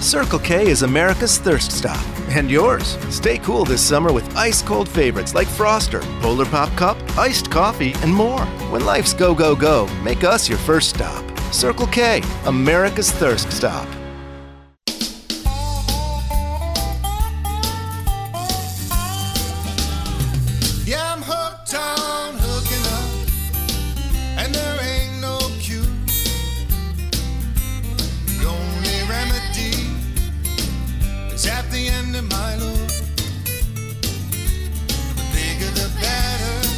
Circle K is America's thirst stop, and yours. Stay cool this summer with ice cold favorites like Froster, Polar Pop Cup, iced coffee, and more. When life's go, go, go, make us your first stop. Circle K, America's thirst stop. Yeah, I'm hooked on hooking up, and there ain't no cure. The only remedy is at the end of my loop. The bigger the better.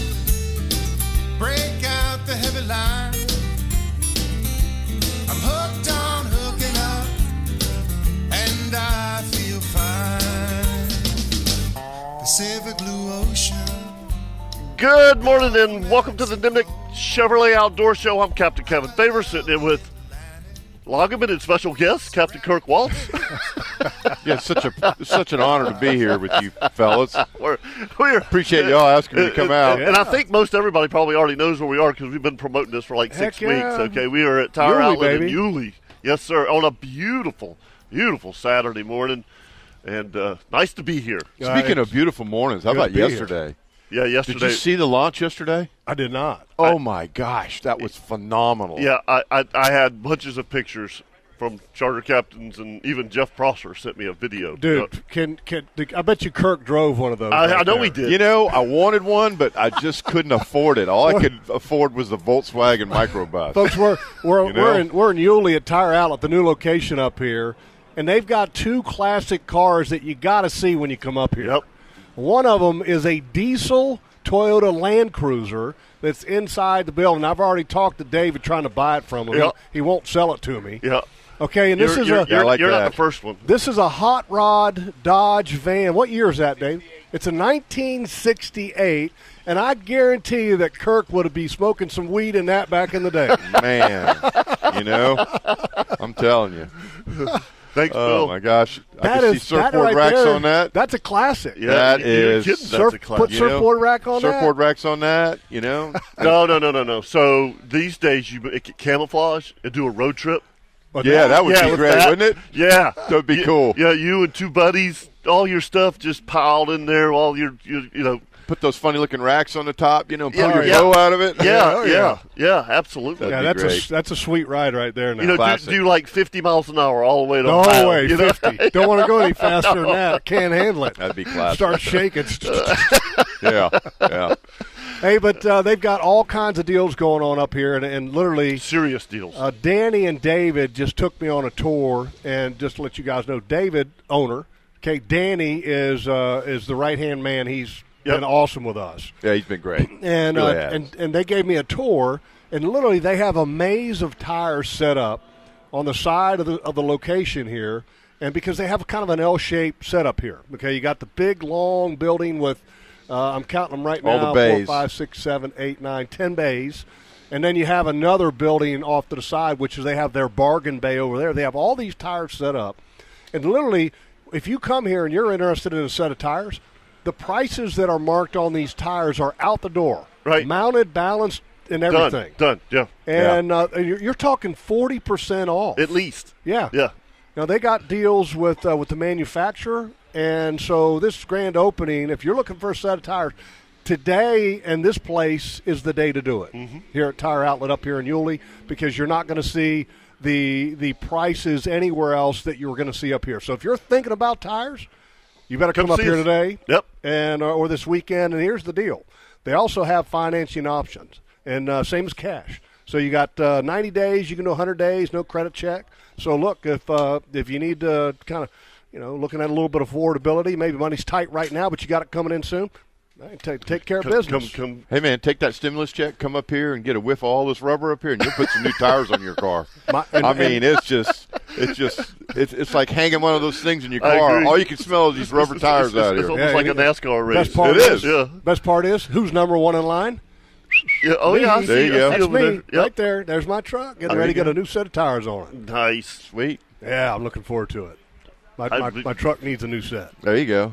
Break out the heavy line. I'm hooked on hooking up, and I feel fine. Pacific Blue Ocean. Good morning and welcome to the Nimnik Chevrolet Outdoor Show. I'm Captain Kevin Favor sitting in with Loggeman and special guest, Captain Kirk Waltz. Yeah, it's such a it's such an honor to be here with you fellas. we're, we're, Appreciate y'all asking me to come out. And I think most everybody probably already knows where we are because we've been promoting this for like six Heck yeah. weeks. Okay, we are at Tire Yulee, Outlet baby. in Yulee. Yes, sir, on a beautiful, beautiful Saturday morning. And uh, nice to be here. Speaking Uh, of beautiful mornings, how good to about be here. yesterday? Yeah, yesterday. Did you see the launch yesterday? I did not. Oh my gosh, that was phenomenal. Yeah, I, I, I had bunches of pictures from charter captains, and even Jeff Prosser sent me a video. Dude, Uh, can can I bet you Kirk drove one of those? I, right I know there. we did. You know, I wanted one, but I just couldn't afford it. All I could afford was the Volkswagen microbus. Folks, we're we're, You know? we're in we're in Yulee at Tire Outlet, the new location up here, and they've got two classic cars that you got to see when you come up here. Yep. One of them is a diesel Toyota Land Cruiser that's inside the building. I've already talked to David trying to buy it from him. Yep. He won't sell it to me. yeah. Okay, and this you're, is you're, a you're, I like you're not that. the first one. This is a hot rod Dodge van. What year is that, Dave? It's a 1968, and I guarantee you that Kirk would be smoking some weed in that back in the day. Man, you know, I'm telling you. Thanks, Bill. Oh my gosh, I That can is see surfboard that right racks there, on that. That's a classic. yeah, that you- you're is- kidding. Surf- That's a class. put You know, surfboard rack on that. surfboard racks on that. You know, no, no, no, no, no. So these days you it could camouflage and do a road trip. But yeah, that- that would yeah, be with great, that- wouldn't it? Yeah, That'd be You- cool. Yeah, you and two buddies, all your stuff just piled in there. All your, your you know, put those funny looking racks on the top, you know, pull Yeah, your yeah. bow out of it. yeah, oh, yeah, yeah, yeah. absolutely. yeah, be that's great. a that's a sweet ride right there. Now, you know, do, Classic. do like fifty miles an hour all the way to no Ohio, way, you know? 50. Don't want to go any faster than that. Can't handle it. That'd be classic. Start shaking. yeah, yeah. hey, but uh, they've got all kinds of deals going on up here, and, and literally Serious deals. Uh, Danny and David just took me on a tour, and just to let you guys know, David, owner, okay, Danny is uh, is the right hand man. He's Yep. been awesome with us, Yeah, he's been great. and Really uh, has. and and they gave me a tour, and literally they have a maze of tires set up on the side of the of the location here, and because they have kind of an L shaped setup here, okay, you got the big long building with. Uh, I'm counting them right now. All the bays. Four, five, six, seven, eight, nine, ten bays. And then you have another building off to the side, which is they have their bargain bay over there. They have all these tires set up. And literally, if you come here and you're interested in a set of tires, the prices that are marked on these tires are out the door. Right. Mounted, balanced, and done, everything. done. Yeah, And uh, you're, you're talking 40% off. at least. Yeah. yeah. Now they got deals with uh, with the manufacturer, and so this grand opening, if you're looking for a set of tires, today and this place is the day to do it Mm-hmm. here at Tire Outlet up here in Yulee because you're not going to see the the prices anywhere else that you were going to see up here. So if you're thinking about tires, you better Come come, up see here us. today. Yep. And uh, or this weekend. And here's the deal: they also have financing options, and uh, same as cash. So you got uh, 90 days. You can do 100 days, no credit check. So look, if uh, if you need to kind of, you know, looking at a little bit of affordability, maybe money's tight right now, but you got it coming in soon. hey, Take, take care of Come, business. come. hey man, take that stimulus check, come up here and get a whiff of all this rubber up here, and you'll put some new tires on your car. My- and- I mean, it's just, it's just, it's, it's like hanging one of those things in your I car. agree. All you can smell is these rubber It's- tires it's- out it's here. almost Yeah, like it a NASCAR race. Best part It is. is. Yeah. Best part is who's number one in line. Yeah. Oh yeah. I Me. see- There you I go. see That's over me there. Yep. right there. There's my truck. Getting There ready to you get a new set of tires on it. Nice. Sweet. Yeah, I'm looking forward to it. My, I- my, my truck needs a new set. There you go.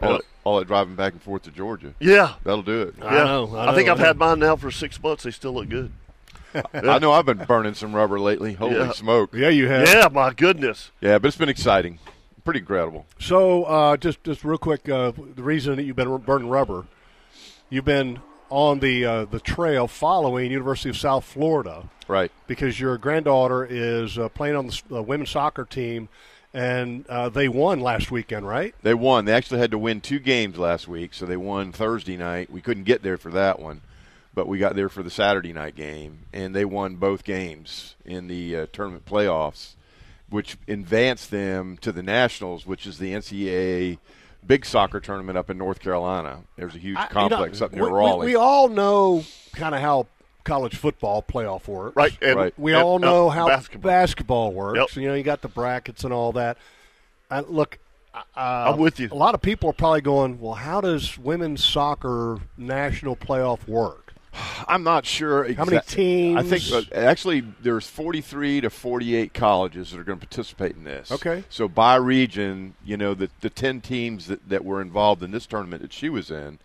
All, Yep. all that driving back and forth to Georgia. Yeah. That'll do it. Yeah. know, I think know, I've I know. had mine now for six months. They still look good. I know I've been burning some rubber lately. Holy Yeah. smoke! Yeah, you have. Yeah, my goodness. Yeah, but it's been exciting. Pretty incredible. So, uh, just just real quick, uh, the reason that you've been burning rubber, you've been on the uh, the trail following University of South Florida Right. because your granddaughter is uh, playing on the s- uh, women's soccer team, and uh, they won last weekend, right? They won. They actually had to win two games last week, so they won Thursday night. We couldn't get there for that one, but we got there for the Saturday night game, and they won both games in the uh, tournament playoffs, which advanced them to the Nationals, which is the NCAA big soccer tournament up in North Carolina. There's a huge I- you know, complex up near we- we- Raleigh. We, all know kind of how college football playoff works, Right. And, Right. We and, all uh, know how basketball, basketball. works. Yep. You know, you got the brackets and all that. I, look, uh, I'm with you. A lot of people are probably going, "Well, how does women's soccer national playoff work?" I'm not sure. Exactly. How many teams? I think uh, actually there's 43 to 48 colleges that are going to participate in this. Okay. So by region, you know, the the 10 teams that, that were involved in this tournament that she was in,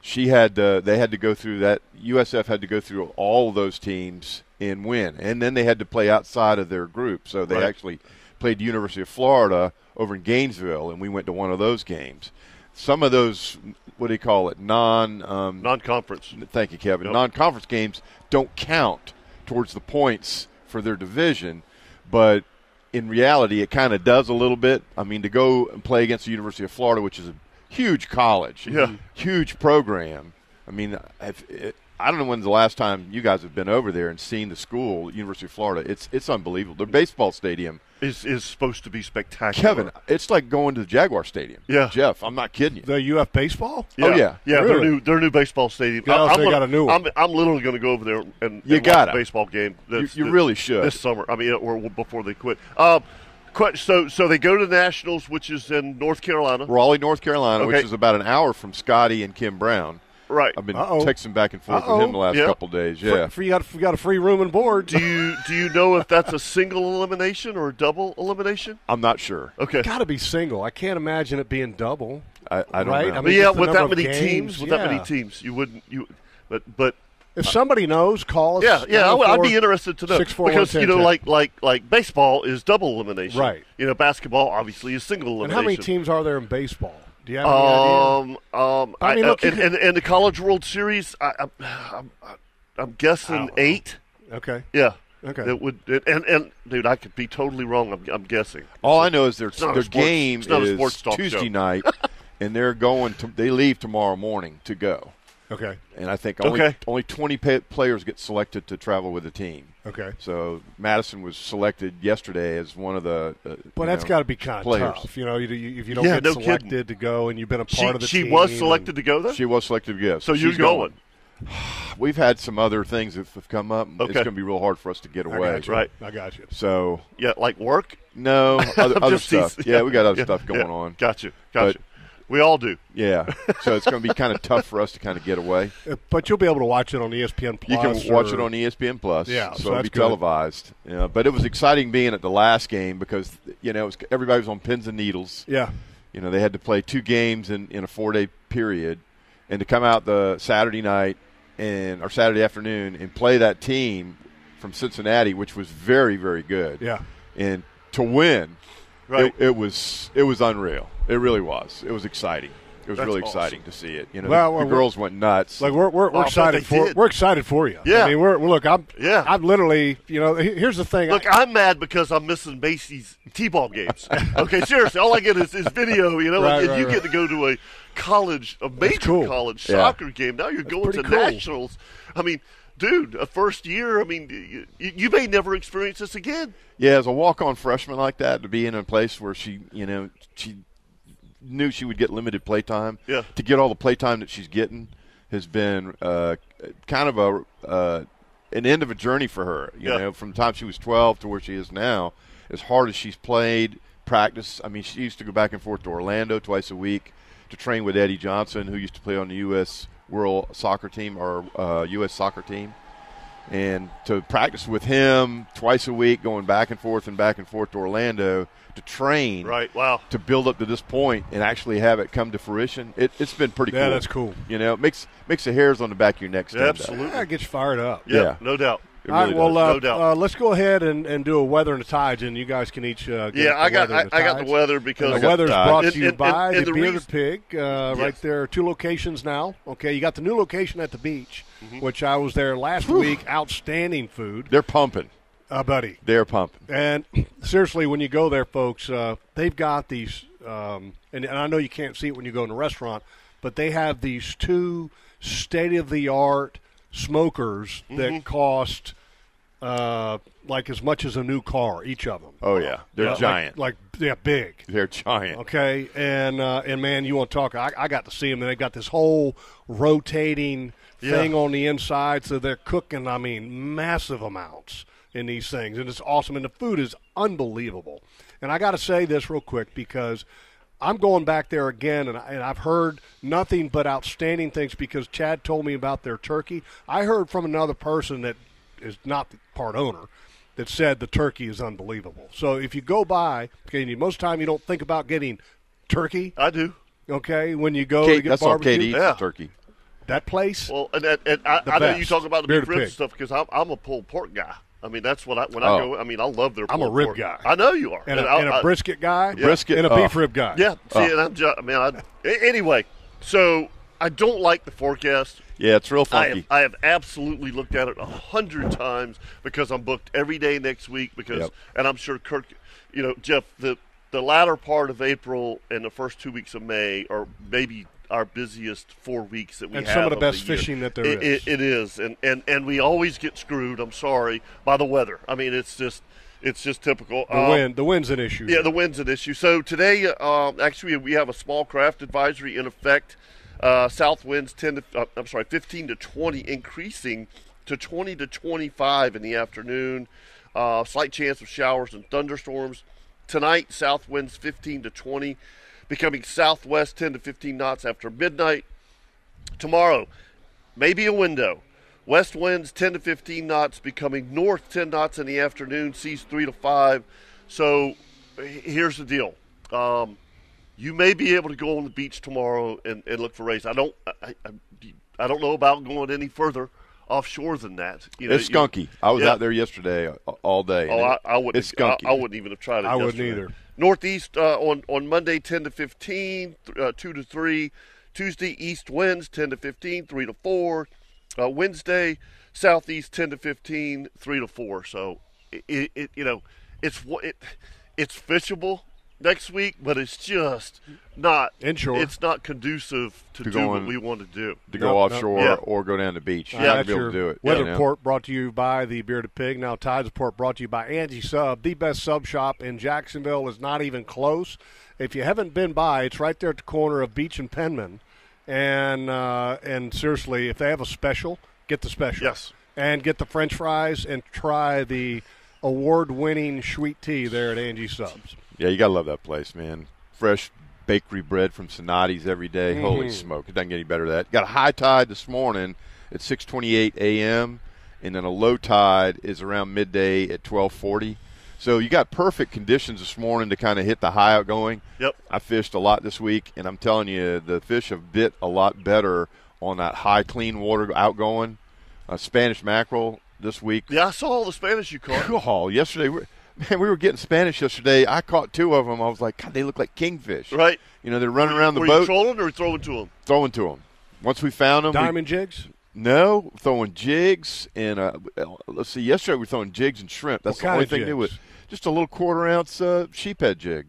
she had uh, they had to go through that USF had to go through all of those teams and win, and then they had to play outside of their group. So they Right. actually played the University of Florida over in Gainesville, and we went to one of those games. Some of those, what do you call it, non um, Non-conference. Thank you, Kevin. Yep. Non-conference games don't count towards the points for their division, but in reality, it kind of does a little bit. I mean, to go and play against the University of Florida, which is a huge college, Yeah. huge program. I mean, if it, I don't know when's the last time you guys have been over there and seen the school, University of Florida. It's it's unbelievable. Their baseball stadium, Is is supposed to be spectacular. Kevin. It's like going to the Jaguar Stadium. Yeah. Jeff, I'm not kidding you. The UF baseball. Yeah. Oh, yeah. yeah. Their Really? new their new baseball stadium. Yeah, they gonna- got a new one. I'm, I'm literally going to go over there and You and watch gotta. a baseball game. this- You- you this- really should. this summer. I mean, or before they quit. Um, que- so so they go to nationals, which is in North Carolina. Raleigh, North Carolina, which Okay. is about an hour from Scotty and Kim Brown. Right. I've been Uh-oh. texting back and forth Uh-oh. with him the last Yeah. couple days. Yeah. Free, got, we got a free room and board. Do you do you know if that's a single elimination or a double elimination? I'm not sure. Okay. got to be single. I can't imagine it being double. I, I don't Right? know. I mean- But yeah, just the with number that of many games, teams, with that yeah. many teams, you wouldn't you, but but If somebody knows, call us. yeah, yeah, I would, I'd be 904 interested to know 641 because you know, 1010. like like like baseball is double elimination, Right. You know, basketball obviously is single And elimination. how many teams are there in baseball? Do you have any idea? Um, um, I I mean, uh, look, you and, could- and, and the College World Series, I, I'm, I'm, I'm guessing eight. Okay. Yeah. Okay. That would and and dude, I could be totally wrong. I'm, I'm guessing. All I know is their, not a their sports- game it's not a is sports talk Tuesday show. night, and they're going to they leave tomorrow morning to go. Okay. And I think only Okay. only 20 pa players get selected to travel with the team. Okay. So Madison was selected yesterday as one of the. Uh, But you that's know, got to be kind of players. tough, you know. You, you, if you don't Yeah, get no kidding. selected to go, and you've been a part She, of the she team, was and- selected to go though. She was selected. Yes. so you're She's going. We've had some other things that have come up. It's Okay. going to be real hard for us to get I away. got you. Right. I got you. So Yeah, like work. No, other, I'm other just teasing. stuff. Yeah, we got other Yeah, stuff going yeah. on. Gotcha, gotcha. we all do. Yeah, so it's going to be kind of tough for us to kind of get away. Uh, But you'll be able to watch it on E ESPN Plus. You can watch or- it on E E ESPN Plus. Yeah, so so, it'll that's be good. televised. Yeah, but it was exciting being at the last game because you know it was, everybody was on pins and needles. Yeah. You know they had to play two games in, in a four day period, and to come out the Saturday night and or Saturday afternoon and play that team from Cincinnati, which was very very good. Yeah. and to win Right. It, it was it was unreal. It really was. It was exciting. It was That's really awesome. exciting to see it. You know, Well, the, well, the girls went nuts. Like we're we're, Oh, I we're bet excited they for did. we're excited for you. Yeah. I mean, we're, we're look. I'm Yeah. I'm literally you know. he- Here's the thing. Look, I, I'm mad because I'm missing Macy's T-ball games. Okay, seriously, all I get is, is video, you know, Right, and right, you right. get to go to a college, a major cool. college Yeah. soccer game. Now you're going pretty to cool. nationals. I mean, dude, a first year. I mean, you, you may never experience this again. yeah, as a walk on freshman like that to be in a place where she, you know, she knew she would get limited play time. Yeah. To get all the play time that she's getting has been uh, kind of a uh, an end of a journey for her. You Yeah. know, from the time she was 12 to where she is now, as hard as she's played, practice. I mean, she used to go back and forth to Orlando twice a week to train with Eddie Johnson, who used to play on the U.S. World Soccer Team or uh, U.S. Soccer Team. And to practice with him twice a week, going back and forth and back and forth to Orlando to train Right? Wow. to build up to this point and actually have it come to fruition, it, it's been pretty Yeah, cool. that's cool. You know, it makes makes the hairs on the back of your neck stand up. Absolutely. I get you fired up. Yeah, Yeah. no doubt. All right, really well, does. uh, no doubt. uh, let's go ahead and, and do a weather and the tides, and you guys can each. Uh, get Yeah, the I got weather I, and I got tides. the weather The because weather's brought And- to you and- by and- and the, reason- Bearded Pig. Uh, Right Yes. there are two locations now. Okay, you got the new location at the beach, Mm-hmm. which I was there last week. Outstanding food, They're pumping. uh, buddy. They're pumping. And seriously, when you go there, folks, uh, they've got these, um, and, and I know you can't see it when you go in a restaurant, but they have these two state of the art smokers Mm-hmm. that cost uh, like as much as a new car, each of them. Oh yeah, they're Like- giant. Like, yeah, big. they're giant. Okay, and uh, and man, you want to talk? I, I got to see them, and they got this whole rotating thing on the inside, so they're cooking. I mean, massive amounts in these things, and it's awesome. And the food is unbelievable. And I got to say this real quick because I'm going back there again, and, I, and I've heard nothing but outstanding things because Chad told me about their turkey. I heard from another person that is not the part owner that said the turkey is unbelievable. So if you go by, okay, and you- most time you don't think about getting turkey, I do. okay, when Oh, you go to Kate, get that's all barbecue. Kate eats Yeah. is turkey. That place, Well, and, and, and I, The I know best. you talk about the beef Bearded ribs pig. and stuff because I'm, I'm a pulled pork guy. I mean, that's what I when Oh. I go. I mean, I love their. I'm a pulled rib pork. guy. I know you are. and, a, I- and a I- brisket guy, Brisket, and a beef oh. rib guy. Yeah. See, and I'm just. I mean, I, a- anyway. So I don't like the forecast. Yeah, it's real I funky. have, I have absolutely looked at it a hundred times because I'm booked every day next week because, Yep. and I'm sure Kirk, you know, Jeff, the the latter part of April and the first two weeks of May are maybe our busiest four weeks that we And have some of the year. best fishing that there It- is. it- it is, and, and and we always get screwed. I'm sorry by the weather. I mean, it's just it's just typical. Um, The wind, the wind's an issue. Yeah, the wind's an issue. So today, um, actually, we have a small craft advisory in effect. Uh, south winds 10 to, uh, I'm sorry, 15 to 20, increasing to 20 to 25 in the afternoon. Uh, slight chance of showers and thunderstorms. Tonight, south winds 15 to 20, becoming southwest 10 to 15 knots after midnight. Tomorrow, maybe a window. West winds 10 to 15 knots, becoming north 10 knots in the afternoon, seas 3 to 5. So h- here's the deal. Um, you may be able to go on the beach tomorrow and, and look for rays. I don't I, I, I don't know about going any further offshore than that. You know, it's you- skunky. I was Yeah. out there yesterday uh, all day. Oh, and I, it- I wouldn't. It's skunky. I, I wouldn't even have tried it. I wouldn't yesterday. either. Northeast uh, on on Monday, ten to fifteen, th- uh, two to three. Tuesday, east winds ten to 15, 3 to four. Uh, Wednesday, southeast ten to 15, 3 to four. So, it, it you know, it's wha- it, it's fishable next week, but it's just not Inshore. It's not conducive to, To do what going- we want to do. to No, go no, offshore yeah. or go down the beach. All You're not right, gonna be able to that's your do it. Weather you know? report brought to you by the Bearded Pig. Now, Tides Report brought to you by Angie Sub. The best sub shop in Jacksonville is not even close. If you haven't been by, it's right there at the corner of Beach and Penman. And uh, and seriously, if they have a special, get the special. Yes. And get the French fries and try the award-winning sweet tea there at Angie Subs. Yeah, you gotta love that place, man. Fresh bakery bread from Sonati's every day. Holy Mm-hmm. smoke! It doesn't get any better than that. Got a high tide this morning at 6:28 a.m. and then a low tide is around midday at 12:40. So you got perfect conditions this morning to kind of hit the high outgoing. Yep. I fished a lot this week, and I'm telling you, the fish have bit a lot better on that high clean water outgoing. Uh, Spanish mackerel this week Yeah, I saw all the Spanish you caught. alcohol yesterday. we man, we were getting Spanish yesterday. I caught two of them. I was like, God, they look like kingfish. Right. You know, they're running around the Were you boat, trolling or throwing to them? throwing to them. Once we found them, Diamond jigs? no, throwing jigs and uh, let's see. Yesterday we were throwing jigs and shrimp. That's What the kind only of thing new with jigs? just a little quarter ounce uh, sheephead jig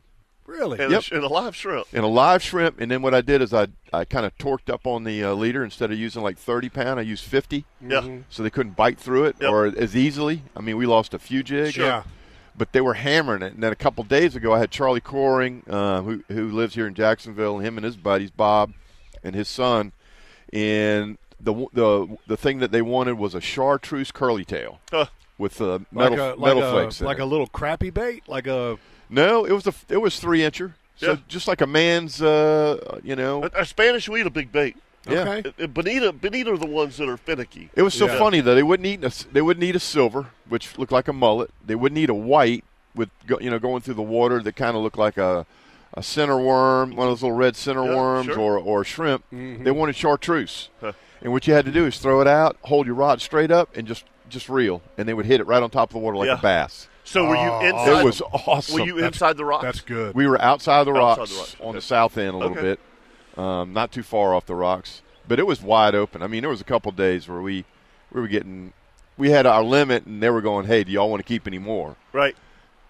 Really? And, Yep. a, and a live shrimp. and a live shrimp. And then what I did is I I kind of torqued up on the uh, leader instead of using like thirty pound, I used fifty. Mm-hmm. Yeah. So they couldn't bite through it Yep. or as easily. I mean, we lost a few jigs. Sure. Yeah. but they were hammering it. And then a couple days ago, I had Charlie Coring, uh, who who lives here in Jacksonville, and him and his buddies Bob and his son, and the the the thing that they wanted was a chartreuse curly tail Huh. with uh, Like metal a, like metal a- flakes. in Like it. a little crappy bait? Like a... no, it was a it was three incher. So Yeah. just like a man's, uh, you know, A, a Spanish will eat a big bait. yeah. Okay. Uh, uh, Bonita, Bonita are the ones that are finicky. It was so Yeah. funny though. They wouldn't eat. A, s- they wouldn't eat a silver, which looked like a mullet. They wouldn't eat a white with go, you know going through the water that kind of looked like a a center worm, one of those little red center Yeah, worms, sure. Mm-hmm. or or shrimp. They wanted chartreuse, and what you had to do is throw it out, hold your rod straight up, and just just real, and they would hit it right on top of the water like Yeah. a bass. So were you inside? It was awesome. Were you inside the rock? Oh. That's good. We were outside of the Outside rocks, the rocks, on okay. the south end a little Okay. bit, um, not too far off the rocks, but it was wide open. I mean, there was a couple of days where we we were getting we had our limit, and they were going, "Hey, do y'all want to keep any more?" right.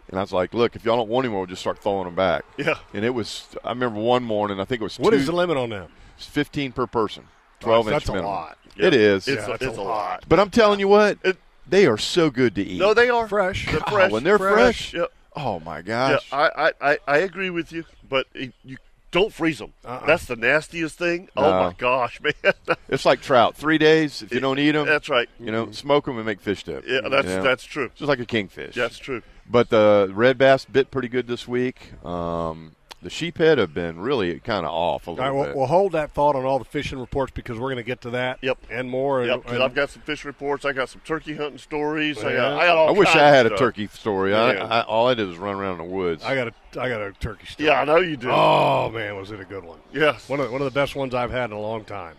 And I was like, "Look, if y'all don't want any more, we'll just start throwing them back." Yeah. And it was. I remember one morning, I think it was What two, is the limit on that? fifteen per person, twelve inch that's a minimum. lot. Yeah. It is. It's, Yeah, it's that's a a lot. But I'm telling you what, It- they are so good to eat. No, they are Fresh. Ah, They're God, fresh. when they're fresh. Yep. Oh my Yeah, gosh. I, I, I, I agree with you, but it, you don't freeze them. Uh-uh. That's the nastiest thing. Oh No. my gosh, man! it's like trout. Three days if you don't eat them. that's right. You Mm-hmm. know, smoke them and make fish dip. Yeah, that's you know? that's true. just like a kingfish. That's true. But the red bass bit pretty good this week. Um, the sheephead have been really kind of off a All little right, we'll, bit. we'll hold that thought on all the fishing reports because we're going to get to that. Yep. And more. and- Yep, 'cause and- I've got some fish reports. I got some turkey hunting stories. I got. Yeah. I, got all I wish kinds I had of a stuff. turkey story. I, Yeah. I, all I did was run around in the woods. I got a I got a turkey story. Yeah, I know you do. Oh man, was it a good one? Yes. One of the, one of the best ones I've had in a long time.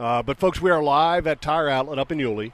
Uh, but folks, we are live at Tire Outlet up in Yulee,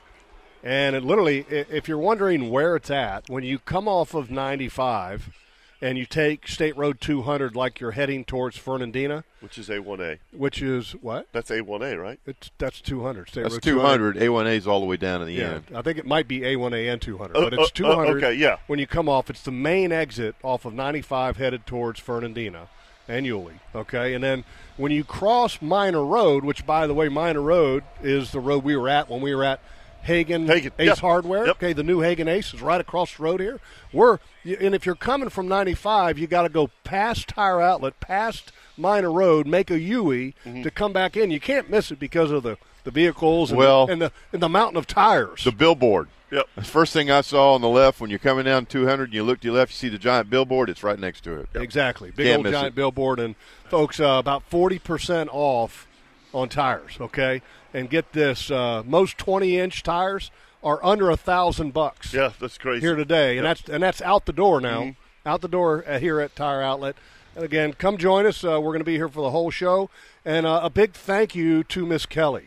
and it literally, i- if you're wondering where it's at, when you come off of 95 and you take State Road 200 like you're heading towards Fernandina, Which is a one A. which is what? That's a one A, right? It's that's 200. State That's Road 200. A1A's all the way down to the Yeah, end. I think it might be A1A and 200, Oh, but it's oh, oh, 200. okay, yeah. When you come off, it's the main exit off of 95 headed towards Fernandina and Yulee. Okay, and then when you cross Minor Road, which by the way, Minor Road is the road we were at when we were at Hagen, Hagen, Ace yeah, Hardware. yep. Okay, the new Hagen Ace is right across the road here. We're and if you're coming from 95, you got to go past Tire Outlet, past Minor Road, make a UE Mm-hmm. to come back in. You can't miss it because of the the vehicles and, Well- and the and the mountain of tires. The billboard. Yep. The first thing I saw on the left when you're coming down 200 and you look to your left, you see the giant billboard. It's right next to it. Exactly. Big Can't old miss giant it. billboard. And folks, uh, about 40% off on tires, okay? And get this uh, most 20 inch tires are under a thousand bucks Yeah, that's crazy. here today. And, that's, and that's out the door now, Mm-hmm. out the door uh, here at Tire Outlet. And again, come join us. Uh, we're going to be here for the whole show. And uh, a big thank you to Miss Kelly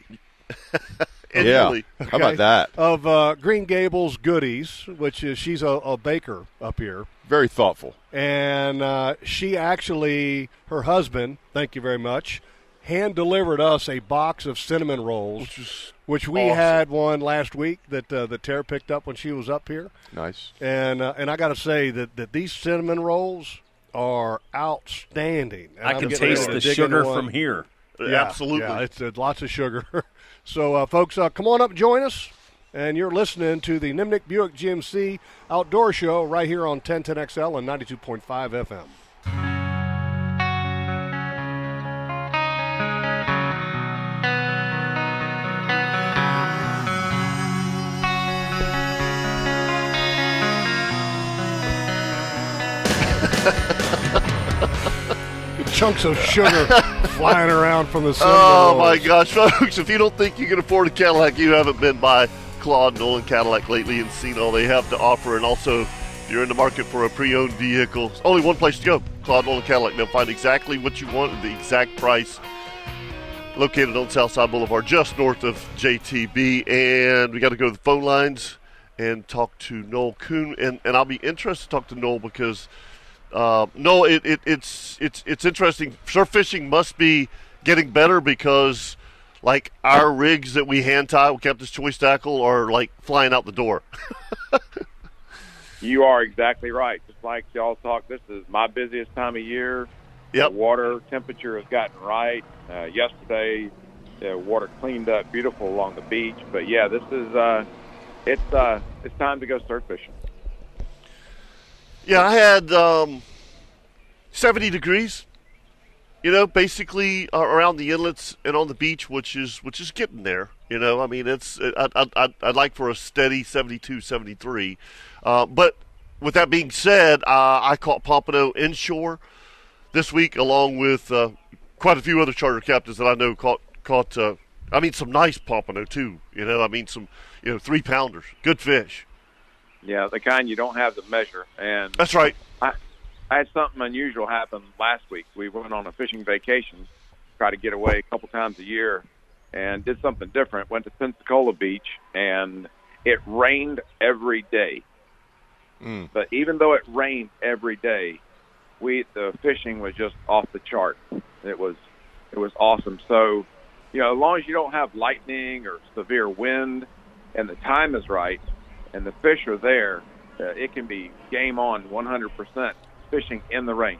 And yeah. Julie, How about okay, that? of uh, Green Gables Goodies, which is she's a, a baker up here. Very thoughtful. and uh, she actually, her husband, thank you very much, hand delivered us a box of cinnamon rolls, which, we awesome. had one last week that uh, the Tara picked up when she was up here, Nice. and uh, and I got to say that that these cinnamon rolls are outstanding. And I I'm can getting ready taste to the dig into sugar one. from here. Yeah, absolutely. yeah, it's uh, lots of sugar. so, uh, folks, uh, come on up, and join us. And you're listening to the Nimnik Buick GMC Outdoor Show right here on 1010XL and 92.5 FM. Chunks of sugar flying around from the cinnamon Oh rolls. my gosh, folks! If you don't think you can afford a Cadillac, you haven't been by Claude Nolan Cadillac lately and seen all they have to offer. And also, if you're in the market for a pre-owned vehicle, there's only one place to go: Claude Nolan Cadillac. They'll find exactly what you want at the exact price. Located on Southside Boulevard, just north of JTB, and we got to go to the phone lines and talk to Noel Kuhn. And, and I'll be interested to talk to Noel because uh, no, it, it, it's it's it's interesting. Surf fishing must be getting better because, like, our rigs that we hand tie with Captain's Choice tackle are like flying out the door. You are exactly right. Just like y'all talk, this is my busiest time of year. Yep. The water temperature has gotten right. Uh, yesterday, the water cleaned up beautiful along the beach. But yeah, this is uh, it's uh, it's time to go surf fishing. Yeah, I had um, 70 degrees. You know, basically uh, around the inlets and on the beach, which is which is getting there. You know, I mean, it's I, I, I'd, I'd like for a steady 72, 73. Uh, but with that being said, uh, I caught pompano inshore this week, along with uh, quite a few other charter captains that I know caught caught. Uh, I mean, some nice pompano too. You know, I mean, some you know three pounders, good fish. Yeah, the kind you don't have to measure. And That's right. I, I had something unusual happen last week. We went on a fishing vacation, try to get away a couple times a year, and did something different. Went to Pensacola Beach, and it rained every day. Mm. But even though it rained every day, we the fishing was just off the chart. It was it was awesome. So, you know, as long as you don't have lightning or severe wind, and the time is right, and the fish are there, uh, it can be game on 100% fishing in the rain.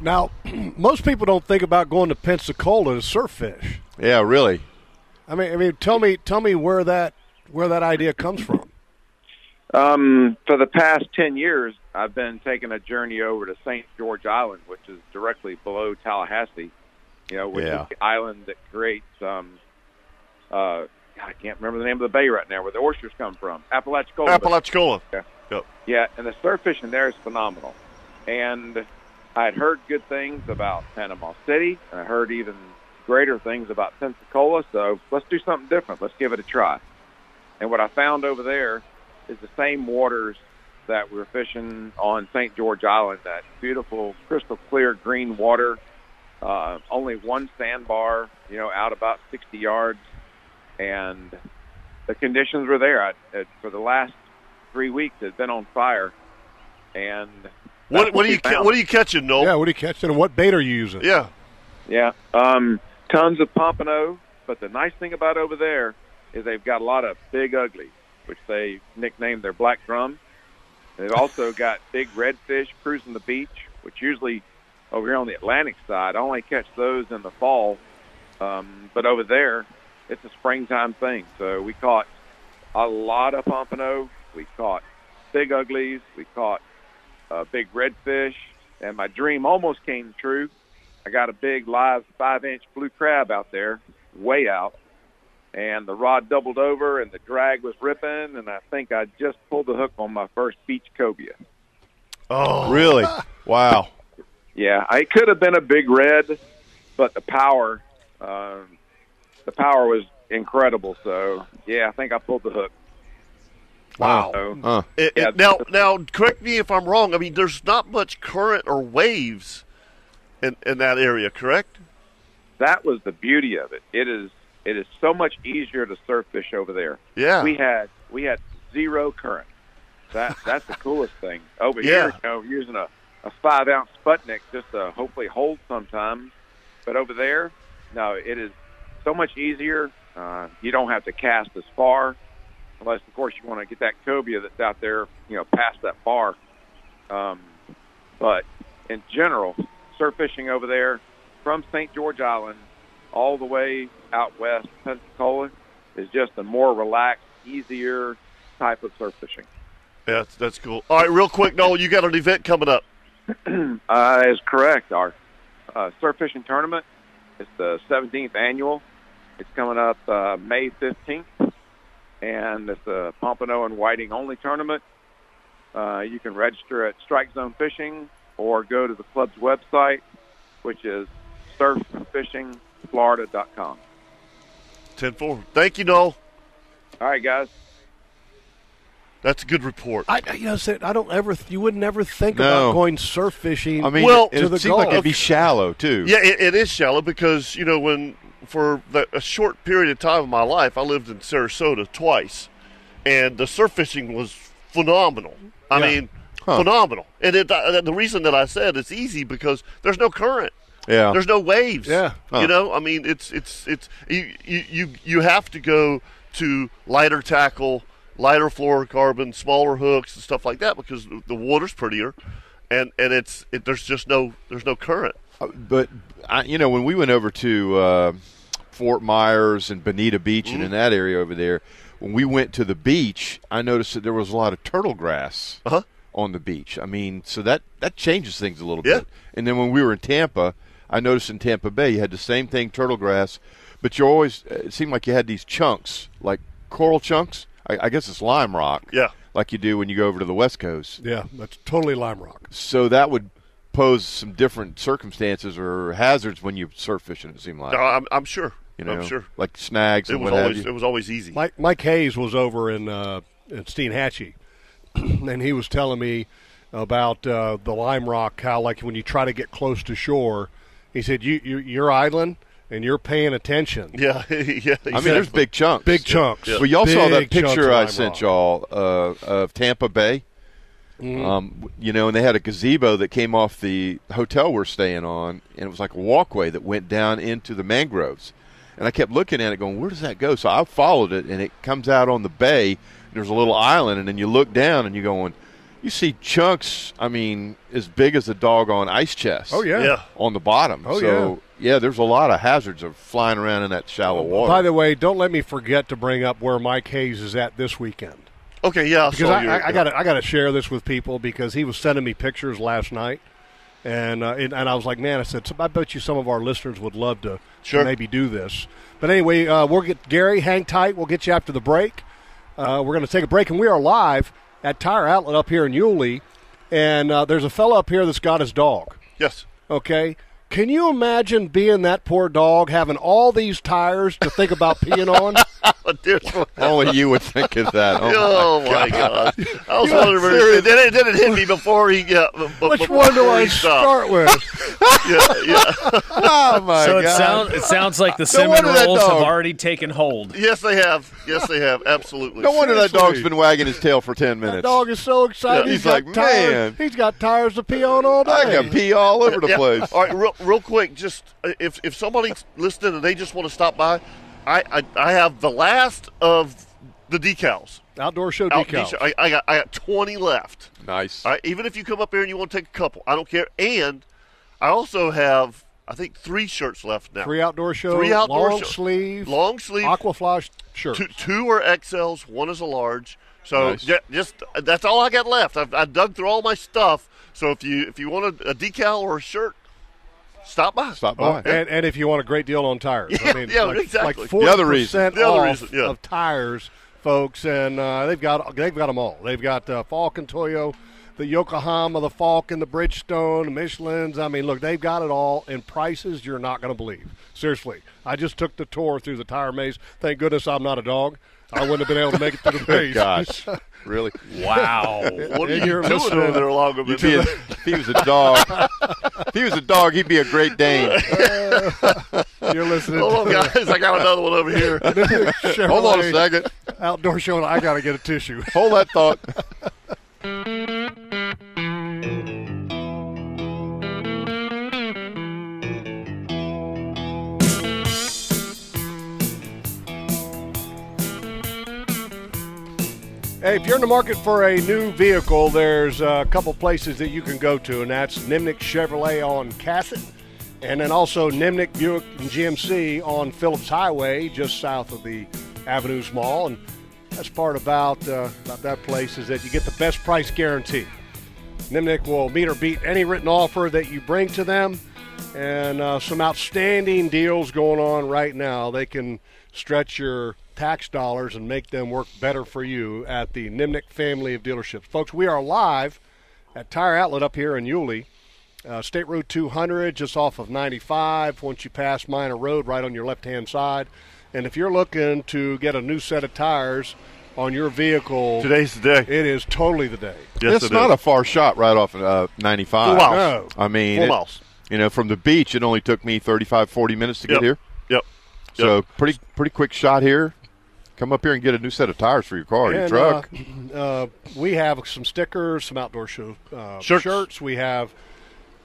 Now, most people don't think about going to Pensacola to surf fish. Yeah, really. I mean, I mean, tell me, tell me where that where that idea comes from. Um, for the past 10 years, I've been taking a journey over to St. George Island, which is directly below Tallahassee, you know, which Yeah. is the island that creates, um, uh, I can't remember the name of the bay right now, where the oysters come from, Apalachicola. Bay. Apalachicola. Yeah, and the surf fishing there is phenomenal. And I had heard good things about Panama City, and I heard even greater things about Pensacola. So let's do something different. Let's give it a try. And what I found over there is the same waters that we were fishing on St. George Island. That beautiful, crystal clear green water. Uh, only one sandbar, you know, out about 60 yards, and the conditions were there. I, uh, for the last three weeks has been on fire. And What, what are you ca- what are you catching, Noel? Yeah, what are you catching? And what bait are you using? Yeah. yeah, um, tons of pompano. But the nice thing about over there is they've got a lot of big uglies, which they nicknamed their black drum. And they've also got big redfish cruising the beach, which usually over here on the Atlantic side, I only catch those in the fall. Um, but over there, it's a springtime thing. So we caught a lot of pompano. We caught big uglies. We caught uh, big redfish. And my dream almost came true. I got a big live five inch blue crab out there, way out. And the rod doubled over and the drag was ripping. And I think I just pulled the hook on my first beach cobia. Oh, Really? wow. Yeah, I- it could have been a big red, but the power, um, the power was incredible. So yeah, I think I pulled the hook. Wow. So, Huh. It- it- Yeah. now, now, correct me if I'm wrong. I mean, there's not much current or waves in in that area, correct? that was the beauty of it. It is it is so much easier to surf fish over there. Yeah. We had we had zero current. That that's the coolest thing. Over Yeah. here, you know, using a, a five ounce Sputnik just to hopefully hold sometimes. But over there, no, it is so much easier. Uh, you don't have to cast as far, unless of course you want to get that cobia that's out there, you know, past that bar. Um, but in general, surf fishing over there from St. George Island all the way out west, Pensacola, is just a more relaxed, easier type of surf fishing. Yeah, that's, that's cool. All right, real quick, Noel, you got an event coming up. Uh, is correct. Our uh, surf fishing tournament is the 17th annual. It's coming up uh, May 15th, and it's a Pompano and Whiting only tournament. Uh, you can register at Strike Zone Fishing or go to the club's website, which is surffishingflorida.com. Ten four. Thank you, Noel. All right, guys. That's a good report. I, I- you know, said I don't ever. You would never think No. about going surf fishing. I mean, Well, it, to the seems like goal. it'd be shallow too. Yeah, it, it is shallow because you know when for the, a short period of time of my life, I lived in Sarasota twice, and the surf fishing was phenomenal. I mean, phenomenal. And it, uh, the reason that I said it's easy because there's no current. Yeah. There's no waves. Yeah. Huh. You know, I mean, it's it's it's you you you, you have to go to lighter tackle, lighter fluorocarbon, smaller hooks and stuff like that because the- the water's prettier, and and it's it, there's just no there's no current. Uh, But I, you know, when we went over to uh, Fort Myers and Bonita Beach and Mm-hmm. in that area over there, when we went to the beach, I noticed that there was a lot of turtle grass Uh-huh. on the beach. I mean, so that that changes things a little Yeah. bit. And then when we were in Tampa, I noticed in Tampa Bay you had the same thing, turtle grass, but you always uh, it seemed like you had these chunks, like coral chunks. I, I guess it's lime rock. Yeah. Like you do when you go over to the West Coast yeah, that's totally lime rock. so that would pose some different circumstances or hazards when you surf fishing. It seemed like No, I'm, I'm sure. you know, I'm sure. like snags It and was what have always you. it was always easy. Mike Mike Hayes was over in uh, in Steenhatchee, and he was telling me about uh, the lime rock. How like when you try to get close to shore, he said you, you you're idling and you're paying attention. Yeah, yeah. Exactly. I mean, there's big chunks. Big chunks. Well, y'all saw that Big chunks picture of I lime sent rock. y'all uh, of Tampa Bay. Mm-hmm. Um, you know, and they had a gazebo that came off the hotel we're staying on, and it was like a walkway that went down into the mangroves. And I kept looking at it, going, "Where does that go?" So I followed it, and it comes out on the bay. And there's a little island, and then you look down, and you're going, you see chunks. I mean, as big as a doggone ice chest. Oh, yeah. Yeah. on the bottom. Oh, so, yeah. there's a lot of hazards of flying around in that shallow water. By the way, don't let me forget to bring up where Mike Hayes is at this weekend. Okay, yeah. I because saw I, your- I, I gotta I gotta share this with people because he was sending me pictures last night, and uh, and, and I was like, man, I said, "So I bet you some of our listeners would love to Sure. maybe do this. But anyway, uh, we'll get Gary, hang tight. We'll get you after the break. Uh, we're gonna take a break, and we are live at Tire Outlet up here in Yulee, and uh, there's a fella up here that's got his dog. Yes. Okay. Can you imagine being that poor dog having all these tires to think about peeing on? But there's one- Only you would think of that. Oh, my Oh my God! I was wondering. Where, then it didn't hit me before he. Yeah, b- b- Which before one do he I stopped. start with? Yeah, yeah. Oh my So it god! sounds it sounds like the No wonder cinnamon that rolls have dog- already taken hold. Yes, they have. Yes, they have. Absolutely. no wonder that Seriously. dog's been wagging his tail for ten minutes. That dog is so excited. Yeah. he's He's got like, tires. "Man." He's got tires to pee on all day. I can pee all over the Yeah. place. All right, real, real quick, just uh, if if somebody's listening and they just want to stop by, I I, I have the last of the decals. Outdoor show Out- decals. I, I got I got twenty left. Nice. All right, even if you come up here and you want to take a couple, I don't care. And I also have I think three shirts left now. Three outdoor shows. Three outdoor long show- sleeve. long sleeve. Aquaflash shirt. Two, two are XLs, one is a large. So Nice. ju- just that's all I got left. I've, I dug through all my stuff. So if you if you want a, a decal or a shirt, stop by. Stop Oh, by. and, and if you want a great deal on tires, I Yeah, mean, yeah, like, exactly. Like forty The other reason. percent The other off reason, yeah. of tires, folks, and uh, they've got they've got them all. They've got uh, Falcon Toyo, the Yokohama, the Falcon, the Bridgestone, the Michelin's. I mean, look, they've got it all, and prices you're not going to believe. Seriously, I just took the tour through the tire maze. Thank goodness I'm not a dog. I wouldn't have been able to make it through the maze. Gosh, really? Wow. What are And you you're doing listening. over there, longer You'd be a- if he was a dog, if he was a dog, he'd be a great Dane. You're listening. Hold on, to guys. I got another one over here. Chevrolet Hold on a second. Outdoor show, and I got to get a tissue. Hold that thought. Hey, if you're in the market for a new vehicle, there's a couple places that you can go to, and that's Nimnik Chevrolet on Cassett, and then also Nimnik Buick and GMC on Phillips Highway, just south of the Avenues Mall. And that's part about uh, about that place is that you get the best price guarantee. Nimnik will meet or beat any written offer that you bring to them. And uh, some outstanding deals going on right now. They can stretch your tax dollars and make them work better for you at the Nimnik family of dealerships. Folks, we are live at Tire Outlet up here in Yulee. Uh, State Road 200, just off of 95. Once you pass Minor Road, right on your left hand side. And if you're looking to get a new set of tires on your vehicle, Today's the day. it is totally the day. Yes, it's it not is. a far shot right off uh, 95. Four miles. No. I mean, Four it- miles. You know, from the beach, it only took me 35, 40 minutes to Yep. get here. Yep. So pretty, pretty quick shot here. Come up here and get a new set of tires for your car, your And, truck. uh, uh, we have some stickers, some outdoor show uh, Shirts. We have.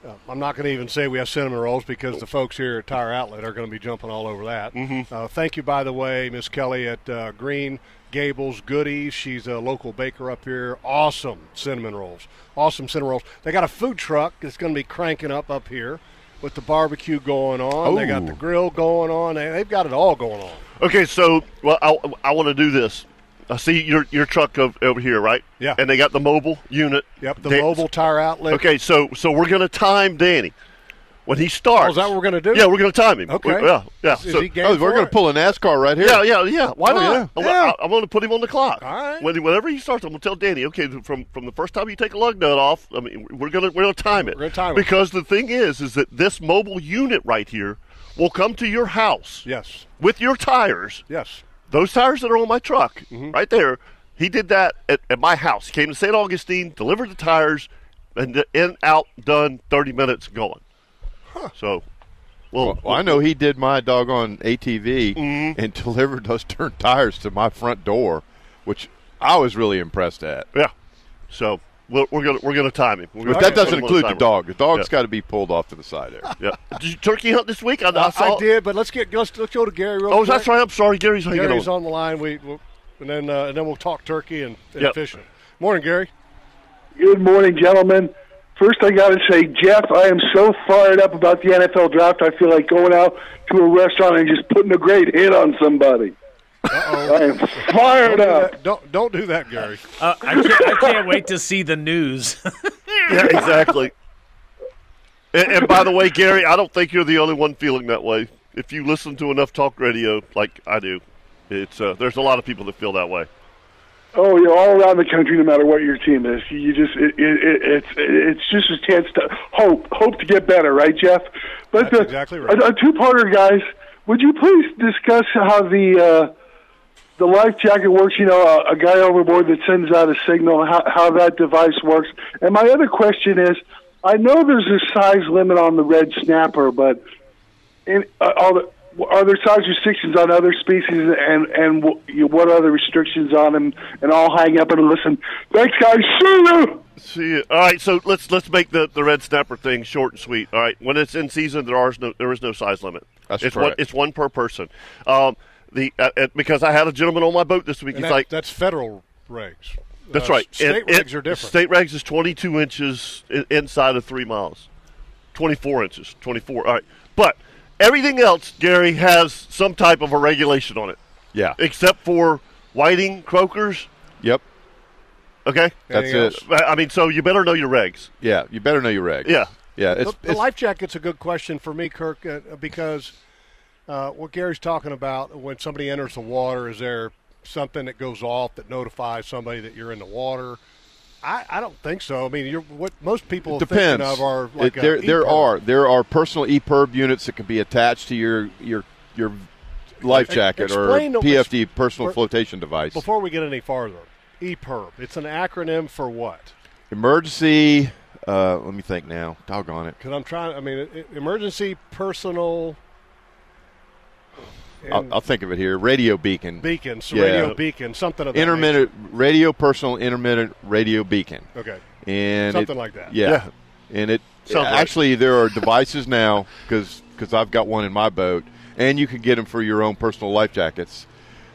Uh, I'm not going to even say we have cinnamon rolls because the folks here at Tire Outlet are going to be jumping all over that. Mm-hmm. Uh, thank you, by the way, Miss Kelly at uh, Green Gables Goodies. She's a local baker up here. Awesome cinnamon rolls. Awesome cinnamon rolls. They got a food truck that's going to be cranking up up here with the barbecue going on. They got Ooh. the grill going on. They, they've got it all going on. Okay, so well, I, I want to do this. I see your your truck ov- over here, right? Yeah. And they got the mobile unit. Yep, the They- mobile tire outlet. Okay, so so we're gonna time Danny when he starts. Oh, is that what we're going to do? Yeah, we're gonna time him. Okay. We- yeah, yeah. Is so, he game Oh, we're for going it? to pull a NASCAR right here. yeah, yeah, yeah. Why Oh, not? yeah. I, Yeah. I, am gonna put him on the clock. All right. When, whenever he starts, I'm gonna tell Danny. Okay, from from the first time you take a lug nut off, I mean, we're gonna we're gonna time it. We're gonna time it. because the thing is, is that this mobile unit right here will come to your house. Yes. With your tires. Yes. Mm-hmm. those tires that are on my truck right there he did that at, at my house came to st augustine delivered the tires and the in out done 30 minutes going so Well, Well, I know he did my doggone ATV Mm-hmm. and delivered those turn tires to my front door, which I was really impressed at. yeah. So we're, we're gonna we're gonna time him. We're But gonna that put doesn't him on include the timer. dog. The dog's Yeah. got to be pulled off to the side there. Yeah. Did you turkey hunt this week? I, I I, saw- did, but let's get let's, let's go to Gary. Real Oh, quick. that's right. I'm sorry, Gary's hanging Gary's on. on the line. We we'll, and then uh, and then we'll talk turkey and, and Yep. fishing. Morning, Gary. Good morning, gentlemen. First, I got to say, Jeff, I am so fired up about the NFL draft. I feel like going out to a restaurant and just putting a great hit on somebody. I am fired up. Don't don't do that, Gary. Uh, I, can't, I can't wait to see the news. Yeah, exactly. and, and by the way, Gary, I don't think you're the only one feeling that way. If you listen to enough talk radio, like I do, it's uh, there's a lot of people that feel that way. Oh, you're all around the country, no matter what your team is. You just it, it, it, it's it's just a chance to hope hope to get better, right, Jeff? But That's the, exactly right. A, a two-parter, guys. Would you please discuss how the uh, the life jacket works? You know, a, a guy overboard that sends out a signal. How how that device works. And my other question is, I know there's a size limit on the red snapper, but in, uh, all the, are there size restrictions on other species, and and w- you, what are the restrictions on them? And I'll hang up and listen. Thanks, guys. See you. See, all right. So let's let's make the, the red snapper thing short and sweet. All right, when it's in season, there are no there is no size limit. That's it's one correct. it's one per person. Um, the uh, uh, because I had a gentleman on my boat this week. And he's that- like, that's federal regs. that's Uh, right. State And- regs and are different. State regs is twenty two inches i- inside of three miles, twenty four inches, twenty four. All right, but everything else, Gary has some type of a regulation on it, Yeah. except for whiting croakers. Yep. Okay, That's Anything it. else? I I mean, so you better know your regs. Yeah. You better know your regs. Yeah. Yeah. The, It's, the it's- life jacket's a good question for me, Kirk, uh, because uh, what Gary's talking about when somebody enters the water, is there something that goes off that notifies somebody that you're in the water? I, I don't think so. I mean, you're, what most people are depends. thinking of are like It- a there, there EPIRB. are there are personal EPIRB units that can be attached to your your your life Ex- jacket or explain the- PFD personal for- flotation device. Before we get any farther, EPIRB. It's an acronym for what? Emergency. Uh, let me think now. Doggone it. Because I'm trying. I mean, it, it- emergency personal. I'll, and I'll think of it here. Radio beacon. beacons, yeah. radio beacon, something of that intermittent radio personal intermittent radio beacon. nature. Okay. and Something it- like that. Yeah, Yeah. and it Sounds right. actually there are devices now because I've got one in my boat, and you can get them for your own personal life jackets.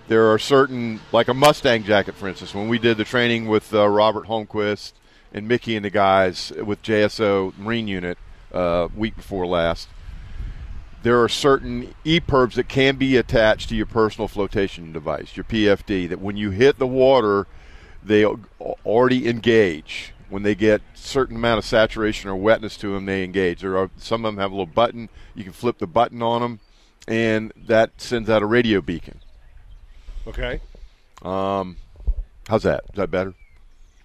There are certain, like a Mustang jacket, for instance. When we did the training with uh, Robert Holmquist and Mickey and the guys with JSO Marine Unit uh, week before last, there are certain EPIRBs that can be attached to your personal flotation device, your PFD, that when you hit the water, they al- already engage. When they get certain amount of saturation or wetness to them, they engage. There are some of them have a little button. You can flip the button on them, and that sends out a radio beacon. Um, Okay. How's that? Is that better?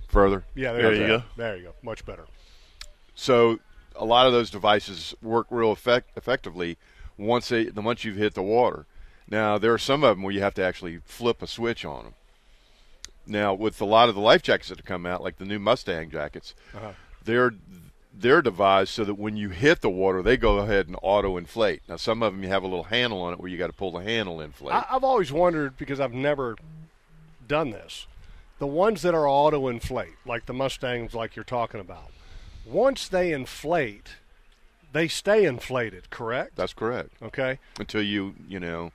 Further? Yeah, There is you that. go. There you go. Much better. So a lot of those devices work real effect- effectively once they once you've hit the water. Now there are some of them where you have to actually flip a switch on them. Now with a lot of the life jackets that have come out, like the new Mustang jackets, they're they're devised so that when you hit the water, they go ahead and auto inflate. Now some of them you have a little handle on it where you got to pull the handle inflate. I, I've always wondered because I've never done this. The ones that are auto inflate, like the Mustangs, like you're talking about, once they inflate, they stay inflated, correct? That's correct. okay. Until you you know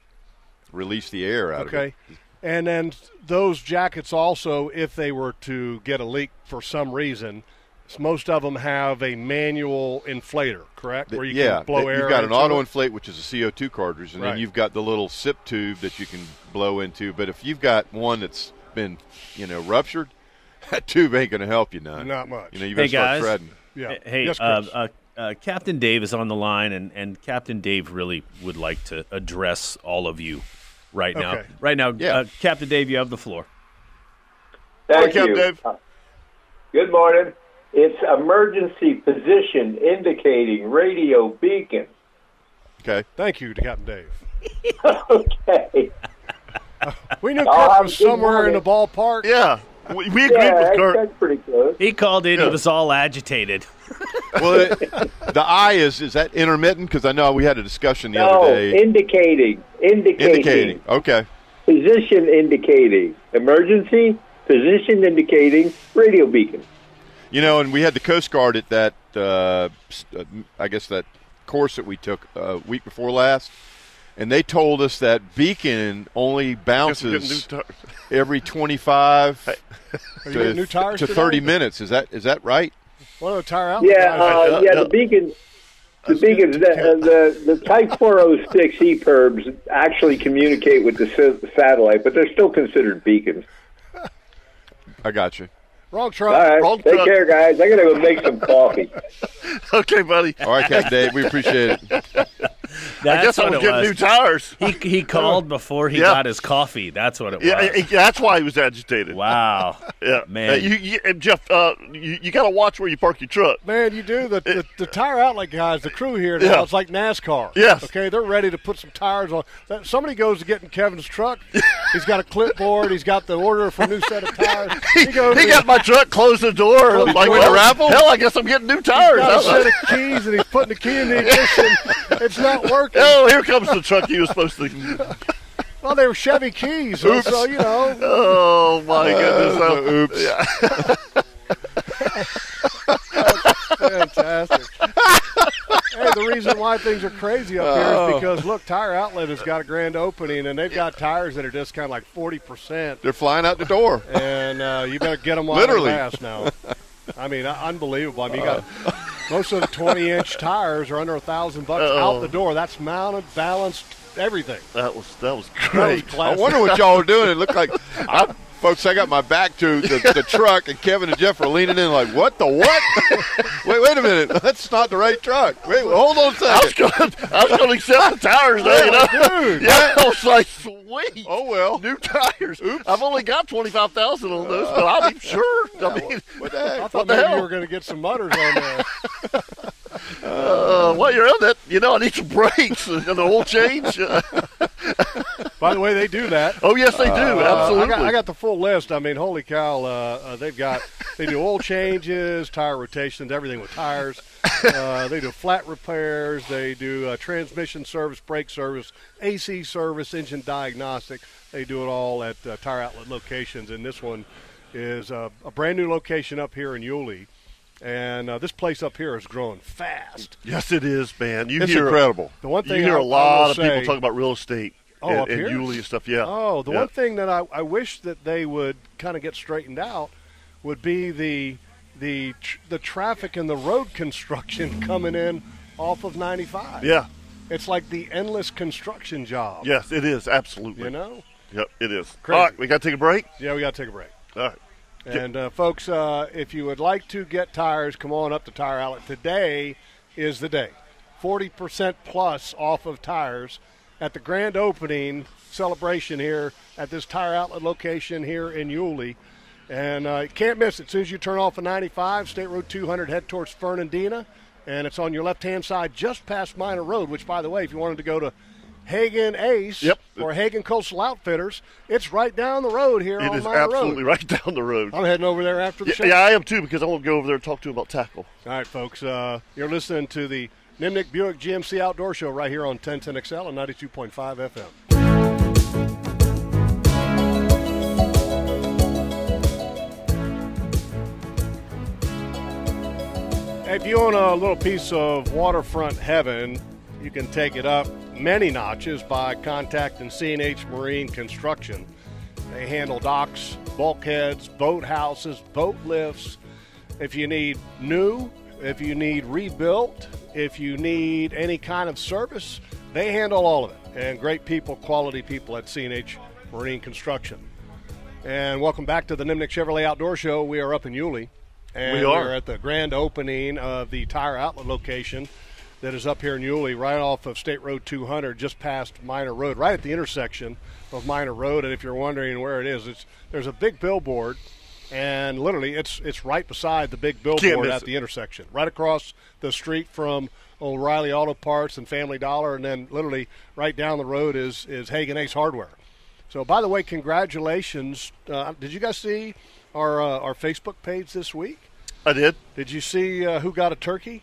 release the air out of it. Okay. And then those jackets also, if they were to get a leak for some reason, s- most of them have a manual inflator, correct? Where you yeah, can blow that- air. You've got an into auto it? inflate, which is a CO2 cartridge, and Right. then you've got the little sip tube that you can blow into. But if you've got one that's been, you know, ruptured, that tube ain't going to help you none. Not much. You know, you better Hey, start guys. treading. Yeah. Hey, Yes, uh, Chris. uh, uh, Captain Dave is on the line, and, and Captain Dave really would like to address all of you right now. Okay. Right now, Yeah. uh, Captain Dave, you have the floor. Thank Welcome, you. Dave. Uh, Good morning. It's emergency position indicating radio beacon. Okay. Thank you to Captain Dave. Okay. We knew Kirk was Oh, have Oh, a good somewhere in the ballpark. Yeah, We, we agreed yeah, with that's, Kurt. that's pretty close. He called in. He was all agitated. Well, it, the I is is that intermittent? Because I know we had a discussion the No, other day. Oh, indicating, indicating, Indicating. Okay. position indicating, emergency, position indicating, radio beacon. You know, and we had the Coast Guard at that, uh, s- uh, I guess that course that we took uh, week before last, and they told us that beacon only Guess we're getting new bounces tar- every twenty-five Are you to, getting new tires to today? thirty minutes. Is that is that right? One of the tire outlet Yeah, guys- uh, no, yeah, no. the beacon. The beacons, the, uh, the the Type 406 E perbs actually communicate with the s- satellite, but they're still considered beacons. I got you. wrong All truck. right, Wrong take truck. care, guys. I gotta go make some coffee. okay, buddy. All right, Captain Dave, we appreciate it. I guess That's I what was it getting new was. tires. He, he called before he Yeah. got his coffee. That's what it was. Yeah, I- I- that's why he was agitated. Wow. Yeah, Man. Uh, you, you, and Jeff, uh, you, you got to watch where you park your truck. Man, you do the, the the tire outlet guys, the crew here now. Yeah. It's like NASCAR. Yes. Okay, they're ready to put some tires on. That, somebody goes to get in Kevin's truck. he's got a clipboard. He's got the order for a new set of tires. He, goes. he to- got my truck, closed the door. and I'm like, Doing a well, raffle? hell, I guess I'm getting new tires. got a I was set of keys, and he's putting the key in the ignition. it's not working. Oh, here comes the truck he was supposed to. Well, they were Chevy keys, so, so you know. Oh my goodness! Uh, Oh, oops. Fantastic. hey, the reason why things are crazy up Oh. here is because look, Tire Outlet has got a grand opening, and they've got tires that are discounted like forty percent, They're flying out the door. and uh, you better get them while Literally. they last now. I mean, uh, unbelievable. I mean, you got Uh. most of the twenty-inch tires are under a thousand bucks out the door. That's mounted, balanced, everything. that was that was That was great. I classic. wonder what y'all are doing. It looked like, I, folks, I got my back to the, the truck, and Kevin and Jeff are leaning in like, what the what? wait, wait a minute. That's not the right truck. Wait, hold on a I was second. going to accept the tires, though, you know. Yeah, I was like, sweet. Oh, well. New tires. I've only got twenty five thousand on those, but I'll Uh. be sure. I mean, What the I heck? thought the maybe hell? you were going to get some mutters on there. uh, while you're on that, you know, I need some brakes and an oil change. Uh, By the way, they do that. oh yes, they do. Uh, Absolutely. I got, I got the full list. I mean, holy cow! Uh, uh, they've got they do oil changes, tire rotations, everything with tires. Uh, they do flat repairs. They do uh, transmission service, brake service, AC service, engine diagnostic. They do it all at uh, tire outlet locations. And this one is uh, a brand new location up here in Yulee. And uh, this place up here is growing fast. Yes, it is, man. You It's hear incredible. The one thing you hear I- a I will lot of say- people talk about real estate Oh, and, up and here? Yulee and stuff. Yeah. Oh, the Yeah. one thing that I, I wish that they would kind of get straightened out would be the the tr- the traffic and the road construction coming in off of 95. Yeah. It's like the endless construction job. Yes, it is. Absolutely. You know? Yep, it is. Crazy. All right, we got to take a break. Yeah, we got to take a break. All right. And uh, folks, uh, if you would like to get tires, come on up to Tire Outlet. Today is the day. 40% plus off of tires at the grand opening celebration here at this Tire Outlet location here in Yulee. And uh, you can't miss it. As soon as you turn off of 95, State Road 200, head towards Fernandina. And it's on your left hand side just past Minor Road, which, by the way, if you wanted to go to Hagen Ace Yep. or Hagen Coastal Outfitters, it's right down the road here It on is Minor Road. absolutely right down the road. I'm heading over there after the Yeah, show. yeah, I am too because I want to go over there and talk to him about tackle. All right, folks. Uh, you're listening to the Nimnik Buick GMC Outdoor Show right here on 1010 XL and 92.5 FM. Hey, If you own a little piece of waterfront heaven, you can take it up many notches by contacting CNH Marine Construction. They handle docks, bulkheads, boathouses, boat lifts. If you need new, if you need rebuilt, if you need any kind of service, they handle all of it. And great people, quality people at CNH Marine Construction. And welcome back to the Nimnik Chevrolet Outdoor Show. We are up in Yulee. And We are. at the grand opening of the tire outlet location that is up here in Yulee, right off of State Road 200, just past Minor Road, right at the intersection of Minor Road. And if you're wondering where it is, it's there's a big billboard, and literally it's it's right beside the big billboard miss at it. the intersection, right across the street from O'Reilly Auto Parts and Family Dollar, and then literally right down the road is is Hagen Ace Hardware. So, by the way, congratulations! Uh, did you guys see our uh, our Facebook page this week? I did. Did you see uh, who got a turkey?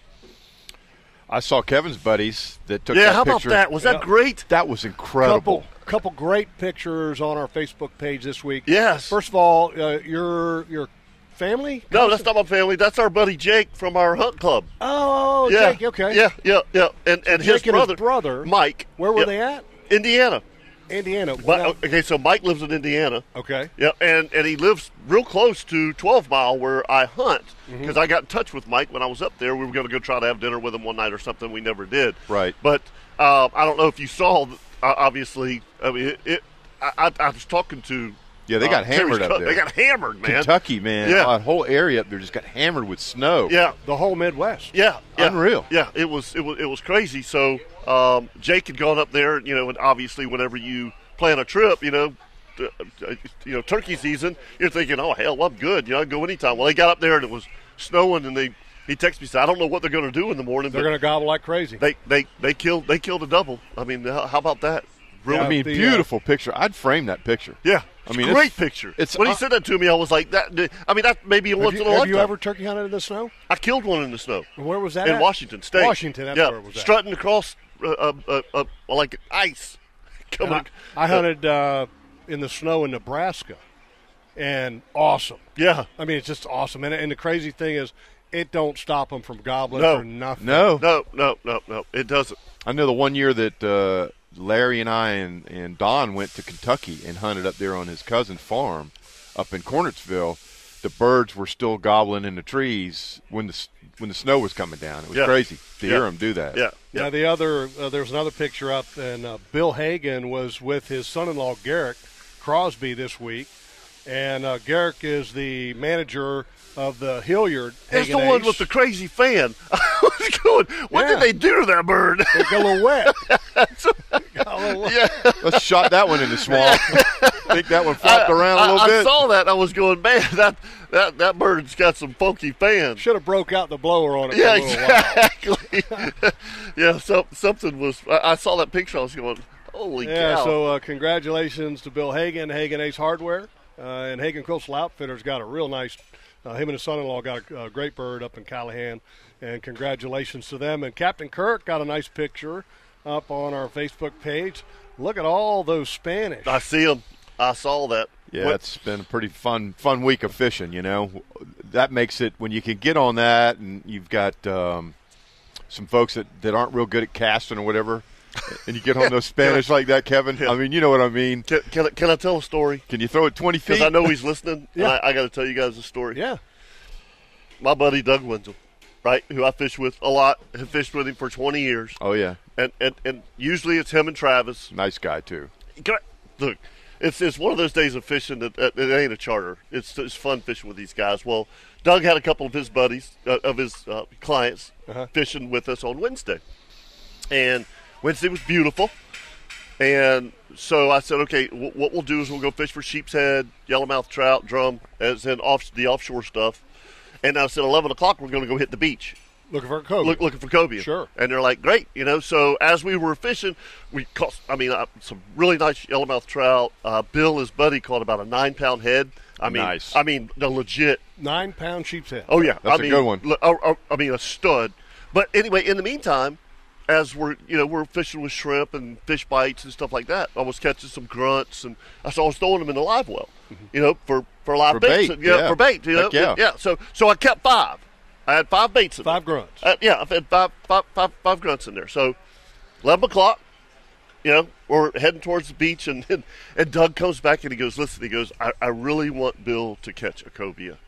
I saw Kevin's buddies that took. Yeah, that how about picture. that? Was that great? That was incredible. Couple couple great pictures on our Facebook page this week. Yes. First of all, uh, your your family. No, that's not my family. That's our buddy Jake from our hunt club. Oh, yeah. Jake. Okay. Yeah, yeah, yeah. And and his Jake and brother, his brother. Mike. Where were yeah, they at? Indiana. Indiana. But- Well, okay, so Mike lives in Indiana. okay. Yeah, and, and he lives real close to 12 Mile where I hunt Mm-hmm. because I got in touch with Mike when I was up there. We were going to go try to have dinner with him one night or something. We never did. Right. But uh, I don't know if you saw, th- uh, obviously, I mean, it, it, I, I I was talking to. Yeah, they uh, got hammered Terry's up co- there. They got hammered, man. Kentucky, man. Yeah. That whole area up there just got hammered with snow. Yeah. The whole Midwest. Yeah, yeah, Unreal. Yeah, it was it was it was crazy. So um, Jake had gone up there, you know, and obviously whenever you plan a trip, you know, uh, uh, you know turkey season, you're thinking, oh hell, I'm good. You know, I can go anytime. Well, they got up there and it was snowing, and they he texted me said, I don't know what they're going to do in the morning, They're but going to gobble like crazy. they they they killed they killed a double. I mean, how, how about that? Really? I mean, The, uh, beautiful picture. I'd frame that picture. Yeah. I mean, great it's- picture. it's- when he uh, said that to me, I was like, that. I mean, that maybe a Have, once you, in a have lifetime. you ever turkey hunted in the snow? I killed one in the snow. Where was that In at? Washington State. Washington, that's yeah, where it was at. strutting across uh, uh, uh, uh, like ice. Coming. I, I hunted uh, in the snow in Nebraska, and awesome. yeah. I mean, it's just awesome. And, and the crazy thing is, it don't stop them from gobbling No. for nothing. No. No, no, no, no. It doesn't. I know the one year that uh, Larry and I and, and Don went to Kentucky and hunted up there on his cousin's farm up in Cornetsville. The birds were still gobbling in the trees when the s- when the snow was coming down. It was Yeah. crazy to hear Yeah. them do that. Yeah. Now Yeah. the other uh, there's another picture up, and uh, Bill Hagan was with his son-in-law Garrick Crosby this week, and uh, Garrick is the manager of the Hilliard. It's the Hagan one Ace. with the crazy fan. I was going, what Yeah. did they do to that bird? It got a little wet. It got a little wet. Let's shot that one in the swamp. think that one flopped around a little I, I bit. saw that. I was going, man, that, that, that bird's got some funky fans. Should have broke out the blower on it. for Yeah, a little while. exactly. yeah, so, something was. I, I saw that picture. I was going, holy Yeah, cow. so uh, congratulations to Bill Hagan, Hagan Ace Hardware, uh, and Hagan Coastal Outfitters got a real nice. Uh, him and his son-in-law got a, a great bird up in Callahan, and congratulations to them. And Captain Kirk got a nice picture up on our Facebook page. Look at all those Spanish. I see him. I saw that. Yeah, What- it's been a pretty fun fun week of fishing. You know, that makes it when you can get on that, and you've got um, some folks that, that aren't real good at casting or whatever, and you get on those Spanish like that, Kevin. I mean, you know what I mean. Can, can, I- can I tell a story? Can you throw it twenty Because feet? I know he's listening, and I, I got to tell you guys a story. Yeah, My buddy Doug Wenzel, right, who I fish with a lot, have fished with him for 20 years, Oh yeah, and, and, and usually it's him and Travis. nice guy too. Can I- look, it's it's one of those days of fishing that uh, it ain't a charter. It's it's fun fishing with these guys. Well, Doug had a couple of his buddies uh, of his uh, clients fishing with us on Wednesday, and Wednesday was beautiful. And so I said, okay, w- what we'll do is we'll go fish for sheep's head, yellowmouth trout, drum, as in off the offshore stuff. And I said, eleven o'clock, we're going to go hit the beach looking for a code. look, looking for cobia. Sure. And they're like, great, you know. So as we were fishing, we caught, I mean, uh, some really nice yellowmouth trout. Uh, Bill, his buddy, caught about a nine pound head. I mean, Nice. I mean, the legit. Nine pound sheep's head. Oh yeah, That's I a mean, good one. l- oh, oh, I mean, a stud. But anyway, in the meantime, as we're you know we're fishing with shrimp and fish bites and stuff like that, I was catching some grunts and I saw I was throwing them in the live well, Mm-hmm. you know, for for live For baits, bait, you know, yeah. for bait, you know, Heck yeah. So so I kept five. I had five baits. In Five there. grunts. Uh, yeah, I've had five, five, five, five grunts in there. So, 11 o'clock, you know, we're heading towards the beach, and, and, and Doug comes back and he goes, Listen, he goes, I, I really want Bill to catch a cobia.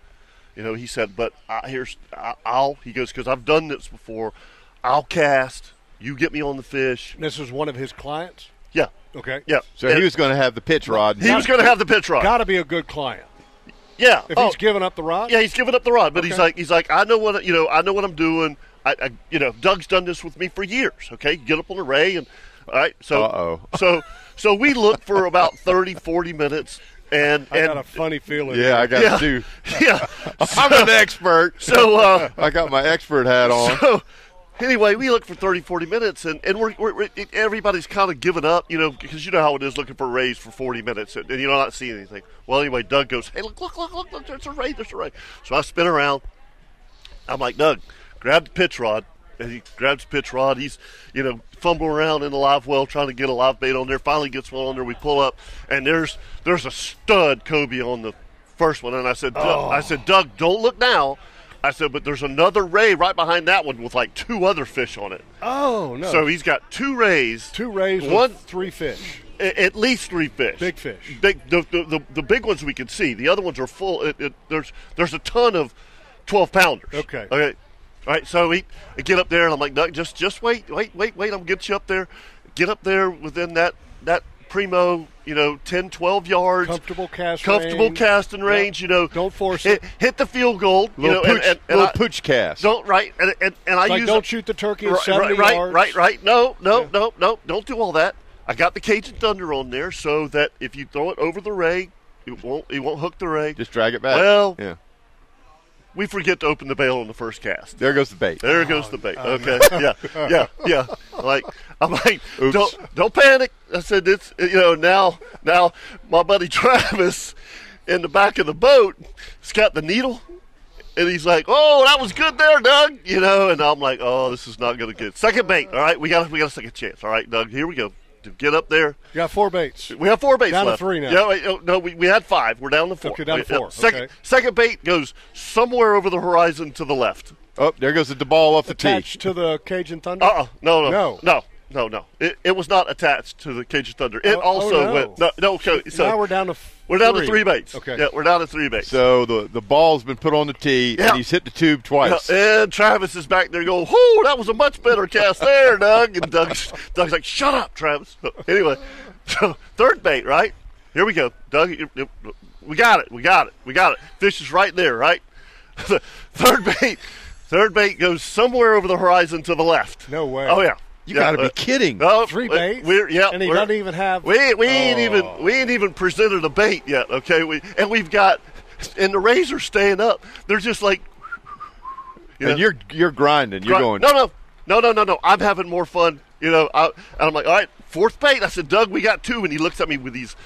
You know, he said, But I, here's, I, I'll, he goes, Because I've done this before. I'll cast. You get me on the fish. This is one of his clients. Yeah. Okay. Yeah. So And he was going to have the pitch rod. he was going to have the pitch rod. Got to be a good client. yeah. If oh, he's giving up the rod. Yeah, he's giving up the rod, but he's Okay. like, he's like, I know what you know. I know what I'm doing. I, I you know, Doug's done this with me for years. Okay, you get up on the ray, and all right, so Uh-oh. so so we looked for about 30, 40 minutes, and I and got a funny feeling. yeah, I got Yeah. to. yeah, I'm an expert. so uh, I got my expert hat on. so anyway, we look for 30, 40 minutes, and, and we're, we're, we're- everybody's kind of giving up, you know, because you know how it is looking for a raise for 40 minutes, and, and you're not seeing anything. Well, anyway, Doug goes, hey, look, look, look, look, look, there's a ray, there's a ray. So I spin around. I'm like, Doug, grab the pitch rod. And he grabs the pitch rod. He's, you know, fumbling around in the live well trying to get a live bait on there. Finally gets one on there. We pull up, and there's there's a stud Kobe on the first one. And I said, Doug, I said, Doug, don't look now. I said, but there's another ray right behind that one with like two other fish on it. Oh no! So he's got two rays. two rays, One one, three fish. a- at least three fish. Big fish. Big, the, the, the, the big ones we can see. The other ones are full. It, it, there's there's a ton of twelve pounders. Okay. Okay. All right. So he, I get up there and I'm like, Doug, just just wait, wait, wait, wait. I'm gonna get you up there. Get up there within that that primo, you know, 10, 12 yards. Comfortable cast Comfortable range. casting range. You know, Don't force hit, it. Hit the field goal. you know, and- Little pooch, and- and little I- pooch cast. Don't right. And and, and I Like, use don't a- shoot the turkey at Right, 70 right, yards. Right, right, No, no, no, no. Don't do all that. I got the Cajun Thunder on there so that if you throw it over the ray, it won't it won't hook the ray. Just drag it back. Well- Uh, yeah, we forget to open the bail on the first cast. there goes the bait. There goes the bait. Oh, Okay, yeah, yeah, yeah. Like I'm like, don't don't panic. I said it's you know now now my buddy Travis in the back of the boat, he's got the needle. And he's like, "Oh, that was good there, Doug." You know, and I'm like, "Oh, this is not going to get second bait." All right, we got we got a second chance. All right, Doug, here we go. To get up there, You got four baits. we have four baits Down to left. three now. Yeah, wait, oh, no, we, we had five. We're down to four. Okay, down to Wait, no, four. Second, Okay. second bait goes somewhere over the horizon to the left. Oh, there goes the, the ball off the tee. Attached to the Cajun Thunder. Uh uh no, no, No. no, no, no, no. It, it was not attached to the Cajun Thunder. It Oh, oh, also no. went no, no. So, so now we're down to f- we're down to three. three baits. Okay. yeah, we're down to three baits. So the the ball's been put on the tee, Yeah. and he's hit the tube twice. Yeah, and Travis is back there going, "Whoo, that was a much better cast there, Doug." And Doug's, Doug's like, "Shut up, Travis." So, anyway, so third bait, right? Here we go, Doug. you- you- We got it. We got it. We got it. Fish is right there, right? third bait. Third bait goes somewhere over the horizon to the left. No way. Oh yeah. You Yeah, got to uh, be kidding. no, Three we- baits? We're, yeah, And he we're- doesn't even have- We we ain't even we ain't even presented a bait yet. Okay, we and we've got and the rays are staying up. They're just like yeah. And you're you're grinding. You're Right. going. No, no, no, no, no, no. I'm having more fun. You know, I, and I'm like, all right, fourth bait. I said, Doug, we got two, and he looks at me with these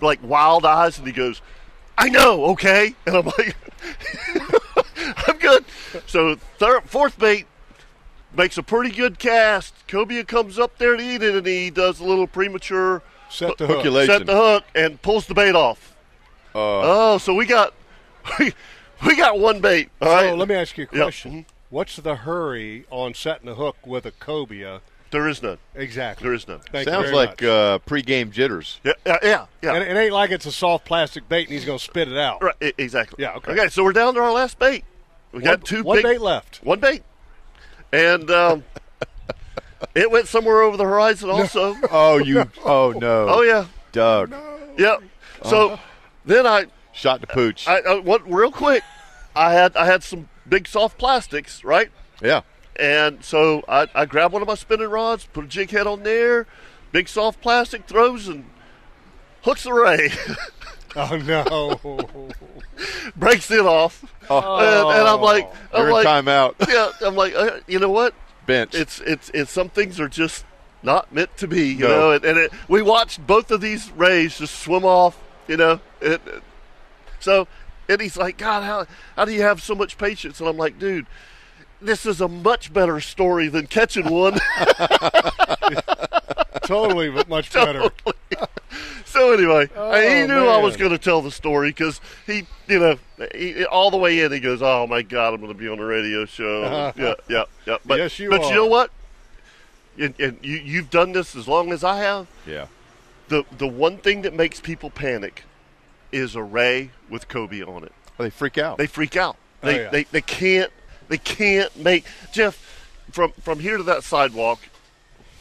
like wild eyes, and he goes, I know, okay, and I'm like, I'm good. So third, fourth bait makes a pretty good cast. Cobia comes up there to eat it, and he does a little premature Set the hook. Hook. set the hook and pulls the bait off. oh, so we got we, we got one bait. All right, So let me ask you a Yeah. question. Mhm. What's the hurry on setting the hook with a cobia? There is none. Exactly. There is none. Thank you Sounds very like much. uh, pregame jitters. Yeah, yeah, yeah. yeah. And it ain't like it's a soft plastic bait and he's going to spit it out. Right, e- exactly. Yeah, okay. Okay, so we're down to our last bait. We One, got two one big, bait left. One bait, and um, it went somewhere over the horizon. Also, Oh, you. Oh no. oh yeah, Doug Uh-huh. yeah. So then I, shot the pooch. I, I what, real quick. I had I had some big soft plastics, right? yeah. And so I, I grabbed one of my spinning rods, put a jig head on there, big soft plastic throws and hooks the ray, Oh, no. breaks it off, Oh. and, and I'm like, I'm You're in like, timeout. yeah, I'm like, uh, you know what? Bench. it's it's it's some things are just not meant to be, you No. know. And, and it, we watched both of these rays just swim off, you know. It, it- so, and he's like, God, how how do you have so much patience? And I'm like, dude, this is a much better story than catching one. totally but much better. Oh, so anyway, he knew I was man. going to tell the story because he, you know, he, e, all the way in, he goes, "Oh my God, I'm going to be on the radio show." yeah, yeah, yeah. But, Yes, you But are. you know what? And, and you you've done this as long as I have. Yeah. the the one thing that makes people panic is a ray with Kobe on it. They freak out. They freak out. They, yeah. they they can't they can't make Jeff from from here to that sidewalk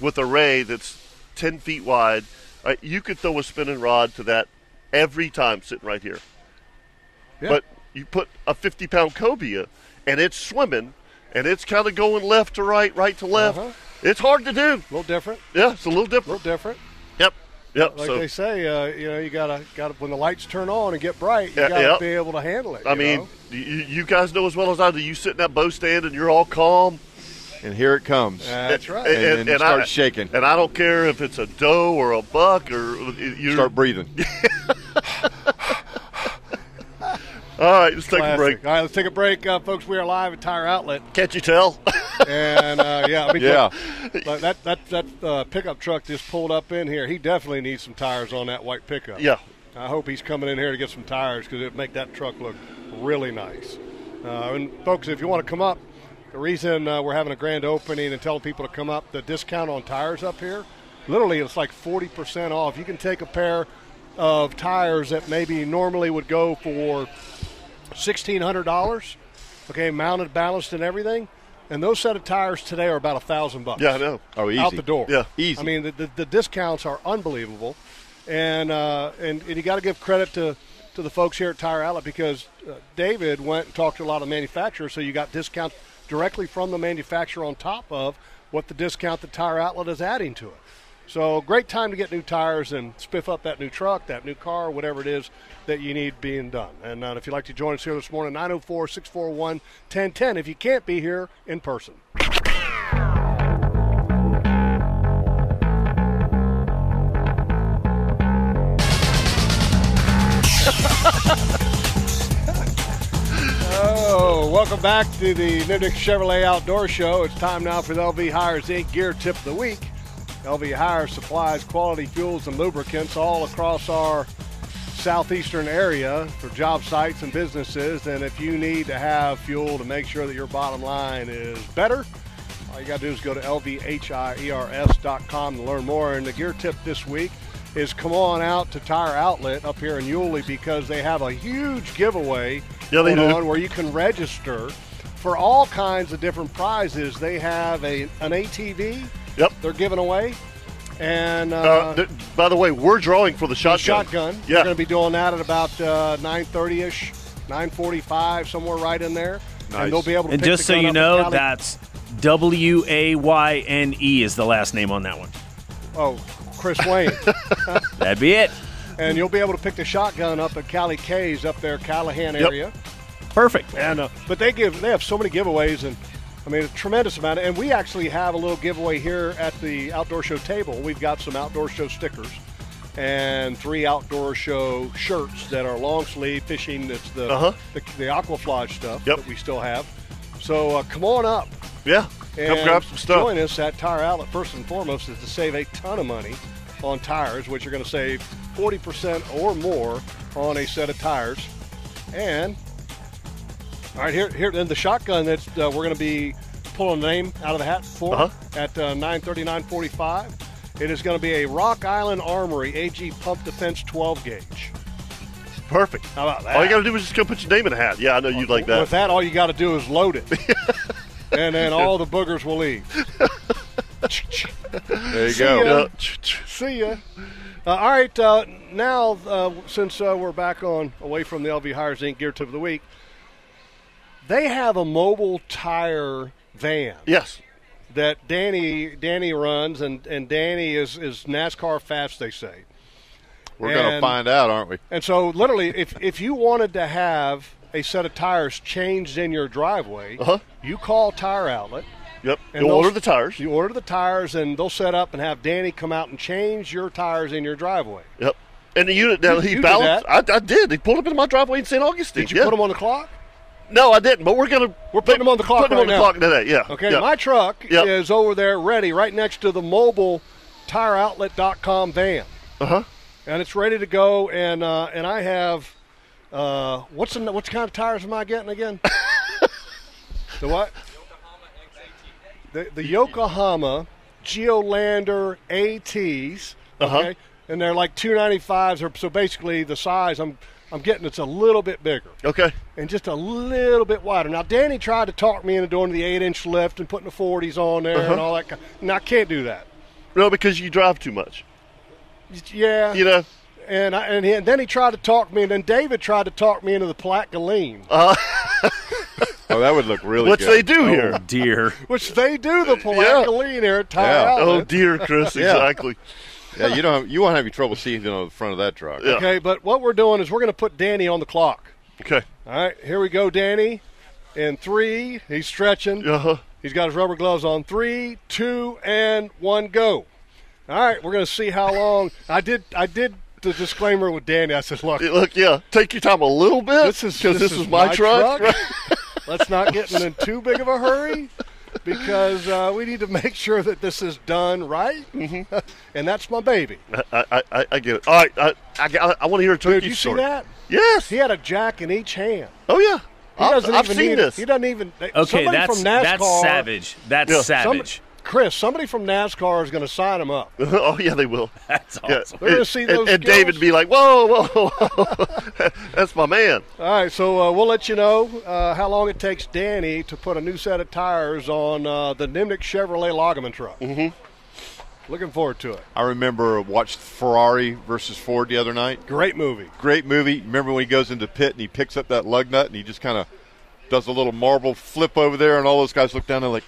with a ray that's ten feet wide. uh, you could throw a spinning rod to that every time sitting right here, Yeah. but you put a fifty pound cobia and it's swimming and it's kind of going left to right, right to left. Uh-huh. It's hard to do. A little different. Yeah, it's a little A different. little different. Yep. Yep. Like so they say, uh, you know, you gotta, gotta when the lights turn on and get bright, you Yeah, gotta yeah. be able to handle it. I you mean, know? you, you guys know as well as I do. You sit in that bow stand and you're all calm, and here it comes. That's right. And, then you start I, shaking. And I don't care if it's a doe or a buck or you start breathing. All right, let's take a break. Classic. All right, let's take a break, uh, folks. We are live at Tire Outlet, Can't you tell? and uh, yeah, I mean, Yeah. look, that that that uh, pickup truck just pulled up in here. He definitely needs some tires on that white pickup. yeah. I hope he's coming in here to get some tires because it'd make that truck look really nice. Uh, and folks, if you want to come up, the reason uh, we're having a grand opening and telling people to come up, the discount on tires up here, literally it's like 40% off. You can take a pair of tires that maybe normally would go for $1,600, okay, mounted, balanced, and everything. And those set of tires today are about a thousand bucks Yeah, I know. Oh, easy. out the door. Yeah. Easy. I mean, the, the, the discounts are unbelievable, and uh, and, and you got to give credit to to the folks here at Tire Outlet because uh, David went and talked to a lot of manufacturers, so you got discounts directly from the manufacturer on top of what the discount the Tire Outlet is adding to it. So great time to get new tires and spiff up that new truck, that new car, whatever it is that you need being done. And uh, if you'd like to join us here this morning, 904-641-1010 if you can't be here in person. Oh, welcome back to the Nipnick Chevrolet Outdoor Show. It's time now for the LV Hires Inc. Gear Tip of the Week. LV Hire supplies quality fuels and lubricants all across our southeastern area for job sites and businesses. And if you need to have fuel to make sure that your bottom line is better, all you got to do is go to E lvhires.com to learn more. And the gear tip this week is come on out to Tire Outlet up here in Yulee because they have a huge giveaway Yeah, they going do. on where you can register for all kinds of different prizes. They have a, an ATV Yep. they're giving away and uh, Uh, th- by the way, we're drawing for the the shotgun. shotgun. Yeah. We're going to be doing that at about uh, 9.30ish, 9.45, somewhere right in there. Nice. And they'll be able to And pick just the so gun you up and know, tally- that's W A Y N E is the last name on that one. Oh, Chris Wayne. That'd be it. and you'll be able to pick the shotgun up at Cali K's up there, Callahan area. Perfect. And uh, but they give they have so many giveaways and I mean a tremendous amount. And we actually have a little giveaway here at the outdoor show table. We've got some outdoor show stickers and three outdoor show shirts that are long sleeve fishing. That's the Uh-huh. the, the aquaflage stuff Yep. that we still have. So uh, come on up Yeah. and Come grab some stuff. Join us at Tire Outlet. First and foremost is to save a ton of money on tires, which you're going to save 40% or more on a set of tires. And all right, here, here, then the shotgun that's uh, we're going to be pulling a name out of the hat for Uh-huh. at uh, 9:39:45. It is going to be a Rock Island Armory AG Pump Defense 12 gauge. Perfect. How about that? All you got to do is just go put your name in a hat. Yeah, I know you'd like that. With that, all you got to do is load it, and then all the boogers will leave. There you See go. ya. Yeah. See ya. Uh, all right, uh, now uh, since uh, we're back on away from the LV Hires Inc. Gear Tip of the Week, they have a mobile tire van Yes. that Danny Danny runs, and, and Danny is, is NASCAR fast, they say. We're going to And- find out, aren't we? And so, literally, if, if you wanted to have a set of tires changed in your driveway, Uh-huh. you call Tire Outlet. Yep. And You they'll- order the tires. You order the tires, and they'll set up and have Danny come out and change your tires in your driveway. Yep. And the unit now You- he you did balanced. I, I did. He pulled up into my driveway in St. Augustine. Did you yeah. put them on the clock? No, I didn't. But we're gonna We're putting 'em on the clock Putting 'em right on the clock today. Yeah. Okay, Yeah. my truck Yep. is over there ready right next to the mobile tireoutlet.com van. Uh Uh-huh. And it's ready to go and uh, and I have uh, what's the, what kind of tires am I getting again? the what? The the Yokohama Geolander ATs. Uh-huh. Okay. And they're like 295s or so basically the size I'm I'm getting it's a little bit bigger okay. and just a little bit wider. Now, Danny tried to talk me into doing the eight inch lift and putting the 40s on there and all that. ki- And I can't do that. Uh-huh. No, because you drive too much. Yeah. You know. And, I, and, he, and then he tried to talk me, and then David tried to talk me into the Plaqueline, Uh-huh. Oh, that would look really What good. they do Oh, here? Dear. which they do the Plaqueline here at Tire Yeah. Outlet. Oh dear, Chris. Exactly. Yeah, you don't. Have, you won't have any trouble seeing it on the front of that truck. Yeah. Okay, but what we're doing is we're going to put Danny on the clock. Okay. All right, here we go, Danny. In three, he's stretching. Uh huh. He's got his rubber gloves on. Three, two, and one, go. All right, we're going to see how long. I did. I did the disclaimer with Danny. I said, look, Look, yeah, take your time a little bit. this is 'cause this, is, my, truck. Let's not get in too big of a hurry because uh, we need to make sure that this is done right. Mm-hmm. and that's my baby. I, I, I, I get it. All right, I, I, I want to hear a turkey Dude, you see story. that? Yes. He had a jack in each hand. Oh yeah. He I've, doesn't I've even seen need, this. He doesn't even. Okay, somebody that's from NASCAR, that's savage. That's Yeah. some- savage. Chris, somebody from NASCAR is going to sign him up. oh yeah, they will. That's Yeah. awesome. We're gonna see And- those and, David skills. be like, "Whoa, whoa, whoa. that's my man." All right, so uh, we'll let you know uh, how long it takes Danny to put a new set of tires on uh, the Nimnik Chevrolet Loggeman truck. Mm-hmm. Looking forward to it. I remember watched Ferrari versus Ford the other night. Great movie. Great movie. Remember when he goes into pit and he picks up that lug nut and he just kind of does a little marble flip over there, and all those guys look down and like,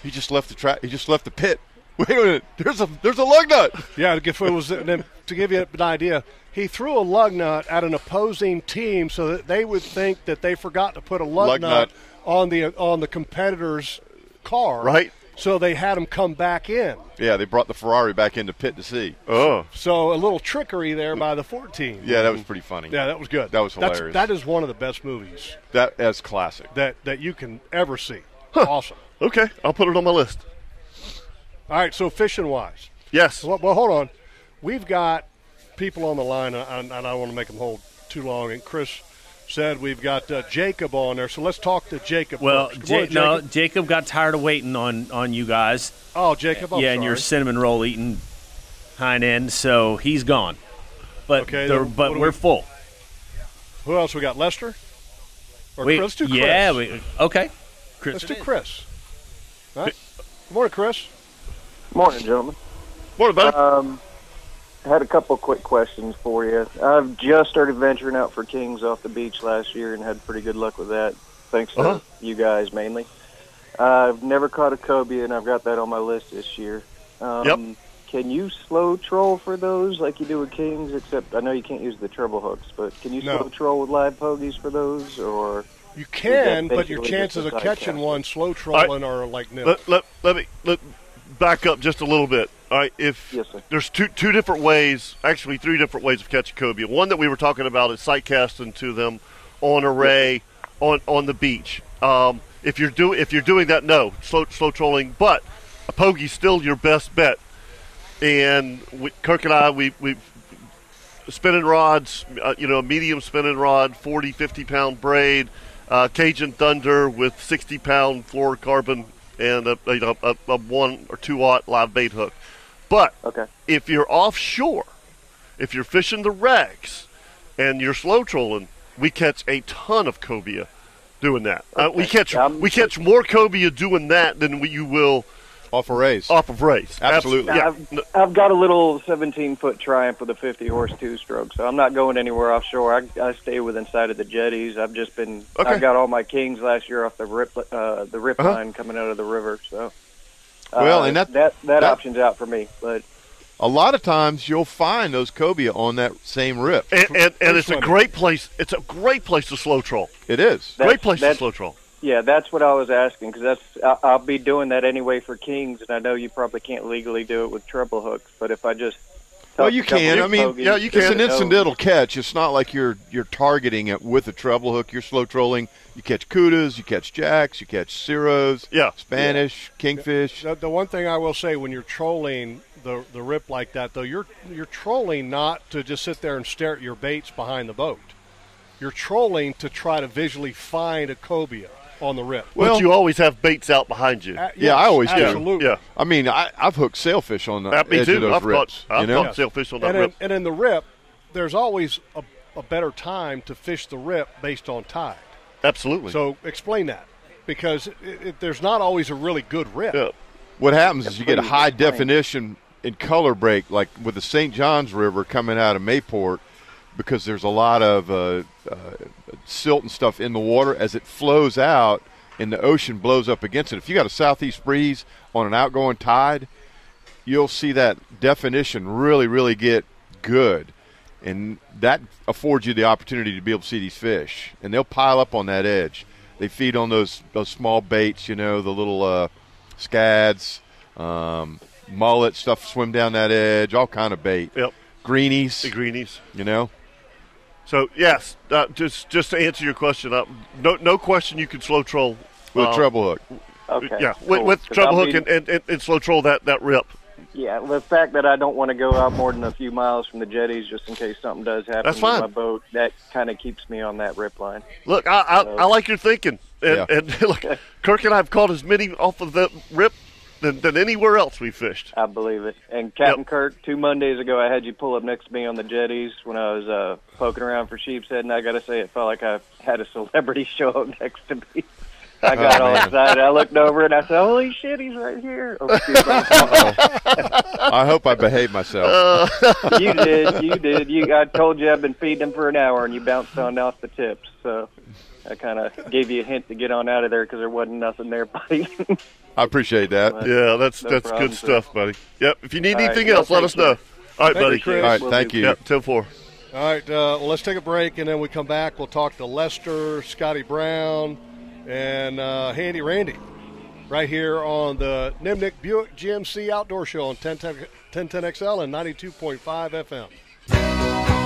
he just left the track. He just left the pit. Wait a minute. There's a there's a lug nut. Yeah, to give, it was, to give you an idea, he threw a lug nut at an opposing team so that they would think that they forgot to put a lug, Lug nut. on the on the competitor's car. Right. So they had him come back in. Yeah, they brought the Ferrari back into pit to see. Oh, So a little trickery there by the 14. Yeah, that was pretty funny. Yeah, that was good. That was That's- hilarious. that is one of the best movies That that's classic. that, that you can ever see. Awesome. okay. I'll put it on my list. All right, so fishing wise. Yes. Well, well, hold on. We've got people on the line, and I, and I don't want to make them hold too long. And Chris said we've got uh, Jacob on there, so let's talk to Jacob. Well, first. Good Ja- morning, no, Jacob. Jacob got tired of waiting on on you guys. Oh, Jacob. I'm yeah, sorry. and your cinnamon roll eating hind end, so he's gone. But Okay, they're- then what but do we're we- full. Who else we got? Lester or We- Chris? Do Chris. yeah, we, okay. Chris, let's do Chris. All right. Good morning, Chris. Morning, gentlemen. What about? Um, had a couple quick questions for you. I've just started venturing out for kings off the beach last year and had pretty good luck with that, thanks to Uh-huh. you guys mainly. I've never caught a cobia, and I've got that on my list this year. Um, Yep. Can you slow troll for those like you do with kings? Except I know you can't use the treble hooks, but can you No. slow troll with live pogies for those? Or You can, Yeah, but your basically chances just of a catching sidecast. one slow trolling are like nil. let, let, let me let back up just a little bit. All right, if Yes, sir. there's two two different ways, actually three different ways of catching cobia. One that we were talking about is sight casting to them on array on on the beach. Um, if you're do if you're doing that, no slow slow trolling, but a pogie's still your best bet. And we, Kirk and I, we we spinning rods, uh, you know, a medium spinning rod, 40, 50 pound braid, uh, Cajun Thunder with 60 pound fluorocarbon, and a, you know, a, a one or two aught live bait hook. But okay, if you're offshore, if you're fishing the wrecks and you're slow trolling, we catch a ton of cobia doing that. Uh, we catch Um, we catch more cobia doing that than we, you will Off a race. off of race. Absolutely. Abs- I've, Yeah. I've got a little 17 foot triumph with a 50 horse two stroke, so I'm not going anywhere offshore. I, I stay within sight of the jetties. I've just been, Okay. I got all my kings last year off the rip, uh, the rip Uh-huh. line coming out of the river. So, uh, Well, and that- that, that- option's out for me. But A lot of times you'll find those cobia on that same rip. And, and, and Free it's a swimming. great place. It's a great place to slow troll. It is. That- Great place to that- slow troll. yeah, that's what I was asking because that's I, I'll be doing that anyway for kings, and I know you probably can't legally do it with treble hooks, but if I just Well, tuck you a couple can. of I mean, bogeys yeah, you to it's can. an the nose- incidental catch. It's not like you're you're targeting it with a treble hook. You're slow trolling. You catch kudas, you catch jacks, you catch ciros, Yeah. Spanish, kingfish. The, the one thing I will say when you're trolling the the rip like that, though, you're you're trolling not to just sit there and stare at your baits behind the boat. You're trolling to try to visually find a cobia on the rip. but you always have baits out behind you. A- yeah, I always do. absolutely. Yeah. I mean, I, I've hooked sailfish on the Uh, me edge too. of those I've rips. caught- I've you know, caught sailfish on that And in, rip. and in the rip, there's always a, a better time to fish the rip based on tide. Absolutely. So explain that because it, it, there's not always a really good rip. yeah. what happens is you get a high definition and color break, like with the St. Johns River coming out of Mayport, because there's a lot of uh, uh, silt and stuff in the water as it flows out and the ocean blows up against it. If you got a southeast breeze on an outgoing tide, you'll see that definition really, really get good. And that affords you the opportunity to be able to see these fish. And they'll pile up on that edge. They feed on those those small baits, you know, the little uh, scads, um, mullet stuff, swim down that edge, all kind of bait. Yep. Greenies. The greenies. You know. So yes, uh, just just to answer your question, uh, no no question, you can slow troll With uh, treble hook. w- Okay, Yeah, with, cool, with 'cause treble I'll hook be- and, and, and, and slow troll that that rip. Yeah, the fact that I don't want to go out more than a few miles from the jetties just in case something does happen That's with fine. my boat, that kind of keeps me on that rip line. Look, I I, I like your thinking, and, Yeah. and look, Kirk and I have caught as many off of the rip than, than anywhere else we fished. I believe it. And Captain Kirk, two Mondays ago, I had you pull up next to me on the jetties when I was uh, poking around for sheep's head, and I got to say, it felt like I had a celebrity show up next to me. I got Oh, all man. excited. I looked over and I said, "Holy shit, he's right here!" Oh, excuse me. I hope I behave myself. you did, you did. You, I told you I've been feeding him for an hour, and you bounced on off the tips. So I kind of gave you a hint to get on out of there because there wasn't nothing there, buddy. I appreciate that. Yeah, that's No that's problem, good sir. stuff, buddy. Yep. If you need All right, anything y'all else, let take us know. care. All right, Thank buddy. you, Chris. All right, Will thank do. you. Yep, ten four. All right, uh, well, let's take a break, and then we come back. We'll talk to Lester, Scotty Brown, and uh, Handy Randy right here on the Nimnik Buick GMC Outdoor Show on 1010 1010XL and 92.5 FM.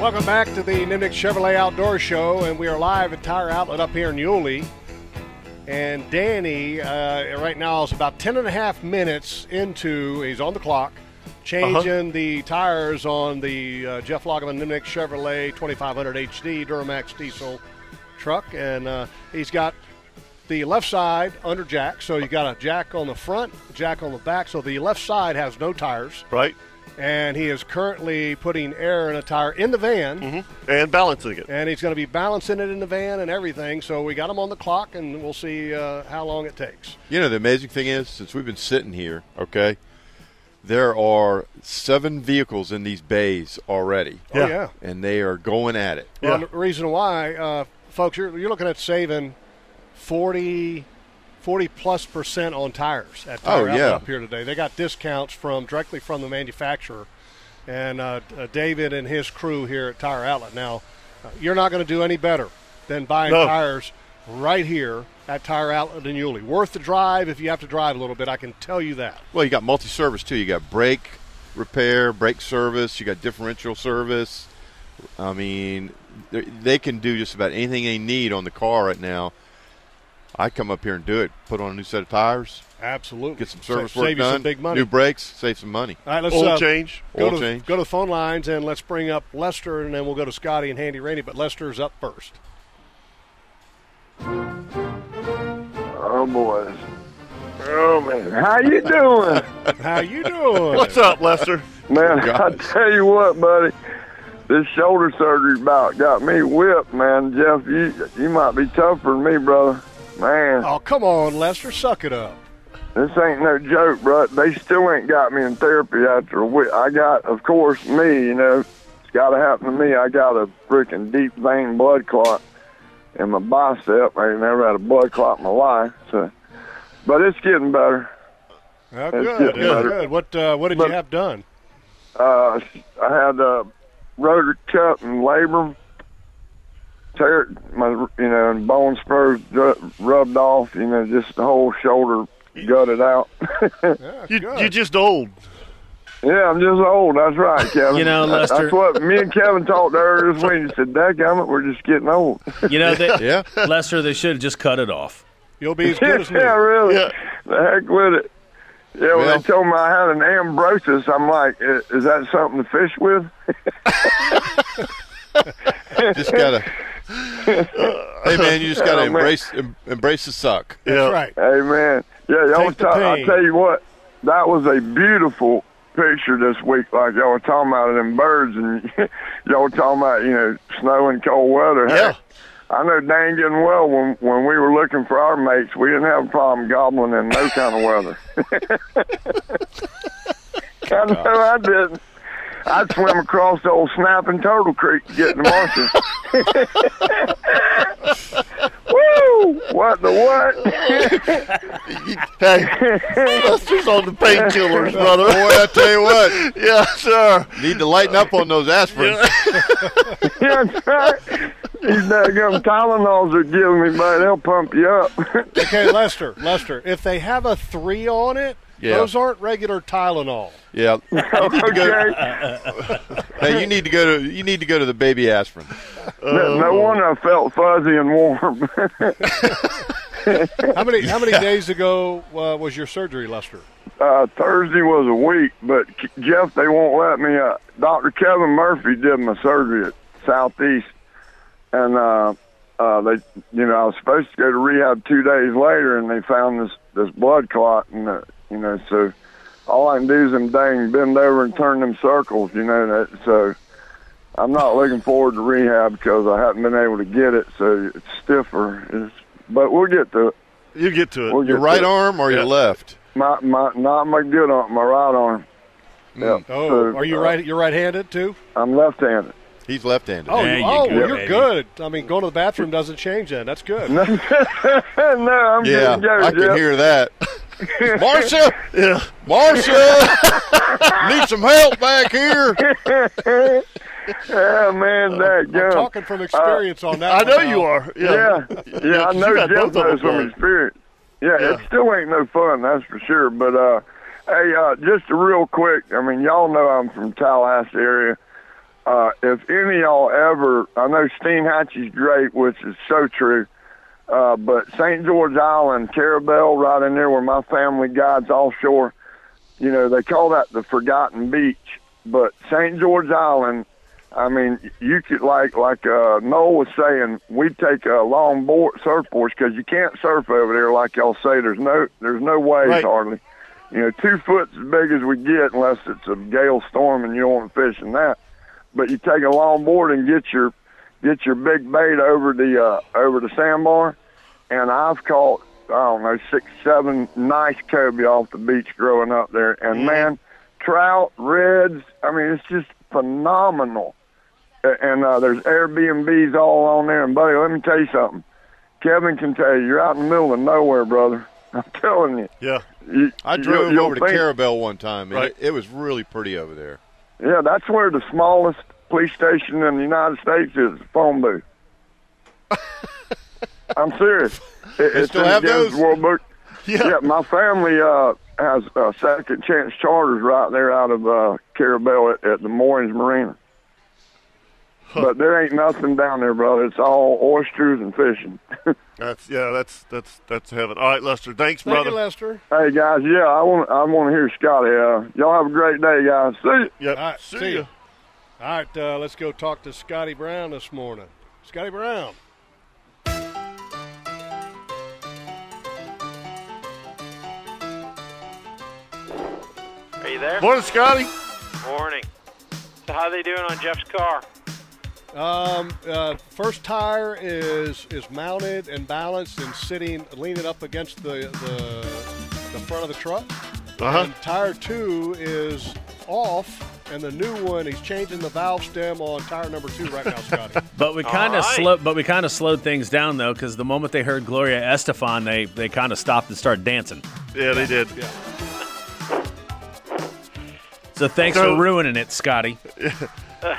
Welcome back to the Nimnik Chevrolet Outdoor Show, and we are live at Tire Outlet up here in Yulee. And Danny, uh, right now, is about 10 and a half minutes into, he's on the clock, changing the tires on the uh, Jeff Loggeman Nimnik Chevrolet 2500 HD Duramax diesel truck. And uh, he's got the left side under jack, so you got a jack on the front, jack on the back, so the left side has no tires. Right. And he is currently putting air in a tire in the van. Mm-hmm. And balancing it. And he's going to be balancing it in the van and everything. So we got him on the clock, and we'll see uh, how long it takes. You know, the amazing thing is, since we've been sitting here, okay, there are seven vehicles in these bays already. Oh, yeah. And they are going at it. Well, and the reason why, uh, folks, you're, you're looking at saving 40, 40 plus percent on tires at Tire Oh, Outlet yeah. up here today. They got discounts from directly from the manufacturer, and uh, uh, David and his crew here at Tire Outlet. Now, uh, you're not going to do any better than buying No. tires right here at Tire Outlet in Yulee. Worth the drive if you have to drive a little bit. I can tell you that. Well, you got multi service, too. You got brake repair, brake service, you got differential service. I mean, they- they can do just about anything they need on the car right now. I come up here and do it, put on a new set of tires. Absolutely. Get some service Sa- work save you done. some big money. New brakes, save some money. All right, let's Oil uh, change. Go Oil to, change. Go to the phone lines and let's bring up Lester, and then we'll go to Scotty and Handy Randy. But Lester's up first. Oh boy. Oh man, how you doing? How you doing? What's up, Lester? Oh, Man, I tell you what, buddy. This shoulder surgery bout got me whipped, man. Jeff, you you might be tougher than me, brother. Man, Oh, come on, Lester, suck it up. this ain't no joke, bro. They still ain't got me in therapy after a week. I got, of course, me. You know, it's got to happen to me. I got a freaking deep vein blood clot in my bicep. I ain't never had a blood clot in my life, so. But it's getting better. Oh, It's good, getting better. good. What uh, what did you have done? Uh, I had a rotor cut and labrum. Tear my you know and bone spurs ju- rubbed off. You know, just the whole shoulder gutted out. You you just old. Yeah, I'm just old. That's right, Kevin. You know, That- Lester- That's what me and Kevin talked earlier this week. He said, "Dadgummit, we're just getting old." You know, they, Lester, they should have just cut it off. You'll be as good as new. yeah, really. The heck with it. Yeah, when Well- they told me I had an ambrosis, I'm like, "I- is that something to fish with? just gotta. hey man, you just Oh, gotta man. embrace em, embrace the suck. right. Hey, man. Yeah, y'all was Take the talk- I pain. tell you what, that was a beautiful picture this week. Like y'all were talking about it in birds, and y'all were talking about you know snow and cold weather. Yeah. I know dang good and well when when we were looking for our mates, we didn't have a problem gobbling in no kind of weather. I know I didn't. I'd swim across the old snapping turtle creek to get in the marshes. Woo! What the what? Hey, Buster's on the painkillers, brother. Boy, I tell you what. yeah, sir. Need to lighten up on those aspirins. yeah, that's right. These daggum Tylenols are giving me, buddy. They'll pump you up. okay, Lester, Lester, if they have a three on it, Yeah. those aren't regular Tylenol. Yeah. You need to go- okay. hey, you need to go to you need to go to the baby aspirin. no, Oh. no wonder I felt fuzzy and warm. how many how many days ago uh, was your surgery, Lester? uh, Thursday was a week, but K- Jeff, they won't let me. Uh, Dr. Kevin Murphy did my surgery at Southeast, and uh, uh, they, you know, I was supposed to go to rehab two days later, and they found this this blood clot, and uh, you know, so all I can do is them dang bend over and turn them circles, you know. That, so I'm not looking forward to rehab because I haven't been able to get it, so it's stiffer. It's, but we'll get to it. You get to it. We'll Your get right to it. arm or your left? My my not my good arm, my right arm. Yeah. Oh, So, are you uh, right? You're right-handed too. I'm left-handed. He's left-handed. Oh, There you- you oh, go, you're baby. good. I mean, going to the bathroom doesn't change that. That's good. no, I'm Yeah, good to go, I can Jeff. hear that. Marcia, Yeah. Marcia, need some help back here. yeah, man, that Uh, I'm gun. talking from experience on that. I one know now. you are. Yeah, Yeah. yeah, Yeah, I know you got Jeff both of knows them, from bud. experience. Yeah, Yeah. it still ain't no fun, that's for sure. But uh, hey, uh, just real quick, I mean, y'all know I'm from Tallahassee area. Uh, if any of y'all ever, I know Steenhatchee's great, which is so true. Uh, but St. George Island, Carabel, right in there where my family guides offshore, you know, they call that the Forgotten Beach. But St. George Island I mean, you could like like uh, Noel was saying, we take uh, long board surfboards because you can't surf over there like y'all say. There's no there's no waves Right. hardly. You know, two foot's as big as we get unless it's a gale storm and you don't want to fish in that. But you take a long board and get your get your big bait over the uh, over the sandbar, and I've caught I don't know six seven nice cobia off the beach growing up there, and Mm-hmm. man, trout, reds. I mean, it's just phenomenal. A- And uh, there's Airbnbs all on there. And buddy, let me tell you something. Kevin can tell you, you're out in the middle of nowhere, brother. I'm telling you. Yeah. you I you- drove you'll over to think- Carabel one time, and Right. it, it was really pretty over there. Yeah, that's where the smallest police station in the United States is, the phone booth. I'm serious. It, it's still in the have Guinness those? World Book. Yeah. my family uh, has uh, second chance charters right there out of uh, Carabel at, at the Moorings Marina. But there ain't nothing down there, brother. It's all oysters and fishing. That's yeah. That's that's that's heaven. All right, Lester. Thanks, Thank brother. you, Lester. hey guys, yeah, I want I want to hear Scotty. Uh, y'all have a great day, guys. See ya. Yep. All right, see ya. All right, uh, let's go talk to Scotty Brown this morning. Scotty Brown. Are you there? Morning, Scotty. Morning. So how they doing on Jeff's car? Um, uh, first tire is is mounted and balanced and sitting leaning up against the the, the front of the truck. Uh-huh. And tire two is off, and the new one he's changing the valve stem on tire number two right now, Scotty. But we kind right. of slow, but we kind of slowed things down though, because the moment they heard Gloria Estefan, they they kind of stopped and started dancing. Yeah, they did. So thanks So- for ruining it, Scotty.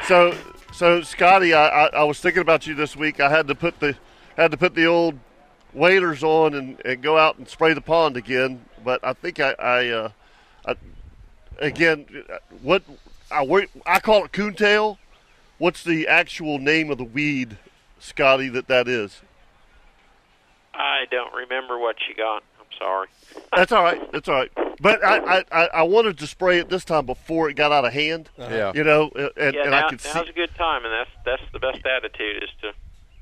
So, so Scotty, I, I, I was thinking about you this week. I had to put the had to put the old waders on and, and go out and spray the pond again. But I think I, I, uh, I again what I wor- I call it coontail. What's the actual name of the weed, Scotty? That that is. I don't remember what you got. I'm sorry. That's all right. That's all right. But I, I- I, I wanted to spray it this time before it got out of hand. Yeah. You know, and, yeah, and now, I could see. now's a good time, and that's that's the best attitude is to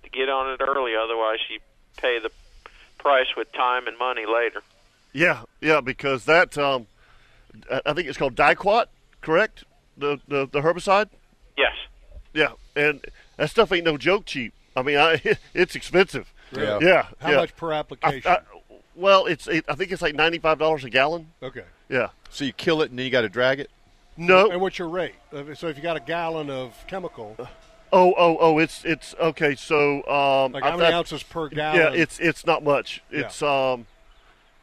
to get on it early. Otherwise, you pay the price with time and money later. Yeah, yeah, because that um, I I think it's called Diquat, correct? The the, the herbicide. Yes. Yeah, and that stuff ain't no joke cheap. I mean, I, it's expensive. Yeah. Yeah. How yeah. much per application? I- well, it's it, I think it's like ninety five dollars a gallon. okay. Yeah. So you kill it, and then you got to drag it. No. And what's your rate? Uh, So if you got a gallon of chemical, Oh, oh, oh! It's it's okay. So, um, Like I how many thought- ounces per Yeah, gallon? it's it's not much. Yeah. It's um,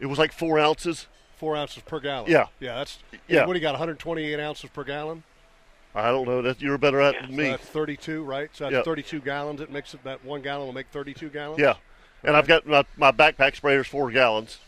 it was like four ounces. Four ounces per gallon. Yeah. yeah, that's Yeah. What do you got? 128 ounces per gallon. I don't know that you were better at than So me. that's 32, right? So that's Yeah. 32 gallons. It makes it that one gallon will make 32 gallons. Yeah, and I've got my, my backpack sprayer's four gallons.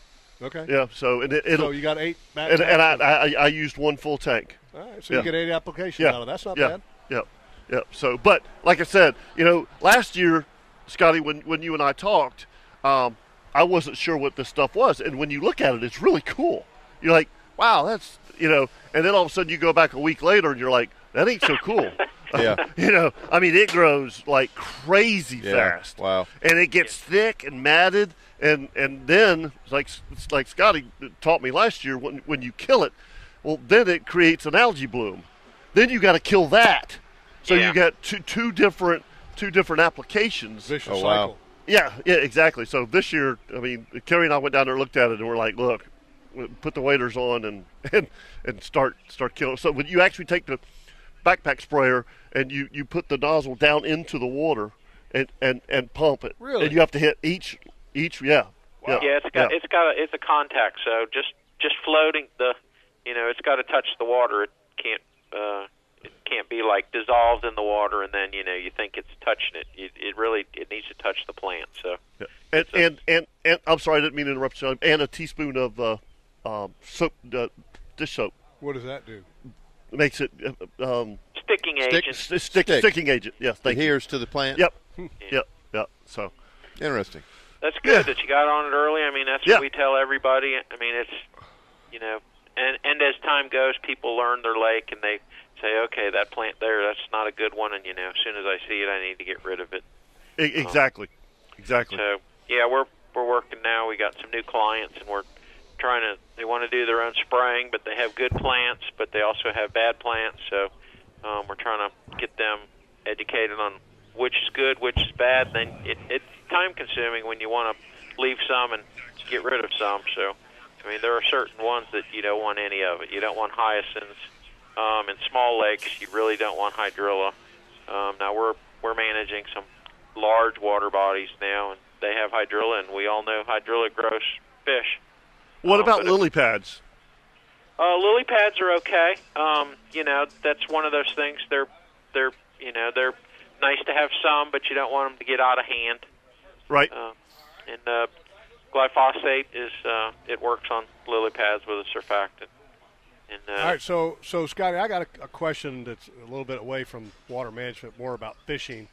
Okay. Yeah, so and it, it'll. So you got eight backpacks And, and I, I I used one full tank. All right, so you get eight applications out of it. That's not yeah. bad. Yep. Yep. So, but like I said, you know, last year, Scotty, when when you and I talked, um, I wasn't sure what this stuff was, and when you look at it, it's really cool. You're like, wow, that's you know, and then all of a sudden you go back a week later and you're like, that ain't so cool. Yeah. you know, I mean, it grows like crazy Yeah, fast. wow. And it gets thick and matted, and and then it's like it's like Scotty taught me last year when when you kill it, well then it creates an algae bloom. Then you got to kill that. So Yeah. you got two two different two different applications. Oh, wow. cycle. Yeah, yeah, exactly. So this year, I mean, Kerry and I went down there, and looked at it, and we're like, look, put the waders on and and, and start start killing. So when you actually take the backpack sprayer and you, you put the nozzle down into the water and, and, and pump it. Really? And you have to hit each each yeah. Wow. Yeah, it's got it's got a, it's a contact, so just just floating the, you know, it's got to touch the water. It can't uh, it can't be like dissolved in the water, and then you know you think it's touching it. It, it really it needs to touch the plant. So and, and and and I'm sorry, I didn't mean to interrupt you. And a teaspoon of uh, um, soap, uh, dish soap What does that do? makes it uh, um, sticking agent. Hmm. st- stick, Stick. sticking agent. Yes, thank Adheres you. to the plant. Yep, yep, yep. So Interesting. That's good that you got on it early. I mean, that's Yeah. what we tell everybody. I mean, it's you know, and and as time goes, people learn their lake and they say, okay, that plant there, that's not a good one, and you know, as soon as I see it, I need to get rid of it. E- exactly, exactly. So yeah, we're we're working now. We got some new clients, and we're trying to. They want to do their own spraying, but they have good plants, but they also have bad plants. So um, we're trying to get them educated on which is good, which is bad. Then it, it's time consuming when you want to leave some and get rid of some. So I mean, there are certain ones that you don't want any of it. You don't want hyacinths. Um, in small lakes, you really don't want hydrilla. Um, now we're we're managing some large water bodies now, and they have hydrilla, and we all know hydrilla grows fish. What about lily pads? Uh, lily pads are okay. Um, you know, that's one of those things. They're they're you know they're nice to have some, but you don't want them to get out of hand. Right. Uh, and uh, glyphosate is uh, it works on lily pads with a surfactant. And uh, All right, so so Scotty, I got a, a question that's a little bit away from water management, more about fishing.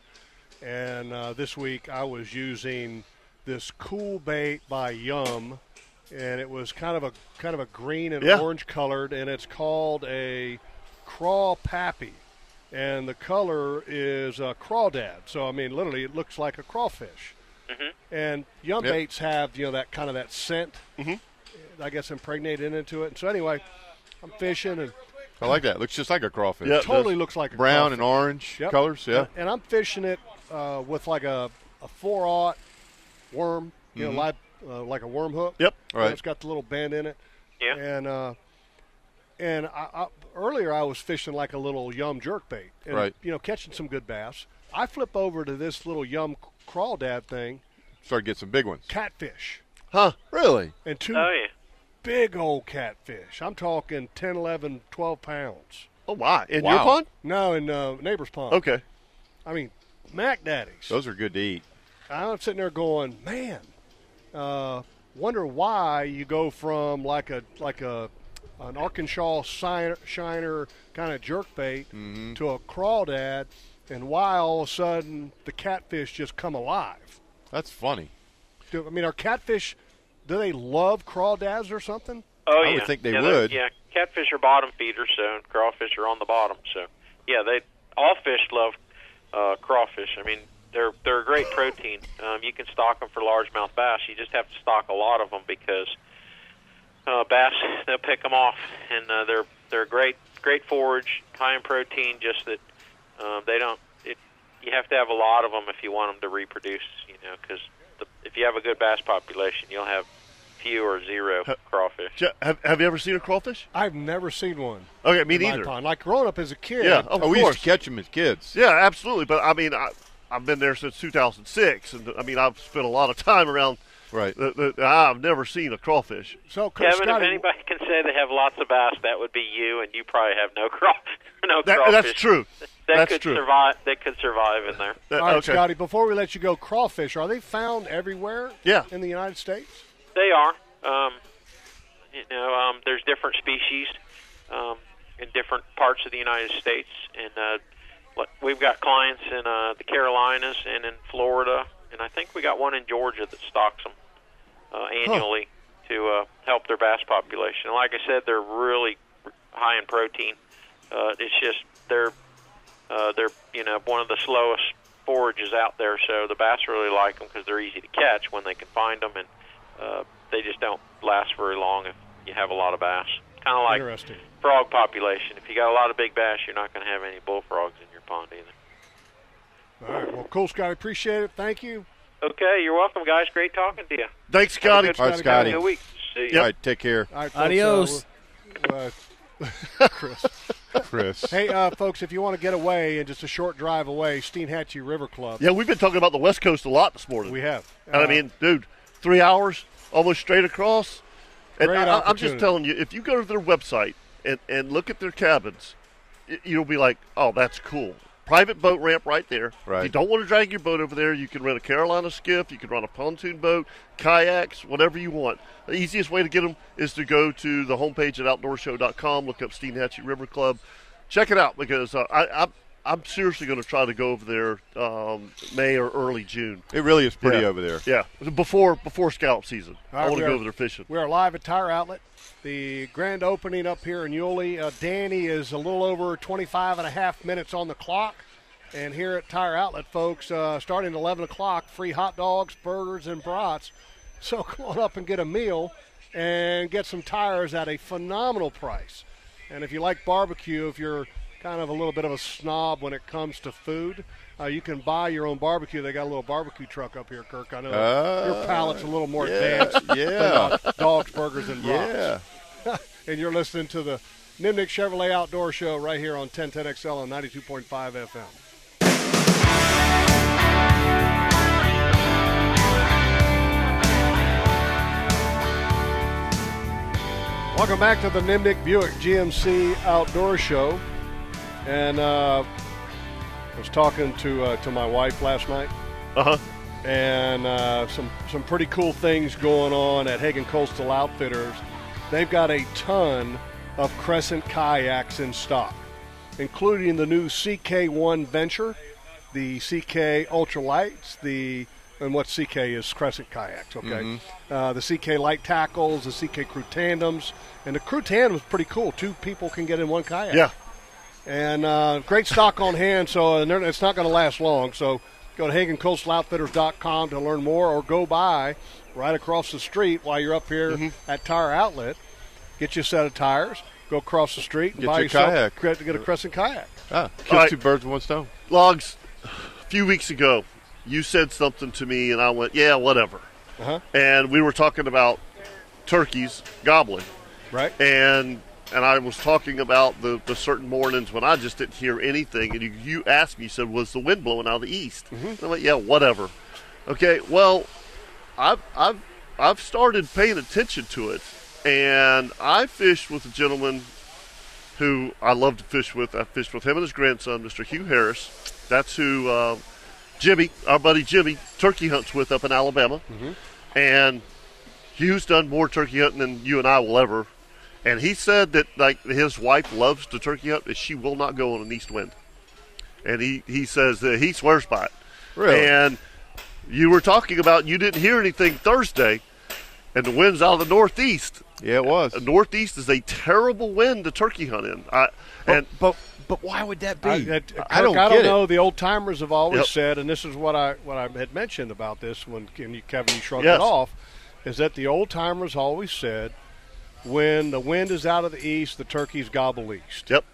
And uh, this week I was using this cool bait by Yum, and it was kind of a kind of a green and Yeah. orange colored, and it's called a craw pappy, and the color is a crawdad. So I mean, literally, it looks like a crawfish. Mm-hmm. And Yum Mm-hmm. Yep. baits have you know that kind of that scent, mm-hmm. I guess impregnated into it. And so anyway, I'm fishing and I like that. Looks just like a crawfish. it totally looks like a brown and crawfish. orange Yep. colors. Yeah. And, and I'm fishing it uh, with like a, a four aught worm, you Mhm. know, live, uh, like a worm hook. Yep. You know, Right. It's got the little bend in it. Yeah. And uh, and I, I, earlier I was fishing like a little yum jerk bait, and, Right. You know, catching some good bass. I flip over to this little yum crawdad thing, Start to get some big ones. catfish, Huh? Really? and two oh yeah. big old catfish. I'm talking 10, 11, 12 pounds. Oh my! In your Wow. pond? No, in uh, neighbor's pond. Okay. I mean, Mac Daddies. Those are good to eat. I'm sitting there going, man, uh, wonder why you go from like a like a an Arkansas shiner, shiner kind of jerkbait Mm-hmm. to a crawdad, and why all of a sudden the catfish just come alive. That's funny. Do, I mean, are catfish? Do they love crawdads or something? Oh I yeah. would think they yeah, they're- would. Yeah, catfish are bottom feeders, so crawfish are on the bottom. So yeah, they all fish love uh, crawfish. I mean, they're they're a great protein. Um, you can stock them for largemouth bass. You just have to stock a lot of them because uh, bass they'll pick them off, and uh, they're they're great great forage, high in protein. Just that um, they don't. It, you have to have a lot of them if you want them to reproduce. You know, because if you have a good bass population, you'll have few or zero crawfish. Je- Have, have you ever seen a crawfish? I've never seen one. Okay, me in my neither. pond. oh, Like growing up as a kid. Yeah, of we course. used to catch them as kids. Yeah, absolutely. But I mean, I, I've been there since 2006, and I mean, I've spent a lot of time around. Right. The, the, I've never seen a crawfish. So, Kevin, if anybody can say they have lots of bass, that would be you, and you probably have no craw, no That- crawfish. that's true. That That's could true. survive. That could survive in there. Uh, All right, Scotty. Before we let you go, crawfish are they found everywhere? Yeah. in the United States. They are. Um, you know, um, there's different species um, in different parts of the United States, and uh, what- we've got clients in uh, the Carolinas and in Florida, and I think we got one in Georgia that stocks them uh, annually to uh, help their bass population. And like I said, they're really high in protein. Uh, it's just they're uh, they're you know one of the slowest forages out there, so the bass really like them because they're easy to catch when they can find them, and uh, they just don't last very long if you have a lot of bass. Kind of like Interesting. frog population. If you got a lot of big bass, you're not going to have any bullfrogs in your pond either. All right. Well, cool, Scotty. Appreciate it. Thank you. Okay, you're welcome, guys. Great talking to you. Thanks, Scotty. All right, Scotty. Good week. See ya. All right, take care. All right, folks, Adios. uh, we're- uh, Chris. Chris. Hey, uh, folks, if you want to get away and just a short drive away, Steenhatchee River Club. Yeah, we've been talking about the West Coast a lot this morning. We have. And I Uh, mean, dude, three hours almost straight across. And Great I, I'm just opportunity. telling you, if you go to their website and, and look at their cabins, y- you'll be like, oh, that's cool. Private boat ramp right there. If you Right. don't want to drag your boat over there, you can rent a Carolina skiff, you can rent a pontoon boat, kayaks, whatever you want. The easiest way to get them is to go to the homepage at outdoorshow.com, look up Steenhatchee River Club, check it out because uh, I, I'm, I'm seriously going to try to go over there um, May or early June. It really is pretty Yeah. over there. Yeah, before before scallop season, All I right, want we to go are- over there fishing. We are live at Tire Outlet. The grand opening up here in Yulee. Uh, Danny is a little over 25 and a half minutes on the clock. And here at Tire Outlet, folks, uh, starting at 11 o'clock, free hot dogs, burgers, and brats. So come on up and get a meal and get some tires at a phenomenal price. And if you like barbecue, if you're kind of a little bit of a snob when it comes to food, uh, you can buy your own barbecue. They got a little barbecue truck up here, Kirk. I know your Ah, palate's a little more yeah, advanced. than yeah. mine dogs, burgers, and brats. Yeah. and you're listening to the Nimnik Chevrolet Outdoor Show right here on 1010XL on 92.5 FM. Welcome back to the Nimnik Buick GMC Outdoor Show. And uh, I was talking to uh, to my wife last night. Uh-huh. And uh, some some pretty cool things going on at Hagen Coastal Outfitters. They've got a ton of Crescent kayaks in stock, including the new CK1 Venture, the CK Ultralights, the and what CK is Crescent kayaks. Okay, Mhm. uh, the CK Light tackles, the CK Crew tandems, and the Crew tandem's pretty cool. Two people can get in one kayak Yeah. and uh, great stock on hand. So and they're- it's not going to last long. So go to HagenCoastalOutfitters.com to learn more, or go by right across the street while you're up here Mm-hmm. at Tire Outlet. Get you a set of tires. Go across the street and Get buy your yourself kayak. get- get a Crescent kayak. Ah, All kill right. two birds with one stone. Logs, a few weeks ago, you said something to me, and I went, "Yeah, whatever." Uh-huh. And we were talking about turkeys gobbling, right? And and I was talking about the, the certain mornings when I just didn't hear anything, and you, you asked me, you said, "Was the wind blowing out of the east?" And I went, "Yeah, whatever." Okay, well, I've I've I've started paying attention to it, and I fished with a gentleman who I love to fish with. I fished with him and his grandson, Mr. Hugh Harris. That's who uh, Jimmy, our buddy Jimmy, turkey hunts with up in Alabama. Mm-hmm. And Hugh's done more turkey hunting than you and I will ever. And he said that like his wife loves to turkey hunt, and she will not go on an east wind. And he he says that he swears by it. Really? And you were talking about you didn't hear anything Thursday, and the wind's out of the northeast. Yeah, it was. northeast is a terrible wind to turkey hunt in. I, and but but why would that I, that- Kirk, I don't get it. know. The old timers have always Yep. said, and this is what I what I had mentioned about this when and you, Kevin you shrugged Yes. it off, is that the old timers always said, when the wind is out of the east, the turkeys gobble east. Yep.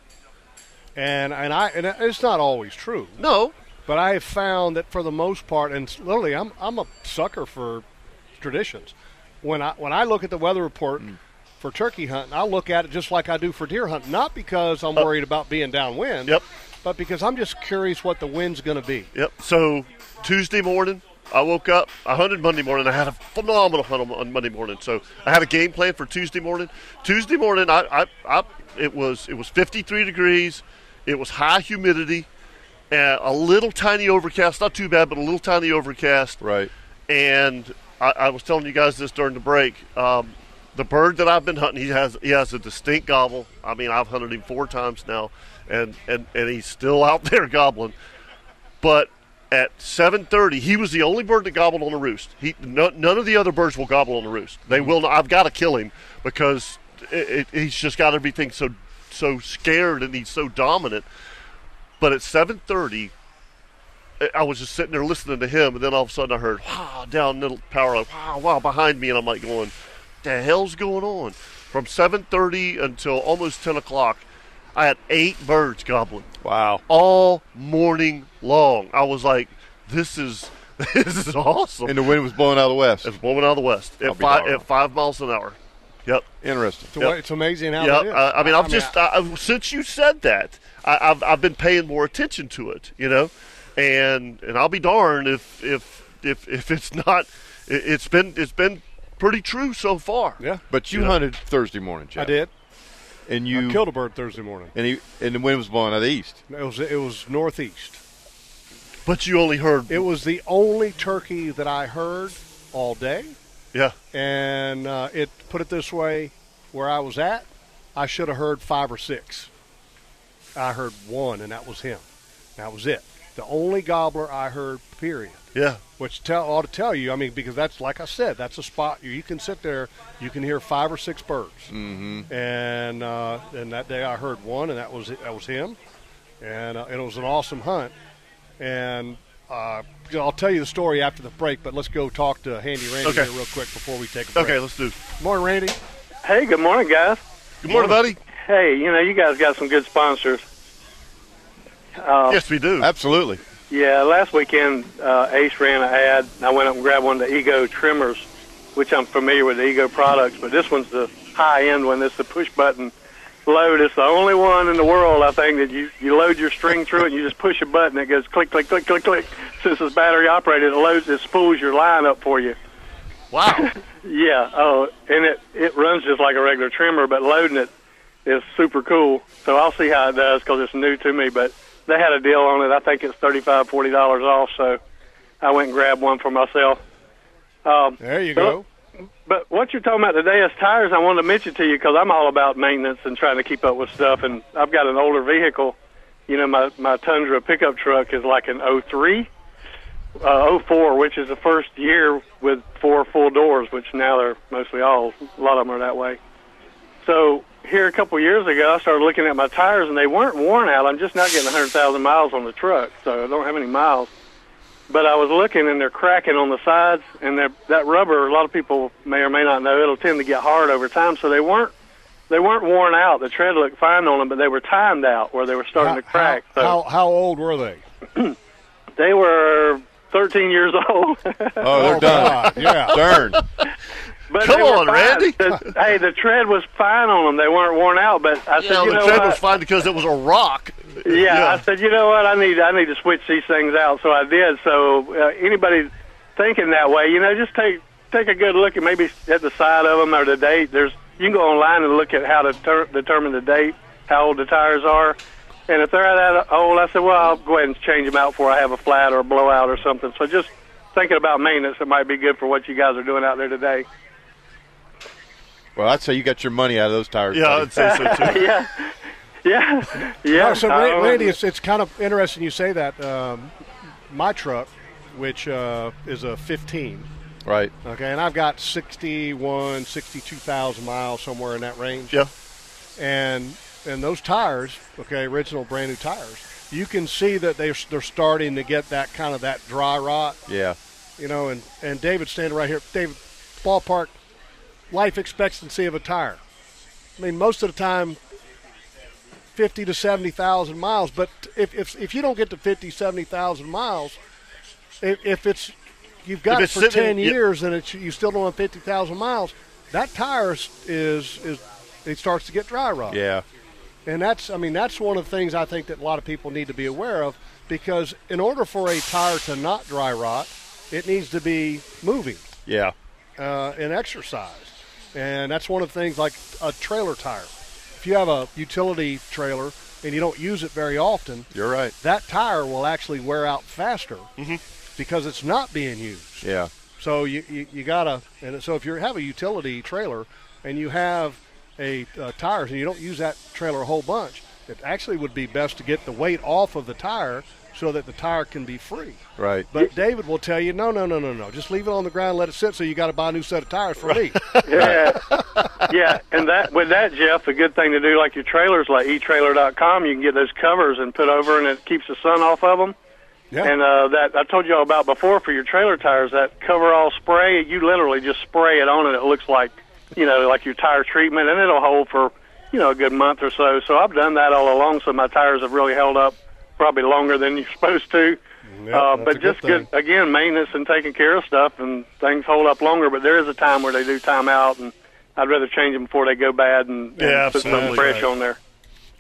And and I and it's not always true. No. But I have found that for the most part, and literally, I'm I'm a sucker for traditions. when I when I look at the weather report Mm. for turkey hunting, I look at it just like I do for deer hunting, not because Oh. I'm worried about being downwind, yep. but because I'm just curious what the wind's going to be. Yep. So Tuesday morning, I woke up. I hunted Monday morning. I had a phenomenal hunt on- on Monday morning. So I had a game plan for Tuesday morning. Tuesday morning, I, I, I it was it was 53 degrees. It was high humidity, and a little tiny overcast. Not too bad, but a little tiny overcast. Right. And I, I was telling you guys this during the break. Um, the bird that I've been hunting, he has he has a distinct gobble. I mean, I've hunted him four times now, and and, and he's still out there gobbling but at 7:30, he was the only bird that gobbled on the roost. He no, none of the other birds will gobble on the roost. They will. Not, I've got to kill him because it, it, he's just got everything so so scared and he's so dominant. But at 7:30, I- I was just sitting there listening to him, and then all of a sudden I heard wow down the power line, wow wow behind me, and I'm like going, the hell's going on? From 7:30 until almost 10 o'clock, I had eight birds gobbling. Wow! All morning long, I was like, this is this is awesome. And the wind was blowing out of the west. It was blowing out of the west at five at five miles an hour. Yep. Interesting. It's, it's amazing how Yeah, it is. I, I mean, I've I just I, I, since you said that, I, I've I've been paying more attention to it, you know, and and I'll be darned if if if if it's not, it, it's been it's been pretty true so far. Yeah, But you know? hunted Thursday morning, I Jeff. did. And you I killed a bird Thursday morning. And he and the wind was blowing out of the east. It was it was northeast. But you only heard. It was the only turkey that I heard all day. Yeah. And uh, it put it this way, where I was at, I should have heard five or six. I heard one, and that was him. That was it. The only gobbler I heard. Period. Yeah. Which tell ought to tell you. I mean, because that's like I said, that's a spot you, you can sit there, you can hear five or six birds. Mm-hmm. and uh, and that day I heard one, and that was that was him, and uh, and it was an awesome hunt, and uh, you know, I'll tell you the story after the break, but let's go talk to Handy Randy Okay. here real quick before we take a break. Okay, let's do. Morning, Randy. Hey, good morning, guys. Good morning, buddy. Hey, you know, you guys got some good sponsors. Uh, Oh. yes, we do. Absolutely. Yeah, last weekend uh, Ace ran an ad, and I went up and grabbed one of the Ego trimmers, which I'm familiar with the Ego products, but this one's the high end one. It's the push button load. It's the only one in the world, I think, that you, you load your string through it and you just push a button. It goes click, click, click, click, click. Since it's battery operated, it loads, it spools your line up for you. Wow. yeah, oh, and it, it runs just like a regular trimmer, but loading it is super cool. So I'll see how it does because it's new to me, but they had a deal on it. I think it's $35, $40 off, so I went and grabbed one for myself. Um, there you go. But what you're talking about today is tires. I wanted to mention to you because I'm all about maintenance and trying to keep up with stuff. And I've got an older vehicle. You know, my, my Tundra pickup truck is like an 03, uh, 04, which is the first year with four full doors, which now they're mostly all, a lot of them are that way. So here a couple years ago, I started looking at my tires and they weren't worn out. I'm just not getting 100,000 miles on the truck, so I don't have any miles. But I was looking and they're cracking on the sides, and they're- that rubber, a lot of people may or may not know, it'll tend to get hard over time. So they weren't they weren't worn out. The tread looked fine on them, but they were timed out where they were starting to crack. so How how old were they? they were 13 years old. oh, they're done. yeah, darn. But Come they were on, fine. Randy. The- hey, the tread was fine on them. They weren't worn out, but I said, yeah, you the know tread what? was fine because it was a rock. yeah, I said, you know what? I need I need to switch these things out. So I did. So uh, anybody thinking that way, you know, just take take a good look at maybe at the side of them or the date. There's you can go online and look at how to ter- determine the date, how old the tires are, and if they're that old, I said, well, I'll go ahead and change them out before I have a flat or a blowout or something. So just thinking about maintenance, it might be good for what you guys are doing out there today. Well, I'd say you got your money out of those tires. Yeah, buddy. I'd say so too. yeah, yeah, yeah. No, Oh, so Ra- Um, Randy, it's it's kind of interesting you say that. Um, my truck, which uh, is a 15, Right. Okay, and I've got 61, 62,000 miles somewhere in that range. Yeah. And and those tires, okay, original brand new tires, you can see that they they're starting to get that kind of that dry rot, Yeah. you know, and and David's standing right here. David, ballpark life expectancy of a tire. I mean, most of the time 50 to 70,000 miles, but if if if you don't get to 50, 70,000 miles, if, if it's you've got If it it's for sitting- ten yeah. years and it's, you still don't have fifty thousand miles, that tire is, is is it starts to get dry rot. Yeah. And that's, I mean, that's one of the things I think that a lot of people need to be aware of because in order for a tire to not dry rot, it needs to be moving Yeah. uh, and exercise. And that's one of the things like a trailer tire. If you have a utility trailer and you don't use it very often, you're right. Mm-hmm. That tire will actually wear out faster because it's not being used. Yeah. So you, you, you gotta, and so if you have a utility trailer and you have a uh, tires and you don't use that trailer a whole bunch, it actually would be best to get the weight off of the tire so that the tire can be free. Right. But David will tell you, no, no, no, no, no. Just leave it on the ground, let it sit. So you got to buy a new set of tires for me. Yeah, yeah, and that with that, Jeff, a good thing to do like your trailers, like eTrailer.com, you can get those covers and put over, and it keeps the sun off of them. Yeah. And uh, that I told you all about before for your trailer tires, that cover all spray, you literally just spray it on, and it looks like, you know, like your tire treatment, and it'll hold for, you know, a good month or so. So I've done that all along, so my tires have really held up probably longer than you're supposed to. uh, but just good, again maintenance and taking care of stuff, and things hold up longer. But there is a time where they do time out, and I'd rather change them before they go bad and, and Yeah, put something absolutely. fresh Right. on there.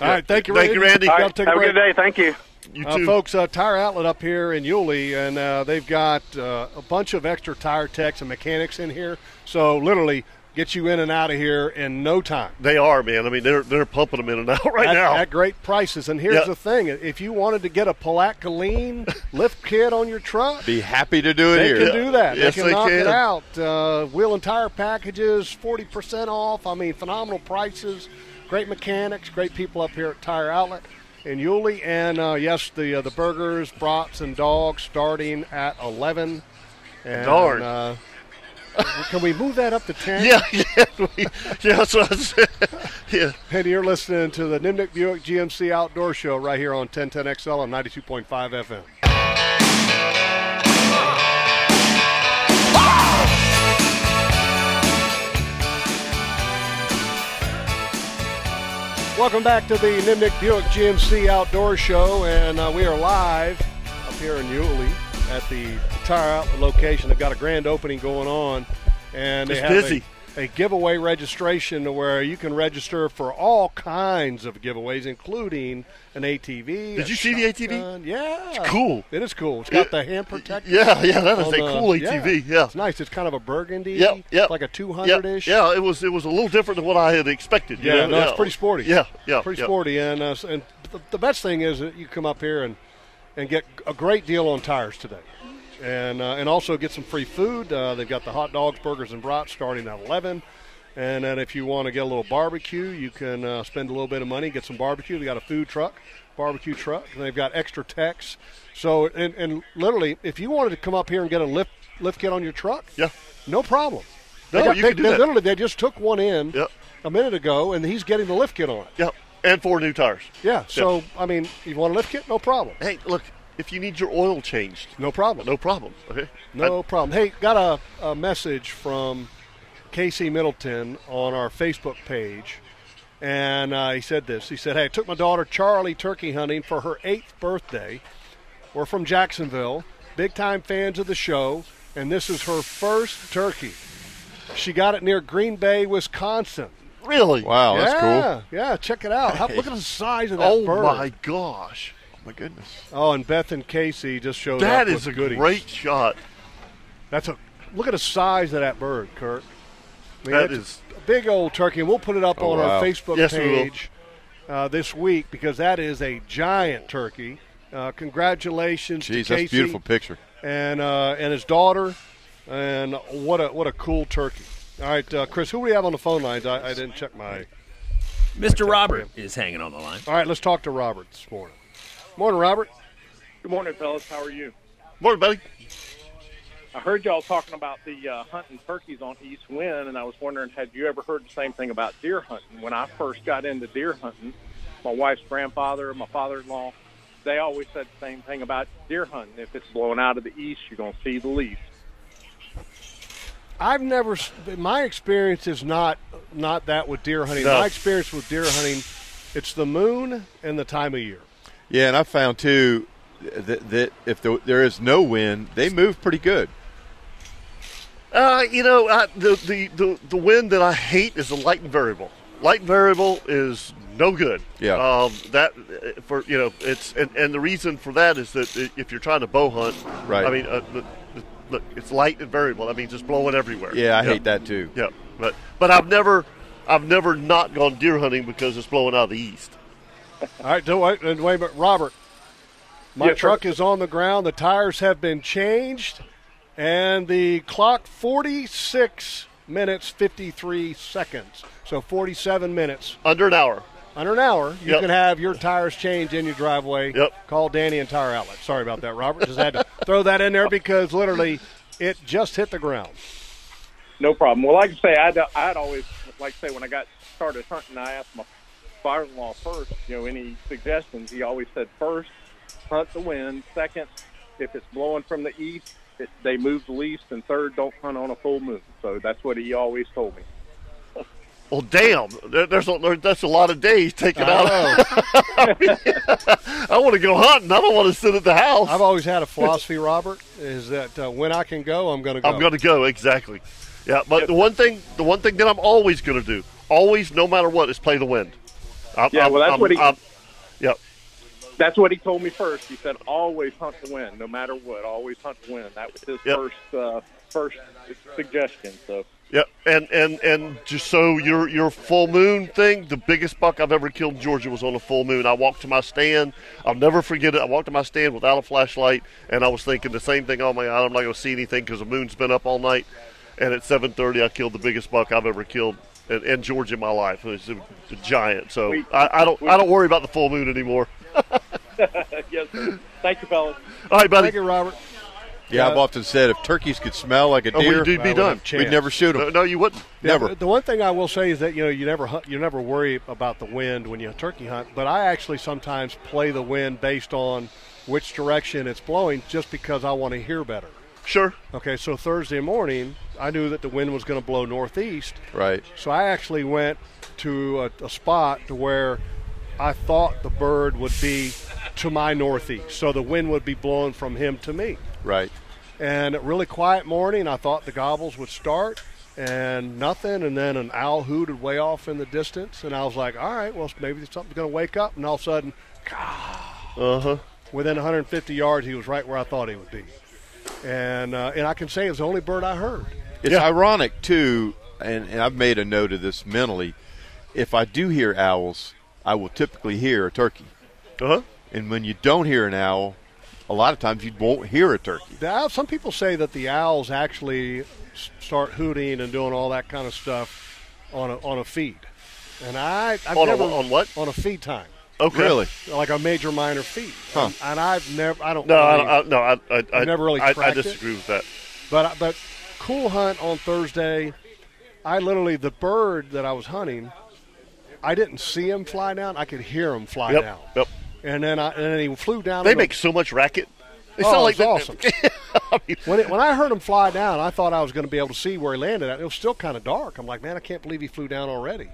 All right, thank you, Thank you, Randy. All Gotta right, take a have a break. good day. Thank you. You Uh, folks, uh, Tire Outlet up here in Yulee, and uh, they've got uh, a bunch of extra tire techs and mechanics in here. So literally, get you in and out of here in no time. They are, man. I mean, they're they're pumping them in and out right at, now. at great prices. And here's Yeah. the thing: if you wanted to get a Palatka lean lift kit on your truck, Be happy to do it they here. can do that. Yes, they they, can knock can. it out. Uh, wheel and tire packages, forty percent off. I mean, phenomenal prices. Great mechanics, great people up here at Tire Outlet in Yulee, and uh, yes, the uh, the burgers, brats, and dogs starting at eleven. And, Darn. Uh, can we move that up to ten? Yeah, yeah, we- yeah. That's what I said. Yeah. And you're listening to the Nimnik Buick GMC Outdoor Show right here on 1010XL on 92.5 FM. Welcome back to the Nimnik Buick GMC Outdoor Show, and uh, we are live up here in Yulee at the Tire Outlet location. They've got a grand opening going on, and they It's have a- busy. a giveaway registration to where you can register for all kinds of giveaways, including an ATV. Did you see the ATV? Yeah, It's cool. It is cool. It's got the hand protector. Yeah, yeah, that is on a the- cool ATV. Yeah, it's nice. It's kind of a burgundy. Yep, yep. It's like a two Yep. hundred ish. Yeah, it was it was a little different than what I had expected. you Yeah, know? no, it's pretty sporty. Yeah, yeah, pretty yeah. sporty. And uh, s- and the, the best thing is that you come up here and and get a great deal on tires today, and uh, and also get some free food. Uh, they've got the hot dogs, burgers, and brats starting at eleven. And then if you want to get a little barbecue, you can uh, spend a little bit of money, get some barbecue. They got a food truck, barbecue truck. And they've got extra techs. So and, and literally, if you wanted to come up here and get a lift lift kit on your truck, yeah, no problem. No, They got- you they, can do they that. literally they just took one in a minute ago, and he's getting the lift kit on it. Yep, and four new tires. Yeah. So I mean, you want a lift kit? No problem. Hey, look, if you need your oil changed, no problem. No problem. Okay. No problem. Hey, got a, a message from Casey Middleton on our Facebook page, and uh, he said this. He said, "Hey, I took my daughter Charlie turkey hunting for her eighth birthday. We're from Jacksonville, big time fans of the show, and this is her first turkey. She got it near Green Bay, Wisconsin. Really? Wow, yeah, that's Yeah, check it out. How, look at the size of that oh bird. my gosh! Oh my goodness! Oh, and Beth and Casey just showed up. That with is a goodies. great shot. That's a look at the size of that bird, Kurt. I mean, That that's is- a big old turkey, and we'll put it up Oh, on wow. our Facebook Yes, we will. page uh, this week because that is a giant turkey. Uh, congratulations Jeez, to Casey that's a beautiful picture. and uh, and his daughter, and what a what a cool turkey. All right, uh, Chris, who do we have on the phone lines? I, I didn't check my. Mr. Robert is hanging on the line. All right, let's talk to Robert this morning. Morning, Robert. Good morning, fellas. How are you? Morning, buddy. I heard y'all talking about the uh, hunting turkeys on East Wind, and I was wondering, had you ever heard the same thing about deer hunting? When I first got into deer hunting, my wife's grandfather, my father-in-law, they always said the same thing about deer hunting. If it's blowing out of the east, you're gonna see the leaf. I've never. My experience is not not that with deer hunting. No. My experience with deer hunting, it's the moon and the time of year. Yeah, and I found too that, that if there, there is no wind, they move pretty good. Uh, you know, I, the, the, the, the wind that I hate is the light and variable. Light and variable is no good. Yeah. Um, that uh, for you know it's and, and the reason for that is that i- if you're trying to bow hunt, Right. I mean, uh, the, the, look, it's light and variable. I mean, just blowing everywhere. Yeah, I hate that too. Yeah, but but I've never I've never not gone deer hunting because it's blowing out of the east. All right, do wait, and wait, but Robert, my Yes, sir. truck is on the ground. The tires have been changed, and the clock forty-six minutes fifty-three seconds. So forty-seven minutes under an hour. Under an hour, you Yep. can have your tires changed in your driveway. Yep. Call Danny and Tire Outlet. Sorry about that, Robert. Just had to throw that in there because literally it just hit the ground. No problem. Well, like I say, I'd, I'd always, like I say, when I got started hunting, I asked my father-in-law first, you know, any suggestions. He always said, first, hunt the wind. Second, if it's blowing from the east, it, they move the leaves. And third, don't hunt on a full moon. So that's what he always told me. Well, damn, there, there's a, there, that's a lot of days taken I out. I, mean, I want to go hunting. I don't want to sit at the house. I've always had a philosophy, Robert, is that uh, when I can go, I'm going to go. I'm going to go exactly. Yeah, but the one thing, the one thing that I'm always going to do, always, no matter what, is play the wind. I'm, Yeah, I'm- well, that's I'm- what he- I'm- yep. That's what he told me first. He said, always hunt the wind, no matter what. Always hunt the wind. That was his first uh, first suggestion. So Yep, and and and just so your your full moon thing, the biggest buck I've ever killed in Georgia was on a full moon. I walked to my stand. I'll never forget it. I walked to my stand without a flashlight, and I was thinking the same thing. Oh my God, I'm not going to see anything because the moon's been up all night. And at 7:30, I killed the biggest buck I've ever killed in, in Georgia in my life. It was a, a giant. So We- I, I don't I don't worry about the full moon anymore. yes, sir. Thank you, fellas. All right, buddy. Thank you, Robert. Yeah, Yeah. I've often said if turkeys could smell like a Oh, we'd deer, be we'd done. We'd never shoot them. Uh, No, you wouldn't. Never. The one thing I will say is that you know you never hunt, you never worry about the wind when you turkey hunt, but I actually sometimes play the wind based on which direction it's blowing, just because I want to hear better. Sure. Okay, so Thursday morning, I knew that the wind was going to blow northeast, Right. so I actually went to a, a spot to where I thought the bird would be to my northeast, so the wind would be blowing from him to me Right. and a really quiet morning. I thought the gobbles would start and nothing, and then an owl hooted way off in the distance, and I was like, all right, well, maybe something's going to wake up, and all of a sudden, Uh huh. within 150 yards, he was right where I thought he would be. And, uh, and I can say it was the only bird I heard. It's ironic too, and, and I've made a note of this mentally. If I do hear owls, I will typically hear a turkey. Uh-huh. And when you don't hear an owl, a lot of times you won't hear a turkey. The owl, some people say that the owls actually s- start hooting and doing all that kind of stuff on a, on a feed. And I, I've On a never, wh- on what? On a feed time. Okay. Really? Like a major minor feed. Huh. And I've never, I don't No, I, really- I, no, I, I, I I've never really I, I tracked it. disagree with that. But but cool hunt on Thursday. I literally the bird that I was hunting, I didn't see him fly down. I could hear him fly Yep, down. Yep. And then I and then he flew down. They in a- make so much racket. They oh, sound like it's awesome. when it, when I heard him fly down, I thought I was going to be able to see where he landed. at. It was still kind of dark. I'm like, man, I can't believe he flew down already.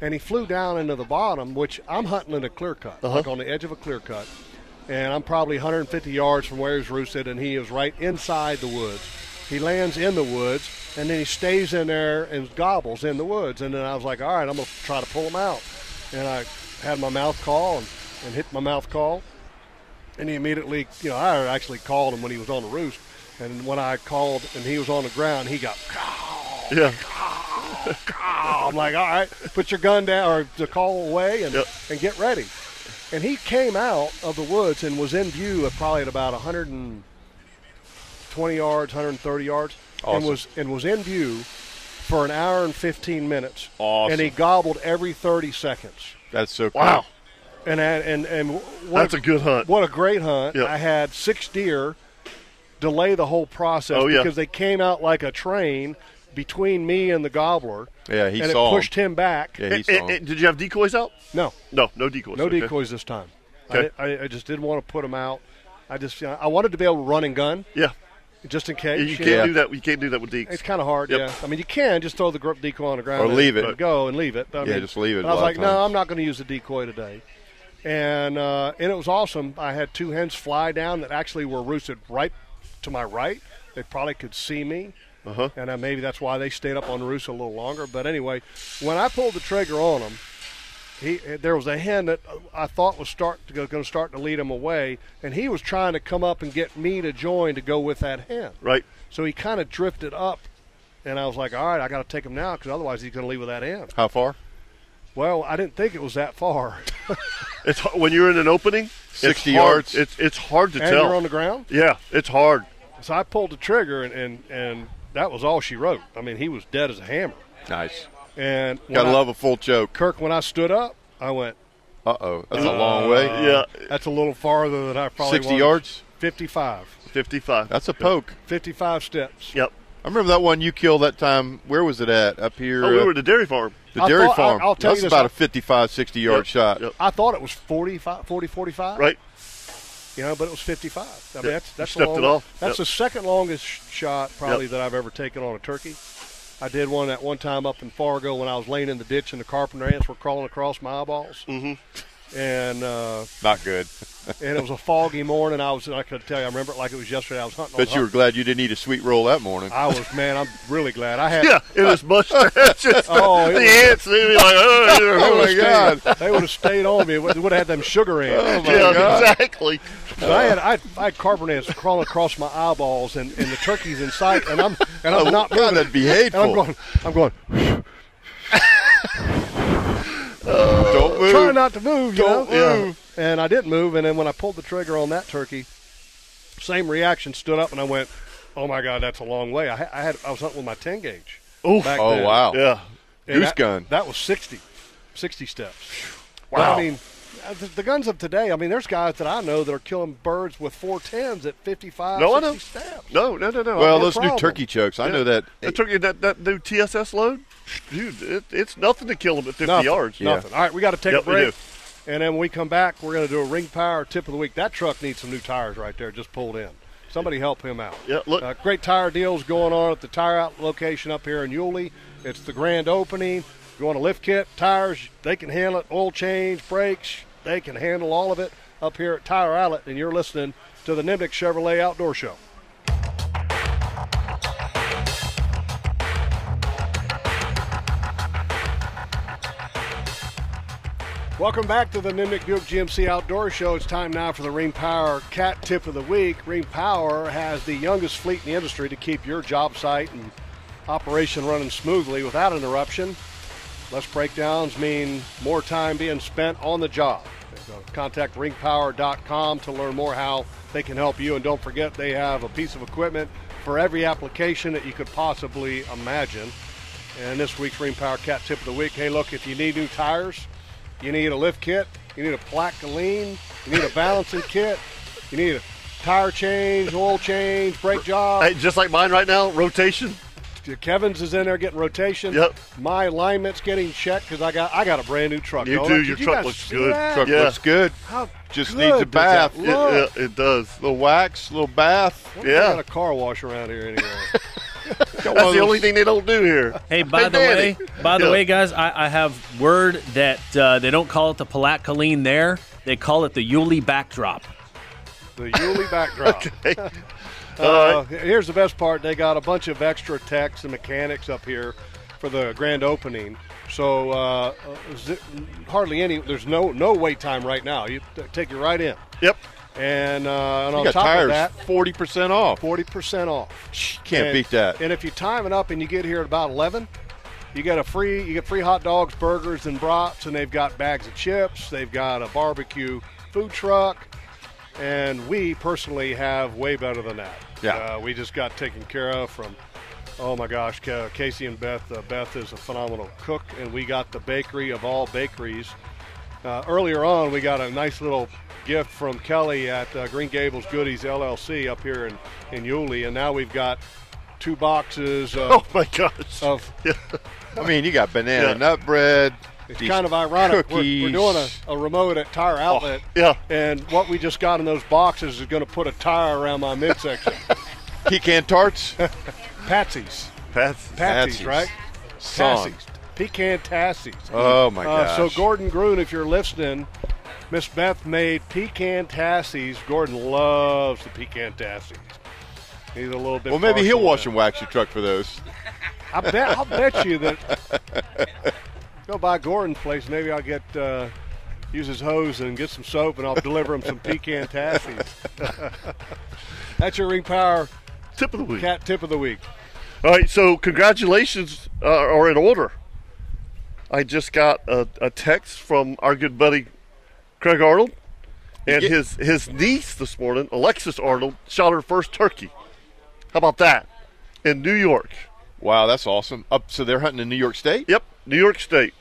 And he flew down into the bottom, which I'm hunting in a clear cut, like on the edge of a clear cut. And I'm probably 150 yards from where he's roosted, and he is right inside the woods. He lands in the woods, and then he stays in there and gobbles in the woods. And then I was like, all right, I'm going to try to pull him out. And I had my mouth call and, and hit my mouth call and he immediately, you know, I actually called him when he was on the roost, and when I called and he was on the ground, he got, yeah, "Caw." I'm like, all right, put your gun down or the call away and and get ready. And he came out of the woods and was in view at probably at about 120 yards, 130 yards, and Awesome. was and was in view for an hour and 15 minutes. Awesome. And he gobbled every 30 seconds. That's so cool. Wow. And I, and and what That's a good hunt. What a great hunt! Yeah. I had six deer delay the whole process Oh, yeah. because they came out like a train between me and the gobbler. Yeah, he and it saw 'em. pushed him back. Yeah, he Eh, eh, eh, did you have decoys out? No, no, no decoys. no okay. decoys this time. I Okay. di- I, I, just didn't want to put him out. I just you know, I wanted to be able to run and gun. Yeah, just in case. You, can't do that. You can't do that with decoys. It's kind of hard, Yep. yeah. I mean, you can just throw the gr- decoy on the ground Or and- leave it. and go and leave it. I Yeah, mean, just leave it but a I was lot like, of no, times. I'm not going to use the decoy today. And uh, and it was awesome. I had two hens fly down that actually were roosted right to my right. They probably could see me, Uh-huh. and uh, maybe that's why they stayed up on the roost a little longer. But anyway, when I pulled the trigger on him, he there was a hen that I thought was start to go going to start to lead him away, and he was trying to come up and get me to join to go with that hen. Right. So he kind of drifted up, and I was like, all right, I got to take him now because otherwise he's going to leave with that hen. How far? Well, I didn't think it was that far. It's h- when you're in an opening, it's 60 hard- yards. It's it's hard to And tell. you're on the ground? Yeah, it's hard. So I pulled the trigger, and, and, and that was all she wrote. I mean, he was dead as a hammer. Nice. And Gotta when I- love a full choke. Kirk, when I stood up, I went. Uh oh, that's a long way. Uh, that's a little farther than I probably 60 wanted. yards? 55. 55. That's a poke. 55 steps. Yep. I remember that one you killed that time. Where was it at? Up here? Oh, we uh, were at the dairy farm. The I dairy thought- I- farm. I'll tell you That's this, about I- a 55, 60 yard Yep, shot. I thought it was 45, 40, 45. Right. You know, but it was 55. I Yep. mean, that's, You that's, stepped a long, it off. that's Yep. the second longest sh- shot probably Yep. that I've ever taken on a turkey. I did one at one time up in Fargo when I was laying in the ditch and the carpenter ants were crawling across my eyeballs. Mm-hmm. And uh, Not good. and it was a foggy morning. I was I could tell you I remember it like it was yesterday. I was hunting. on Bet the you were hunt- glad you didn't eat a sweet roll that morning. I was man. I'm really glad I had. Yeah, in his mustache. oh, it The was- ants, they'd be like, "Oh, They oh would've my stayed- God." they would have stayed on me. They would have had them sugar ants. Oh, my Yeah, God. Uh. exactly. So I had I, had- I had carbon ants crawling across my eyeballs, and, and the turkeys in sight, and I'm and I'm Oh, not moving. God, that'd be And I'm hateful. going. I'm going. Don't move. Try not to move. You Don't know? move. Yeah. And I didn't move. And then when I pulled the trigger on that turkey, same reaction. Stood up and I went, "Oh my God, that's a long way." I, ha- I had I was hunting with my ten gauge. Oof. back Oh, then. wow. Yeah. And Goose that- gun. That was 60, 60 steps. Wow. I mean, uh, the, the guns of today. I mean, there's guys that I know that are killing birds with four tens at 55, No, I 60 know. steps. No, no, no, no. Well, no those new problem. turkey chokes, I know that- The turkey, that that new TSS load, dude, it, it's nothing to kill them at 50 Nothing, yards. Nothing. All right, we got to take Yep, a we break. do. And then when we come back, we're going to do a ring power tip of the week. That truck needs some new tires right there, just pulled in. Somebody help him out. Yeah, look. Uh, great tire deals going on at the tire out location up here in Yulee. It's the grand opening. You want a lift kit, tires, they can handle it. Oil change, brakes, they can handle all of it up here at Tire Outlet. And you're listening to the Nimnik Chevrolet Outdoor Show. Welcome back to the Nimnik Buick GMC Outdoor Show. It's time now for the Ring Power Cat Tip of the Week. Ring Power has the youngest fleet in the industry to keep your job site and operation running smoothly without interruption. Less breakdowns mean more time being spent on the job. Go to contactringpower.com to learn more how they can help you. And don't forget, they have a piece of equipment for every application that you could possibly imagine. And this week's Ring Power Cat Tip of the Week hey, look, if you need new tires, you need a lift kit, you need a plaque to lean, you need a balancing kit, you need a tire change, oil change, brake job. Hey, just like mine right now, rotation. Kevin's is in there getting rotation. Yep. My alignment's getting checked because I got I got a brand new truck. You don't I? do. Did Your you truck guys looks see good. that? Truck looks good. How Just good needs a does that bath. look? it does. Little wax, little bath. Wonder if they got a car wash around here anyway. That's the only thing they don't do here. Hey, by the Danny. way, by the Yeah. way, guys, I, I have word that uh, they don't call it the Palatkaline there; they call it the Yuli backdrop. the Yuli backdrop. All Uh, here's the best part. They got a bunch of extra techs and mechanics up here for the grand opening. So uh, uh, zi- hardly any. There's no no wait time right now. You t- take you right in. Yep. And, uh, and You on got top tires of that, forty percent off. Forty percent off. can't And- beat that. And if you time it up and you get here at about eleven, you get a free you get free hot dogs, burgers, and brats, and they've got bags of chips. They've got a barbecue food truck, and we personally have way better than that. Yeah. uh, we just got taken care of from. Oh my gosh, Ca- Casey and Beth. Uh, Beth is a phenomenal cook, and we got the bakery of all bakeries. Uh, earlier on, we got a nice little gift from Kelly at uh, Green Gables Goodies LLC up here in, in Yulee, and now we've got two boxes. Of, oh my gosh! Of I mean, you got banana Yeah. nut bread. it's these kind of ironic. We're, Cookies. Oh, we're doing a, a remote at Tire Outlet, yeah, and what we just got in those boxes is going to put a tire around my midsection. pecan tarts. Patsy's, Patsy's, Patsy's, right? Son. Tassies. pecan tassies. Oh, my Uh, so gosh. Gordon Gruen, if you're listening, Miss Beth made pecan tassies. Gordon loves the pecan tassies. He's a little bit. Well, maybe he'll partial. wash and wax your truck for those. I bet. I'll bet you that. Go by Gordon's place. Maybe I'll get uh, use his hose and get some soap, and I'll deliver him some pecan taffies. That's your ring power tip of the week. Cat tip of the week. All right, so congratulations uh, are in order. I just got a, a text from our good buddy Craig Arnold and his, his niece this morning, Alexis Arnold, shot her first turkey. How about that? In New York. Wow, that's awesome. Up, so they're hunting in New York State. Yep, New York State.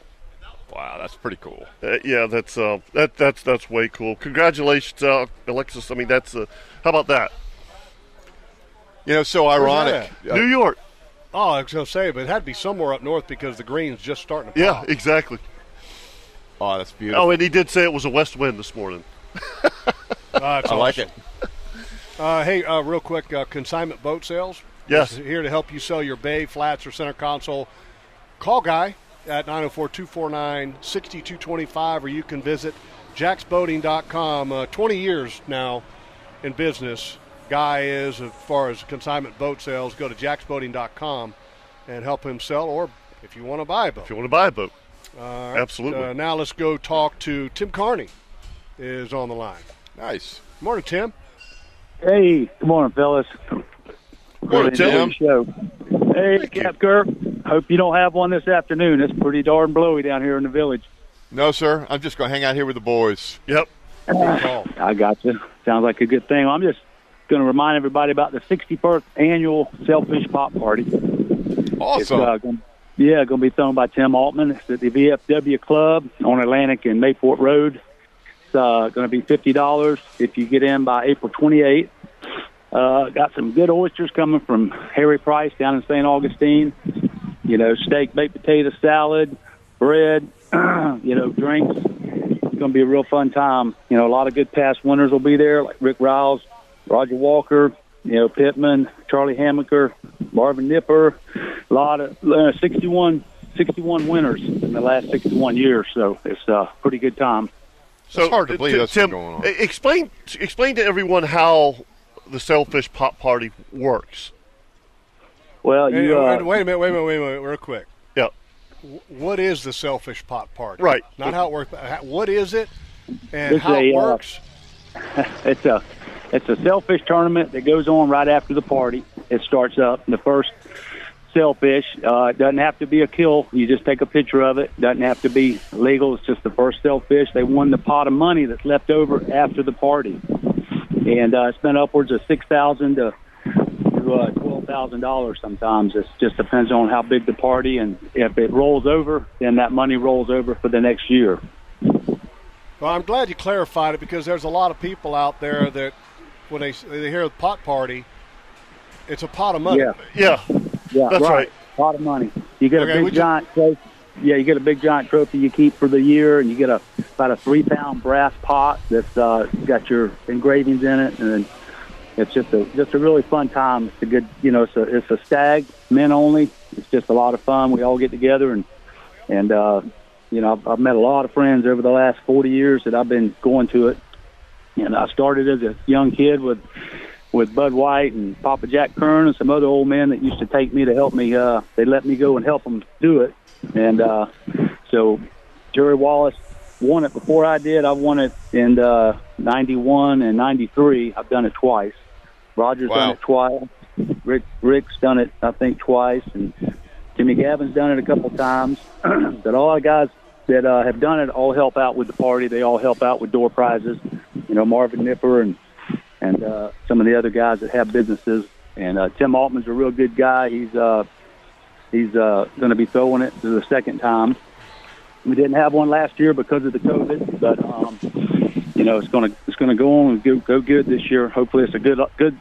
Wow, that's pretty cool. Uh, yeah, that's uh, that that's that's way cool. Congratulations, uh, Alexis. I mean, that's uh, how about that? You know, so Where's ironic. Uh, that at? New York. Oh, I was gonna say, but it had to be somewhere up north because the green's just starting to. Yeah, exactly. Oh, that's beautiful. Oh, and he did say it was a west wind this morning. Uh, it's I like awesome. it. Uh, hey, uh, real quick, uh, consignment boat sales. Yes. This is here to help you sell your bay, flats, or center console. Call Guy at 904-249-6225, or you can visit jacksboating.com. Uh, 20 years now in business. Guy is, as far as consignment boat sales, go to jacksboating.com and help him sell, or if you want to buy a boat. If you want to buy a boat. All Absolutely. Uh, now let's go talk to Tim Carney is on the line. Nice. Morning, Tim. Hey, good morning, fellas. Morning, Tim. Show. Hey, Cap Kirk. Hope you don't have one this afternoon. It's pretty darn blowy down here in the village. No, sir. I'm just going to hang out here with the boys. Yep. I got you. Sounds like a good thing. I'm just going to remind everybody about the 61st annual Selfish Pop Party. It's, Awesome. uh, gon- yeah, going to be thrown by Tim Altman. It's at the VFW Club on Atlantic and Mayport Road. It's uh, going to be fifty dollars if you get in by April 28th. Uh, got some good oysters coming from Harry Price down in St. Augustine. You know, steak, baked potato salad, bread. you know, drinks. It's going to be a real fun time. You know, a lot of good past winners will be there, like Rick Riles, Roger Walker, you know, Pittman, Charlie Hammaker, Marvin Nipper, a lot of uh, 61, 61 winners in the last 61 years. So it's a pretty good time. So uh, Tim- Tim, e- Explain explain to everyone how the Sailfish Pop Party works. Well, Hey, uh, wait a minute, wait a minute, wait a minute, real quick. Yeah. Wh- What is the selfish pot party? Right. Not how it works. But how, what is it, and It's how a, it uh, works? it's a it's a sailfish tournament that goes on right after the party. It starts up and the first sailfish. Uh, it doesn't have to be a kill. You just take a picture of it. Doesn't have to be legal. It's just the first sailfish. They won the pot of money that's left over after the party, and uh, it's been upwards of six thousand to. to, Uh, Twelve thousand dollars. Sometimes it just depends on how big the party, and if it rolls over, then that money rolls over for the next year. Well, I'm glad you clarified it because there's a lot of people out there that when they s- they hear the pot party, it's a pot of money. Yeah. Yeah, That's right. A lot of money. You get Okay, a would big you- giant trophy. Yeah, you get a big giant trophy you keep for the year, and you get a about a three pound brass pot that's uh, got your engravings in it, and then it's just a just a really fun time. It's a good, you know, it's a it's a stag men only. It's just a lot of fun. We all get together and and uh, you know I've, I've met a lot of friends over the last forty years that I've been going to it. And I started as a young kid with with Bud White and Papa Jack Kern and some other old men that used to take me to help me. Uh, they let me go and help them do it. And uh, so Jerry Wallace won it before I did. I won it in uh, 91 and 93. I've done it twice. Roger's done Wow. it twice. Rick Rick's done it, I think, twice. And Jimmy Gavin's done it a couple times. but all the guys that uh, have done it all help out with the party. They all help out with door prizes. You know, Marvin Nipper and and uh, some of the other guys that have businesses. And uh, Tim Altman's a real good guy. He's uh, he's uh, going to be throwing it for the second time. We didn't have one last year because of the COVID, but um, you know it's going to it's going to go on and go, go good this year. Hopefully, it's a good good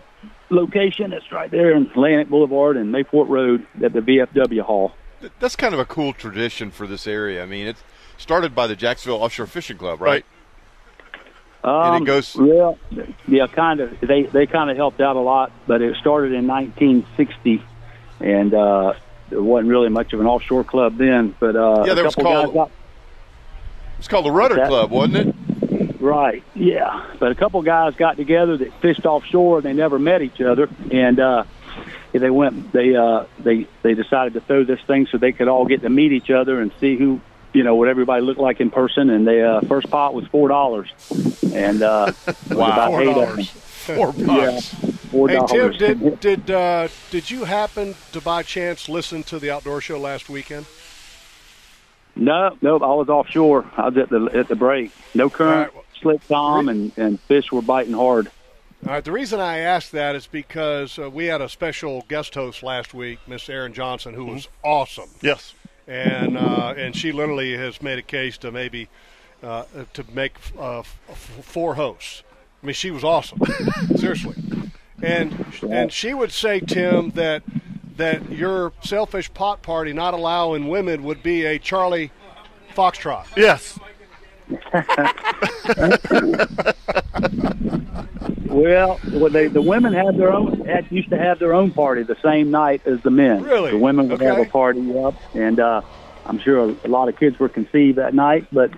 location. It's right there in Atlantic Boulevard and Mayport Road at the VFW Hall. Th- That's kind of a cool tradition for this area. I mean, it's started by the Jacksonville Offshore Fishing Club, right? Um, and it goes. Yeah, yeah, kind of. They they kind of helped out a lot, but it started in 1960, and uh, there wasn't really much of an offshore club then. But uh, Yeah, a there was couple guys called- out- It's called the Rudder That- Club, wasn't it? Right. Yeah. But a couple guys got together that fished offshore and they never met each other and uh they went they uh they they decided to throw this thing so they could all get to meet each other and see who you know what everybody looked like in person and the uh, first pot was four dollars and uh it was Wow. about Four eight of dollars. them. Four bucks. Yeah, four hey Tim, dollars. did did uh, did you happen to by chance listen to the outdoor show last weekend? No, no, I was offshore. I was at the at the break. No current, slick Tom, and and fish were biting hard. All right. The reason I asked that is because uh, we had a special guest host last week, Miss Erin Johnson, who was awesome. Yes. and uh, and she literally has made a case to maybe uh, to make uh, f- f- four hosts. I mean, she was awesome, seriously. And and she would say, Tim, that that your selfish pot party not allowing women would be a Charlie Foxtrot. Yes. Well, well they, the women had their own had, used to have their own party the same night as the men. Really? the women would have a Okay. party up, and uh, I'm sure a, a lot of kids were conceived that night. But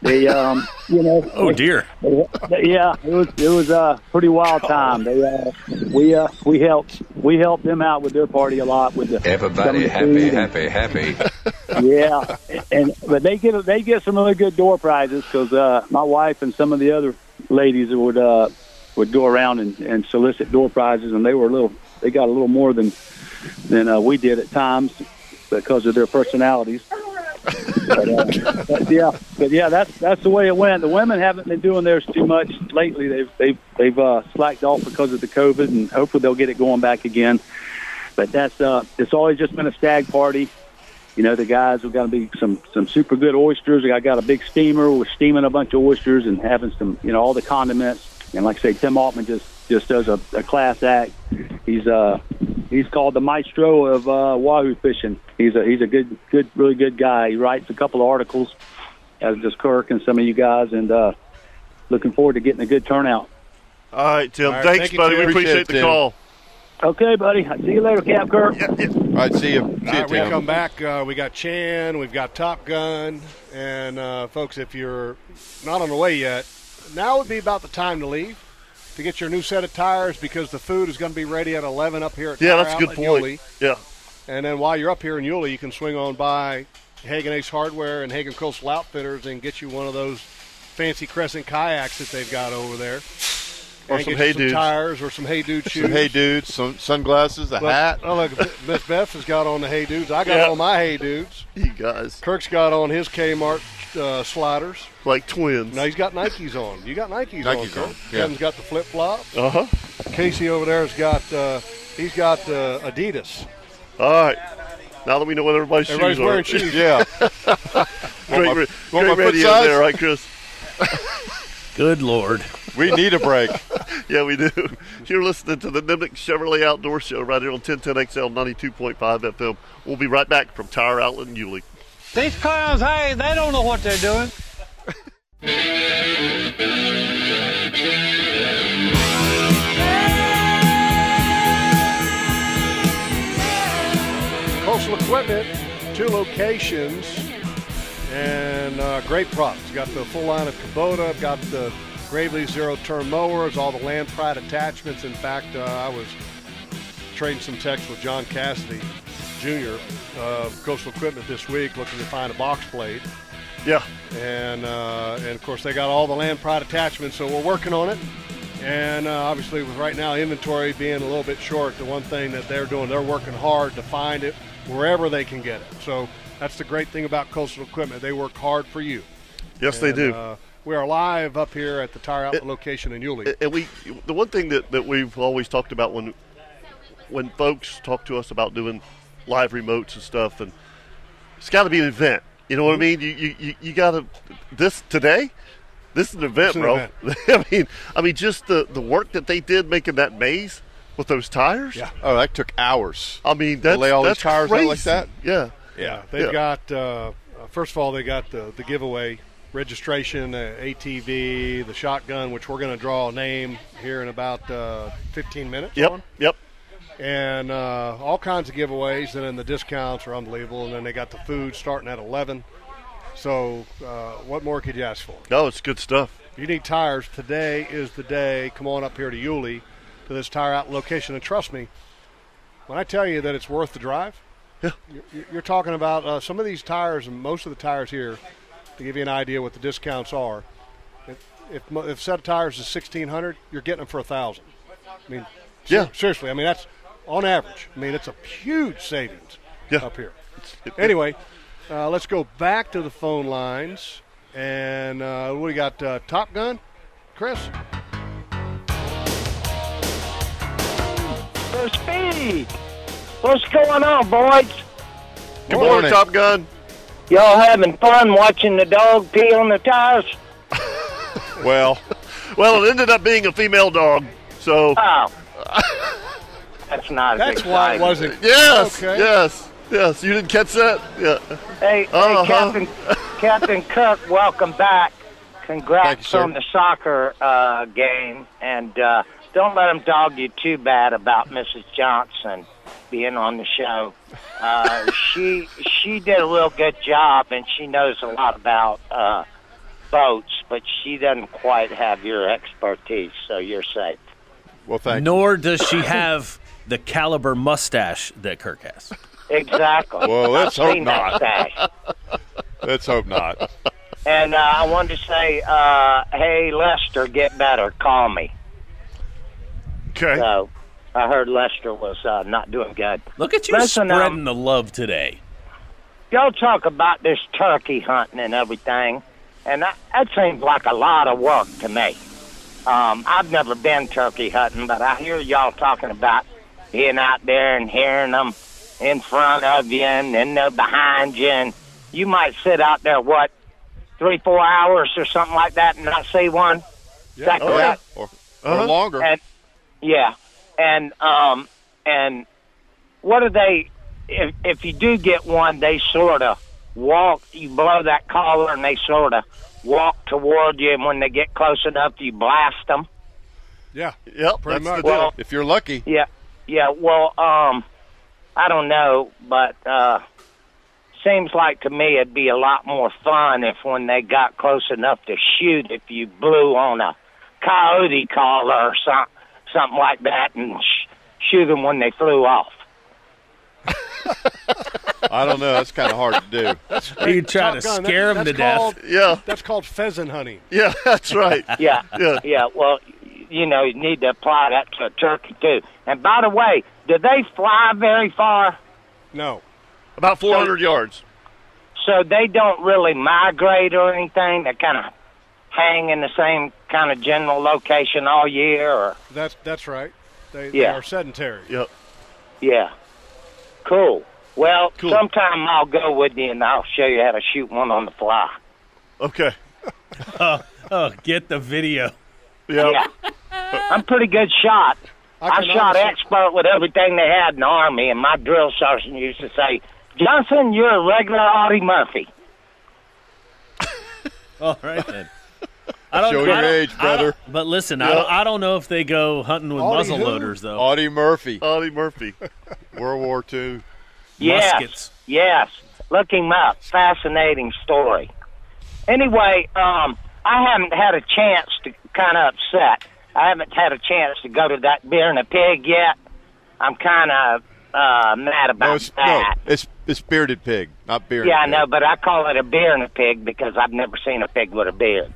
they, um, you know, Oh dear. yeah, it was it was a pretty wild time. They, uh, we uh, we helped we helped them out with their party a lot with the Everybody some of the happy, food and- happy, happy. yeah, and but they get they get some really good door prizes because uh, my wife and some of the other ladies would uh, would go around and, and solicit door prizes, and they were a little they got a little more than than uh, we did at times because of their personalities. But, uh, but yeah, but yeah, that's that's the way it went. The women haven't been doing theirs too much lately. They've they've they've uh, slacked off because of the COVID, and hopefully they'll get it going back again. But that's uh, it's always just been a stag party. You know, the guys have got to be some some super good oysters. I got a big steamer. We're steaming a bunch of oysters and having some, you know, all the condiments. And like I say, Tim Altman just just does a, a class act. He's uh he's called the maestro of uh, wahoo fishing. He's a he's a good good really good guy. He writes a couple of articles, as does Kirk and some of you guys. And uh, looking forward to getting a good turnout. All right, Tim. All right, Thanks, thank you, buddy. Tim. We appreciate Appreciate it, the Tim. call. Okay, buddy. See you later, Cap Kirk. All right, see you. See All you, right, we Tim. come back. Uh, we got Chan. We've got Top Gun. And uh, folks, if you're not on the way yet, now would be about the time to leave to get your new set of tires because the food is going to be ready at 11 up here at Yeah, Tire that's a good Outlet point. Yulee. Yeah. And then while you're up here in Yulee, you can swing on by Hagen Ace Hardware and Hagen Coastal Outfitters and get you one of those fancy Crescent kayaks that they've got over there. Or And some get Hey you some Dudes. tires or some Hey Dude shoes. Some hey dudes, some sunglasses, a Look, hat. Oh, look, Miss Beth has got on the Hey Dudes. I got Yeah. on my Hey Dudes. He does. Kirk's got on his Kmart uh, sliders. Like twins. No, he's got Nikes on. You got Nikes, on. Nikes Kirk. on, yeah. Kevin's got the flip flop. Uh huh. Casey over there has got uh, he's got uh, Adidas. All right. Now that we know what everybody's, Everybody's shoes are. wearing shoes. Yeah. great Want my- ra- want my great foot radio size? there, right, Chris? Good lord. We need a break. yeah, we do. You're listening to the Nimnik Chevrolet Outdoor Show right here on 1010XL 92.5 FM. We'll be right back from Tire Outlet and Yulee. These clowns, hey, they don't know what they're doing. Coastal Equipment, two locations, and uh, great products. Got the full line of Kubota, got the Gravely zero turn mowers, all the land pride attachments. In fact, uh, I was trading some texts with John Cassidy Jr. of Coastal Equipment this week, looking to find a box blade. Yeah. And uh, and of course they got all the land pride attachments, so we're working on it. And uh, obviously, with right now inventory being a little bit short, the one thing that they're doing, they're working hard to find it wherever they can get it. So that's the great thing about Coastal Equipment; they work hard for you. Yes, they And, do. Uh, we are live up here at the tire outlet It- location in Yulee. And we, the one thing that, that we've always talked about when when folks talk to us about doing live remotes and stuff, and it's got to be an event. You know what I mean? You you, you, you got to this today. This is an event, It's an bro. I mean, I mean, just the the work that they did making that maze with those tires. Yeah. Oh, that took hours. I mean, that's lay all these that's tires out like crazy. that? Yeah. Yeah, they've got uh, uh, first of all they got the, the giveaway registration, uh, ATV, the shotgun, which we're going to draw a name here in about uh, 15 minutes. Yep, on. yep. And uh, all kinds of giveaways, and then the discounts are unbelievable. And then they got the food starting at 11. So, uh, what more could you ask for? No, it's good stuff. you need tires, today is the day. Come on up here to Yulee to this tire out location. And trust me, when I tell you that it's worth the drive, you're, you're talking about uh, some of these tires and most of the tires here, to give you an idea what the discounts are. If, if, mo- if a set of tires is 1600 you're getting them for 1000 I mean, se- Yeah. seriously, I mean, that's on average. I mean, it's a huge savings Yeah. up here. Anyway, uh, let's go back to the phone lines. And uh, what do we got? Uh, Top Gun? Chris? For speed. What's going on, boys? Good morning, Morning. Top Gun. Y'all having fun watching the dog pee on the tires? Well, well, it ended up being a female dog. So Oh. That's not. That's why it wasn't- Yes, Okay. yes, yes. You didn't catch that. Yeah. Hey, Uh-huh. hey Captain Captain Cook, welcome back. Thank you, Congrats sir. on the soccer uh, game, and uh, don't let them dog you too bad about Mrs. Johnson being on the show. Uh, she she did a real good job, and she knows a lot about uh, boats, but she doesn't quite have your expertise, so you're safe. Well, thank Nor does she have the caliber mustache that Kirk has. Exactly. Well, let's I've hope seen not. That stash. Let's hope not. And uh, I wanted to say, uh, hey, Lester, get better. Call me. Okay. So I heard Lester was uh, not doing good. Look at you Listen, spreading um, the love today. y'all talk about this turkey hunting and everything, and that, that seems like a lot of work to me. Um, I've never been turkey hunting, but I hear y'all talking about being out there and hearing them in front of you and then they're behind you, and you might sit out there what three, four hours or something like that, and not see one. Is that Oh, yeah. correct? Or, Uh-huh. or longer. And, yeah, and um, and what do they? If if you do get one, they sort of walk. You blow that collar, and they sort of walk toward you. And when they get close enough, you blast them. Yeah. Yep. Pretty that's much. the deal. Well- if you're lucky. Yeah, yeah. Well, um, I don't know, but uh, seems like to me it'd be a lot more fun if when they got close enough to shoot, if you blew on a coyote collar or some, something like that, and sh- shoot them when they flew off. I don't know. That's kind of hard to do. you try to Top Gun, that- scare him that's to death. called- Yeah. That's called pheasant hunting. Yeah, that's right. yeah, yeah, Well, y- you know, you need to apply that to a turkey too. And by the way, do they fly very far? No. About 400 yards. So they don't really migrate or anything. They kind of hang in the same kind of general location all year. Or That's that's right. They, they Yeah. are sedentary. Yep. yeah, cool. Well, sometime I'll go with you and I'll show you how to shoot one on the fly. Okay. oh, oh, get the video. Yeah, I'm pretty good shot. I, can shot honestly- expert with everything they had in the army, and my drill sergeant used to say, "Johnson, you're a regular Audie Murphy." All right then. Show your I don't- age, I don't- brother. But listen, I, Yeah. don't, I don't know if they go hunting with muzzle loaders though. Audie Murphy. Audie Murphy. World War II. Yes. Yes. Look him up. Fascinating story. Anyway, um, I haven't had a chance to kind of upset. I haven't had a chance to go to that beer and a pig yet. I'm kind of uh, mad about No, it's, no, that. it's it's bearded pig, not bearded. yeah, I pig. know, but I call it a beer and a pig because I've never seen a pig with a beard.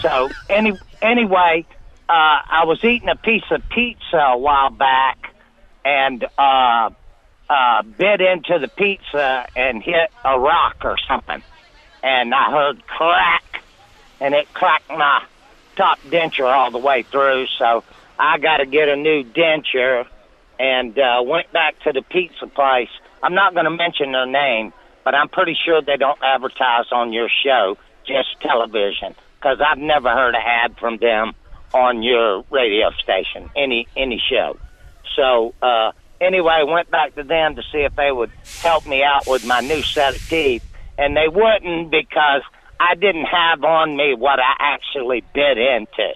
so any anyway, uh, I was eating a piece of pizza a while back and uh, uh, bit into the pizza and hit a rock or something, and I heard crack, and it cracked my top denture all the way through. So I got to get a new denture, and uh, went back to the pizza place. I'm not going to mention their name, but I'm pretty sure they don't advertise on your show, just television, because I've never heard an ad from them on your radio station, any any show. So uh, anyway, went back to them to see if they would help me out with my new set of teeth, and they wouldn't because I didn't have on me what I actually bit into.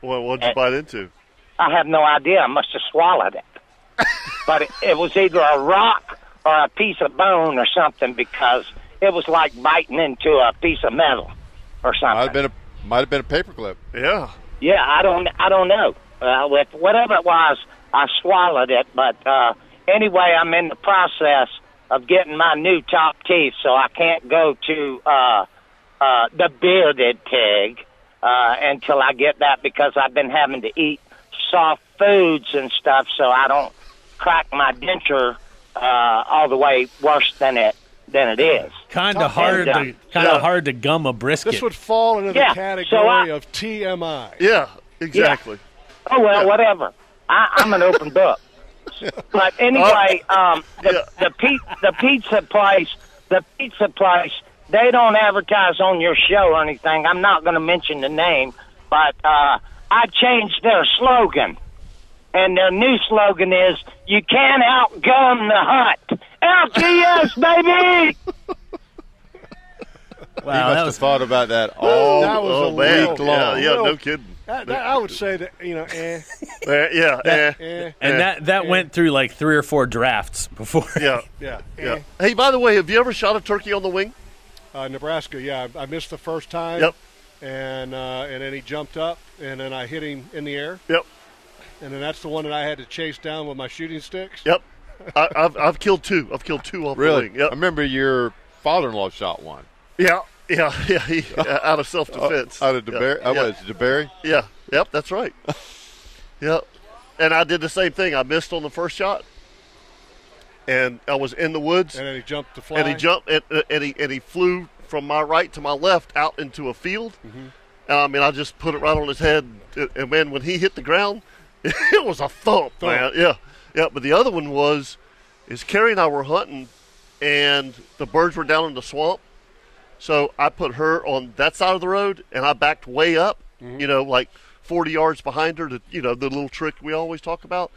What what'd you bite into? I have no idea. I must have swallowed it. but it, it was either a rock or a piece of bone or something because it was like biting into a piece of metal or something. Might have been a might have been a paperclip. Yeah. Yeah, I don't, I don't know. Uh, with whatever it was, I swallowed it. But uh, anyway, I'm in the process of getting my new top teeth, so I can't go to uh, uh, the bearded pig uh, until I get that because I've been having to eat soft foods and stuff, so I don't crack my denture uh, all the way worse than it than it is. Kind of hard And, uh, to kind of hard to gum a brisket. This would fall into the Yeah, so category I- of TMI. Yeah, exactly. Oh well, whatever. I, I'm an open book. But anyway, um, the, the, pe- the pizza place, the pizza place, they don't advertise on your show or anything. I'm not going to mention the name, but uh, I changed their slogan, and their new slogan is "You can't outgum the hut." LTS, baby. Wow, he must have thought about that Oh, all that was all a week little- long. little- That, That, that- I would say that you know, eh. yeah, eh, eh. and that that went through like three or four drafts before. Yeah. Yeah, Yeah. Hey, by the way, have you ever shot a turkey on the wing? Uh, Nebraska, yeah, I, I missed the first time. Yep. And uh, and then he jumped up, and then I hit him in the air. Yep. And then that's the one that I had to chase down with my shooting sticks. Yep. I, I've I've killed two. I've killed two off Really? the wing. Yep. I remember your father-in-law shot one. Yeah, yeah, yeah. He, uh, out of self defense. Oh, Out of DeBerry. Yeah. I was DeBerry. Yeah. Yep. That's right. yep. And I did the same thing. I missed on the first shot, and I was in the woods. And then he jumped to fly. and he jumped and, uh, and he and he flew from my right to my left out into a field. Mm-hmm. Um, and I just put it right on his head. And, and man, when he hit the ground, it was a thump, man. Thump. Yeah, yeah. But the other one was, is Carrie and I were hunting, and the birds were down in the swamp. So I put her on that side of the road, and I backed way up. You know, like forty yards behind her. To, you know, the little trick we always talk about.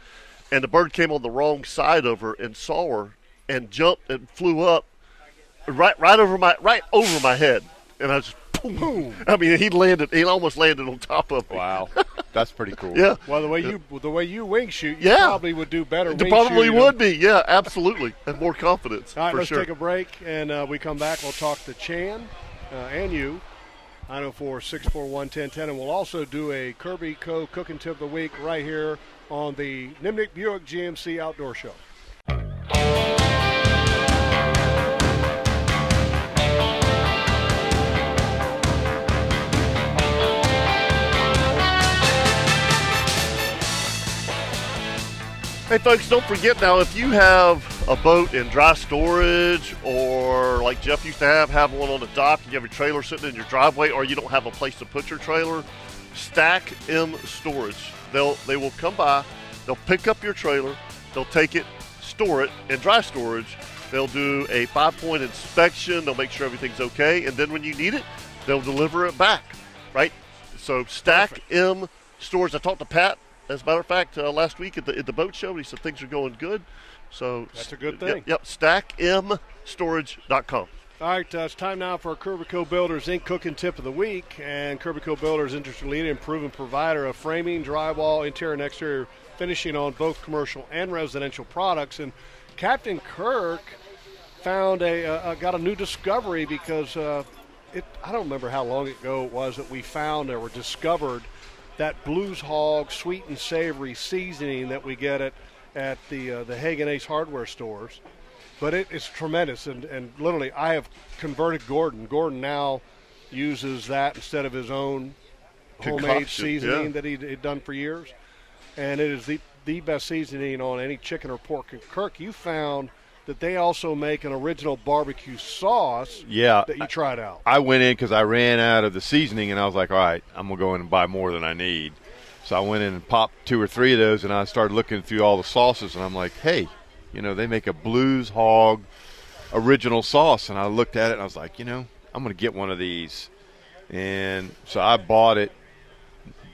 And the bird came on the wrong side of her and saw her and jumped and flew up right right over my right over my head, and I just boom. I mean, he landed. He almost landed on top of me. Wow, that's pretty cool. yeah. Well, the way you the way you wing shoot, you Yeah. probably would do better. It wing probably shooting. would be. Yeah, absolutely, and more confidence All right, for let's sure. take a break, and uh, we come back. We'll talk to Chan uh, and you. 904 641 1010. And we'll also do a Kirby Co. Cooking Tip of the Week right here on the Nimnik Buick GMC Outdoor Show. Hey, folks, don't forget now if you have a boat in dry storage or like Jeff used to have, have one on the dock, you have a trailer sitting in your driveway, or you don't have a place to put your trailer, Stack M Storage. They'll they will come by, they'll pick up your trailer, they'll take it, store it in dry storage. They'll do a five-point inspection. They'll make sure everything's okay, and then when you need it, they'll deliver it back. Right? So Stack M Stores. I talked to Pat, as a matter of fact, uh, last week at the at the boat show. and He said things are going good. So That's a good thing. Yep, yep stackmstorage.com. All right, uh, it's time now for Kirby Co. Builders Inc. Cooking Tip of the Week. And Kirby Co. Builders is industry leading and proven provider of framing, drywall, interior, and exterior finishing on both commercial and residential products. And Captain Kirk found a uh, uh, got a new discovery because uh, it I don't remember how long ago it was that we found or discovered that Blues Hog sweet and savory seasoning that we get at at the uh, the Hagen Ace hardware stores. But it is tremendous, and, and literally, I have converted Gordon. Gordon now uses that instead of his own homemade Concoction, seasoning yeah. that he had done for years, and it is the the best seasoning on any chicken or pork. And Kirk, you found that they also make an original barbecue sauce. Yeah. that you tried out. I went in because I ran out of the seasoning, and I was like, all right, I'm going to go in and buy more than I need. So I went in and popped two or three of those, and I started looking through all the sauces, and I'm like, hey, you know, they make a Blues Hog original sauce. And I looked at it, and I was like, you know, I'm going to get one of these. And so I bought it,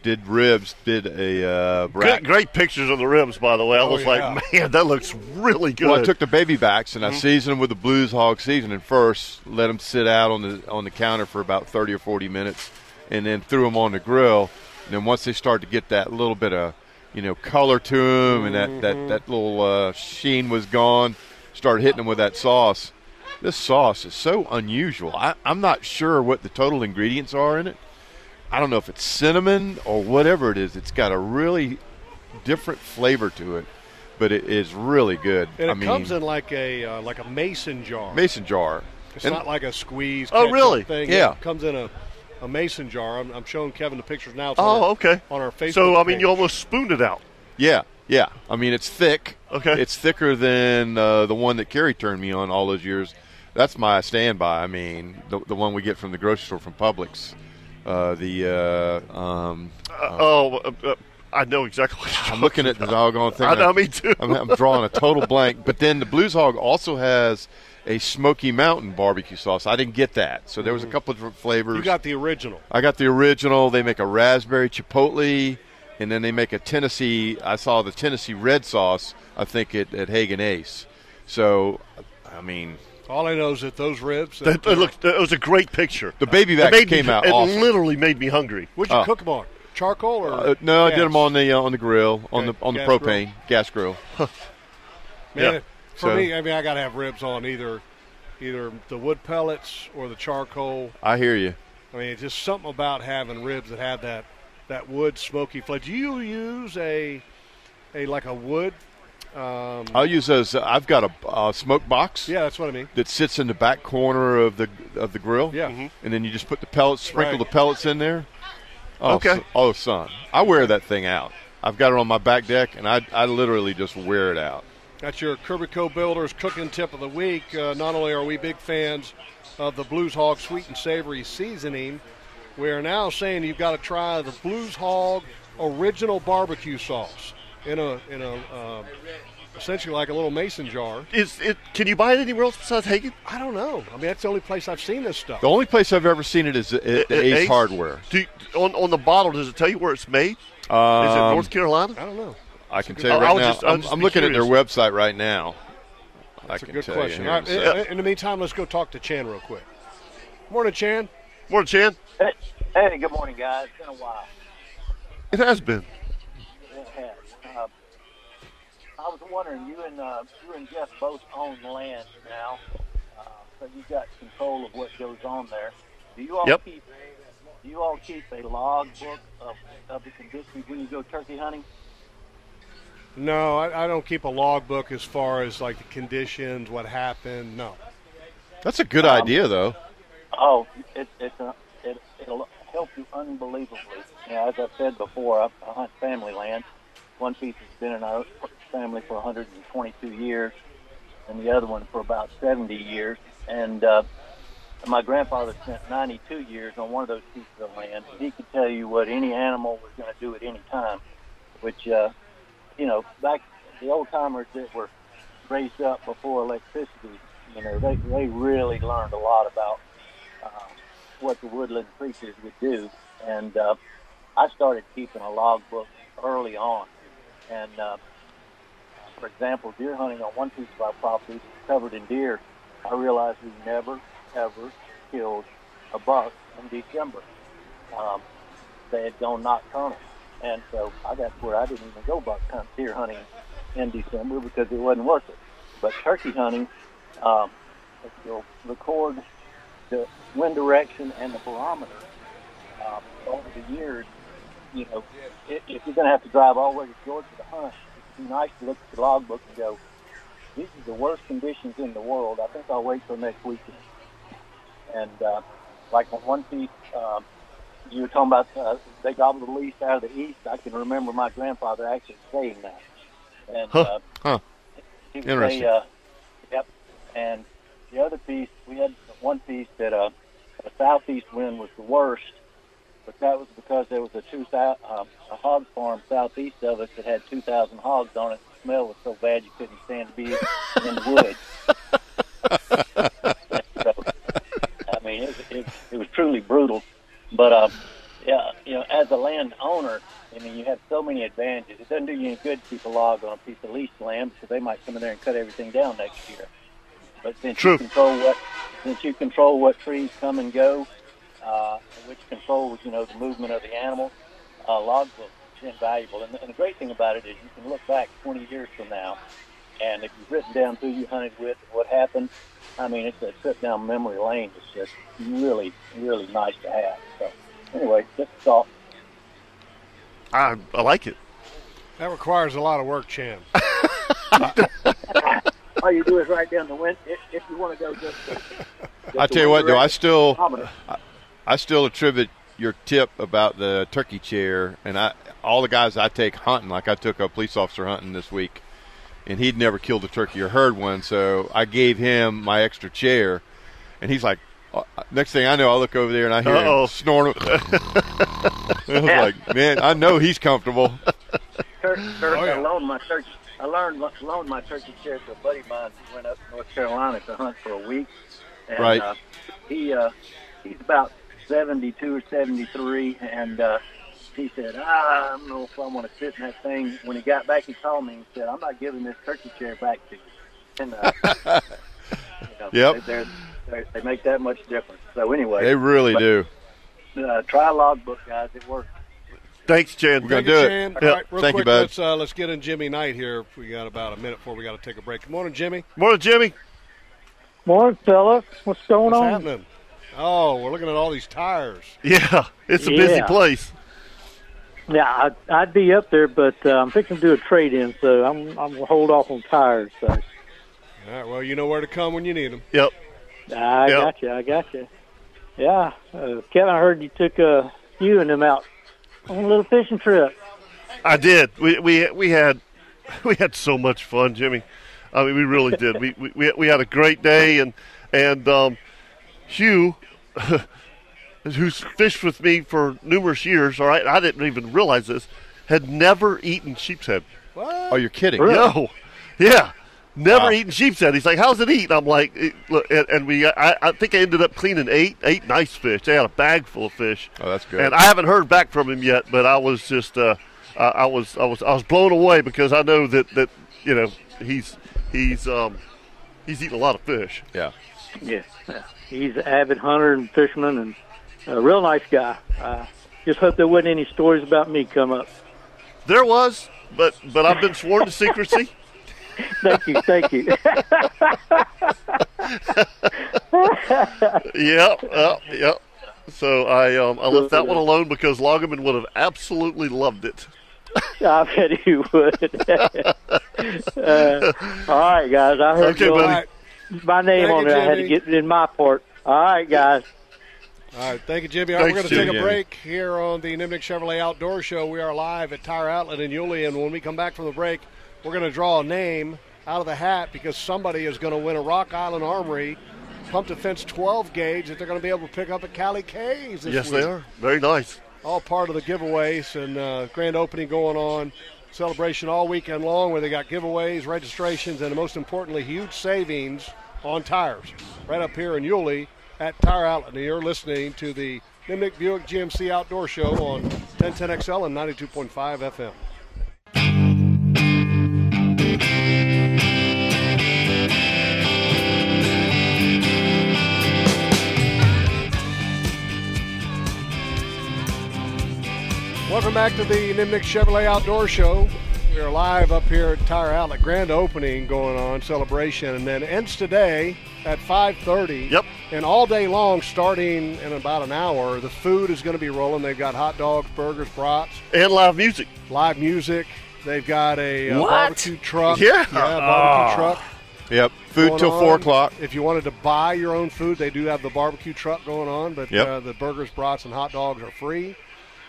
did ribs, did a uh, rack. Great, great pictures of the ribs, by the way. I Oh, was yeah. like, man, that looks really good. Well, I took the baby backs and Mhm. I seasoned them with the Blues Hog seasoning first. Let them sit out on the on the counter for about thirty or forty minutes, and then threw them on the grill. And then once they start to get that little bit of you know color to them, and that that that little uh, sheen was gone, started hitting them with that sauce, This sauce is so unusual. I, I'm not sure what the total ingredients are in it. I don't know if it's cinnamon or whatever it is. It's got a really different flavor to it, but it is really good. And I it mean, comes in like a uh, like a mason jar. mason jar. It's And- not like a squeeze. Oh, ketchup really? Thing. Yeah. It comes in a, a mason jar. I'm, I'm showing Kevin the pictures now. It's on Oh, our- okay. On our Facebook. So I mean, page. you almost spooned it out. Yeah, yeah. I mean, it's thick. Okay. It's thicker than uh, the one that Kerry turned me on all those years. That's my standby. I mean, the, the one we get from the grocery store from Publix. Uh, the uh, um, uh, oh, uh, uh, I know exactly. What you're I'm looking at the doggone thing. I know, me too. I'm, I'm drawing a total blank. But then the Blues Hog also has a Smoky Mountain barbecue sauce. I didn't get that, so there was a couple of different flavors. You got the original. I got the original. They make a raspberry chipotle, and then they make a Tennessee. I saw the Tennessee red sauce. I think at, at Hagen Ace. So, I mean, All I know is that those ribs. That, that looked. That was a great picture. The baby Uh, It backs made me- came out It awesome. literally made me hungry. Would you Oh. cook them on charcoal or? uh, no, I did gas? them on the uh, on the grill on Okay, the on the gas grill. propane gas grill. Man, Yeah. for So- me, I mean, I gotta have ribs on either, either the wood pellets or the charcoal. I hear you. I mean, it's just something about having ribs that have that that wood smoky flavor. Do you use a a like a wood? Um, I'll use those. I've got a uh, smoke box. Yeah, that's what I mean. That sits in the back corner of the of the grill. Yeah. Mm-hmm. Mhm. And then you just put the pellets, sprinkle Right. the pellets in there. Oh, Okay. so- oh, son, I wear that thing out. I've got it on my back deck, and I I literally just wear it out. That's your Curbico Builders cooking tip of the week. Uh, not only are we big fans of the Blues Hog sweet and savory seasoning, we are now saying you've got to try the Blues Hog original barbecue sauce in a in a uh, essentially like a little mason jar. Is it? Can you buy it anywhere else besides Hagen? I don't know. I mean, that's the only place I've seen this stuff. The only place I've ever seen it is at, at A- Ace, Ace? Hardware. Do you, on on the bottle, does it tell you where it's made? is it Um, North Carolina? I don't know. I can It's a tell you good- right I'll now. just- I'll I'm, just I'm be looking at their curious. website right now. That's Good question. All right, You here in a in, sec. in the meantime, let's go talk to Chan real quick. Morning, Chan. Morning, Chan. Hey, hey, good morning, guys. It's been a while. It has been. It has. Uh, I was wondering, you and uh, you and Jeff both own land now, uh, so you've got control of what goes on there. Do you all Yep. keep? Do you all keep a log book of, of the conditions when you go turkey hunting? No, I, I don't keep a logbook as far as like the conditions, what happened. No. That's a good Um, idea, though. Oh, it, it's a, it, it'll help you unbelievably. Yeah, as I've said before, I, I hunt family land. One piece has been in our family for 122 years, and the other one for about 70 years. And uh, my grandfather spent 92 years on one of those pieces of land. He could tell you what any animal was going to do at any time, which, uh, you know, back the old timers that were raised up before electricity, you know, they, they really learned a lot about uh, what the woodland creatures would do. And uh, I started keeping a log book early on. And uh, for example, deer hunting on one piece of our property covered in deer, I realized we never, ever killed a buck in December. Um, they had gone nocturnal. And so I got to where I didn't even go buck hunt, deer hunting in December because it wasn't worth it. But turkey hunting, um, if you'll record the wind direction and the barometer um, over the years, you know, if, if you're going to have to drive all the way to Georgia to hunt, it'd be nice to look at your logbook and go, these are the worst conditions in the world. I think I'll wait till next weekend. And uh, like on one piece, um, you were talking about uh, they gobbled the least out of the east. I can remember my grandfather actually saying that. And uh, Huh. Huh. he would Interesting. say, uh, yep. And the other piece, we had one piece that uh, a southeast wind was the worst, but that was because there was a two thou- uh, a hog farm southeast of us that had two thousand hogs on it. The smell was so bad you couldn't stand to be in the woods. so, I mean, it, it, it was truly brutal. But uh, yeah, you know, as a land owner, I mean, you have so many advantages. It doesn't do you any good to keep a log on a piece of leased land because they might come in there and cut everything down next year. But since True. you control what since you control what trees come and go, uh, which controls you know the movement of the animal, uh, logbook is invaluable. And, the- and the great thing about it is you can look back 20 years from now And if you've written down who you hunted with and what happened, I mean, it's a trip down memory lane. It's just really, really nice to have. So, anyway, just a thought. I, I like it. That requires a lot of work, Chan. All you do is write down the win. If, if you want to go, just. I tell you what, though, I still, Ominous. I, I still attribute your tip about the turkey chair, and I, all the guys I take hunting, like I took a police officer hunting this week, and he'd never killed a turkey or heard one, so I gave him my extra chair, and he's like, uh, next thing I know, I look over there and I hear Uh-oh. him snoring. I was like, man, I know he's comfortable. Tur- Oh, tur- I loaned my turkey. I learned loaned my turkey chair to a buddy of mine who went up to North Carolina to hunt for a week. And, Right. Uh, he uh, he's about seventy two or seventy three, and uh, he said, ah, I don't know if I want to sit in that thing. When he got back, he called me and said, I'm not giving this turkey chair back to you. And uh, you know, Yep. they they they make that much difference. So anyway, They really but, do. Uh, try logbook, guys. It works. Thanks, Chan. We're gonna do it. Chan. Yeah. All right, real Thank quick, you, bud. Let's, uh, let's get in Jimmy Knight here. We got about a minute before we got to take a break. Good morning, Jimmy. Morning, Jimmy. Morning, fellas. What's going What's on? happening? Oh, we're looking at all these tires. Yeah, it's a busy Yeah. place. Yeah, I'd, I'd be up there, but uh, I'm fixing to do a trade in, so I'm I'm gonna hold off on tires. So All right, well, you know where to come when you need them. Yep. I Yep. got you. I got you. Yeah, uh, Kevin, I heard you took uh, you and them out on a little fishing trip. I did. We we we had we had so much fun, Jimmy. I mean, we really did. We we- we we had a great day, and and um, Hugh, who's fished with me for numerous years. All right, I didn't even realize this. Had never eaten sheep's head. What? Oh, you're kidding? No. Yeah. Never Wow. eaten sheep's head. He's like, "How's it eat?" I'm like, it, look, and, and we, I, I think I ended up cleaning eight, eight nice fish. They had a bag full of fish. Oh, that's good. And I haven't heard back from him yet, but I was just, uh, I, I was, I was, I was blown away because I know that that you know he's he's um he's eating a lot of fish. Yeah. Yeah, he's an avid hunter and fisherman, and a real nice guy. Uh, just hope there wasn't any stories about me come up. There was, but but I've been sworn to secrecy. Thank you, thank you. yeah, yeah, yeah. So I um I left that one alone because Loggerman would have absolutely loved it. I bet he would. uh, all right, guys. I heard Okay, you all. buddy. My name Thank on you, there. I had to Jimmy. get it in my part. All right, guys. All right, thank you, Jimmy. All right, we're Thanks, going to take Jimmy. a break here on the Nimnik Chevrolet Outdoor Show. We are live at Tire Outlet in Yulee, and when we come back from the break, we're going to draw a name out of the hat because somebody is going to win a Rock Island Armory pump defense 12 gauge that they're going to be able to pick up at Cali K's this yes, week. they are very nice. All part of the giveaways and uh, grand opening going on. Celebration all weekend long where they got giveaways, registrations, and most importantly, huge savings on tires right up here in Yulee at Tire Outlet. And you're listening to the Nimnik Buick GMC Outdoor Show on 1010XL and 92.5 FM. Welcome back to the Nimnik Chevrolet Outdoor Show. We are live up here at Tire Outlet. Grand opening going on, celebration, and then ends today at 5:30. Yep. And all day long, starting in about an hour, the food is going to be rolling. They've got hot dogs, burgers, brats, and live music. Live music. They've got a uh, What? barbecue truck. Yeah. barbecue Oh. truck. Yep. Food going till four on. o'clock. If you wanted to buy your own food, they do have the barbecue truck going on, but Yep. uh, the burgers, brats, and hot dogs are free.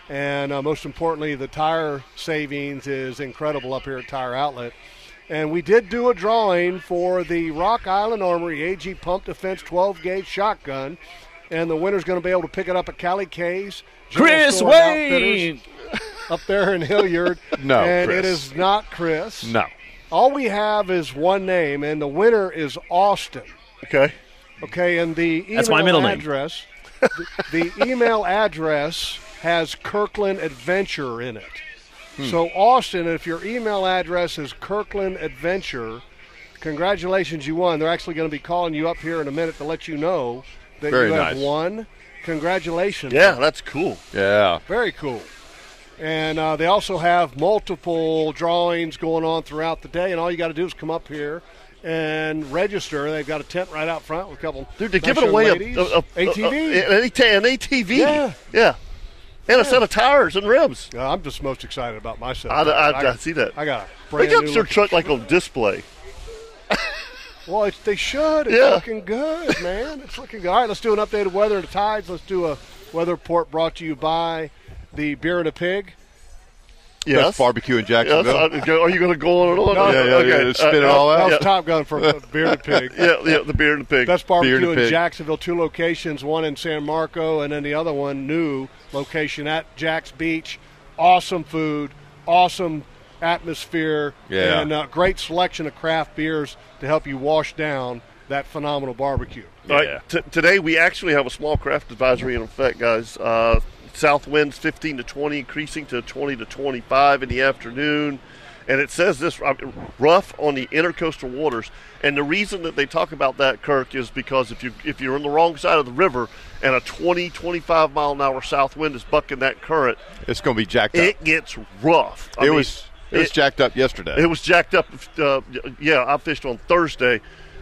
And uh, most importantly, the tire savings is incredible up here at Tire Outlet. And we did do a drawing for the Rock Island Armory AG Pump Defense 12 gauge shotgun. And the winner's going to be able to pick it up at Cali K's. General Chris Store and Outfitters Wayne! Up there in Hilliard. No, And it Chris. is not Chris. No. All we have is one name, and the winner is Austin. Okay. Okay, and the email That's my middle name. address. the, the email address has Kirkland Adventure in it. Hmm. So Austin, if your email address is Kirkland Adventure, congratulations, you won. They're actually going to be calling you up here in a minute to let you know that Very you nice. have won. Congratulations. Yeah, that's cool. Yeah. Very cool. And uh, they also have multiple drawings going on throughout the day, and all you got to do is come up here and register. They've got a tent right out front with a couple. Dude, they're nice giving young away a, ladies. a, a- ATV. a- an AT- an ATV. Yeah. yeah. And a set of tires and rims. Uh, I'm just most excited about myself. I, I, I, got- see that. I got. They A brand got new their looking- truck like on display. Well, it's, they should. It's Yeah. looking good, man. It's looking good. All right, let's do an updated weather and tides. Let's do a weather report brought to you by the Beer and a Pig. Best Yes. barbecue in Jacksonville. Yes, I- are you going to go on and on? No. Yeah, yeah, yeah, just spit it all That out. was Yeah. Top Gun for Beer and a Pig. uh, yeah, yeah, the beer and the pig. Best Beer and barbecue the in pig. Jacksonville. Two locations, one in San Marco, and then the other one, new location at Jack's Beach. Awesome food, awesome atmosphere, Yeah. and uh, great selection of craft beers to help you wash down that phenomenal barbecue. All right. T- today we actually have a small craft advisory in effect, guys. Uh, south winds 15 to 20, increasing to 20 to 25 in the afternoon. And it says this uh, rough on the intercoastal waters. And the reason that they talk about that, Kirk, is because if you if you're on the wrong side of the river and a 20 25 mile an hour south wind is bucking that current, It's going to be jacked up. it gets rough. I it mean, was it was it- jacked up yesterday. It was jacked up. Uh, yeah, I fished on Thursday,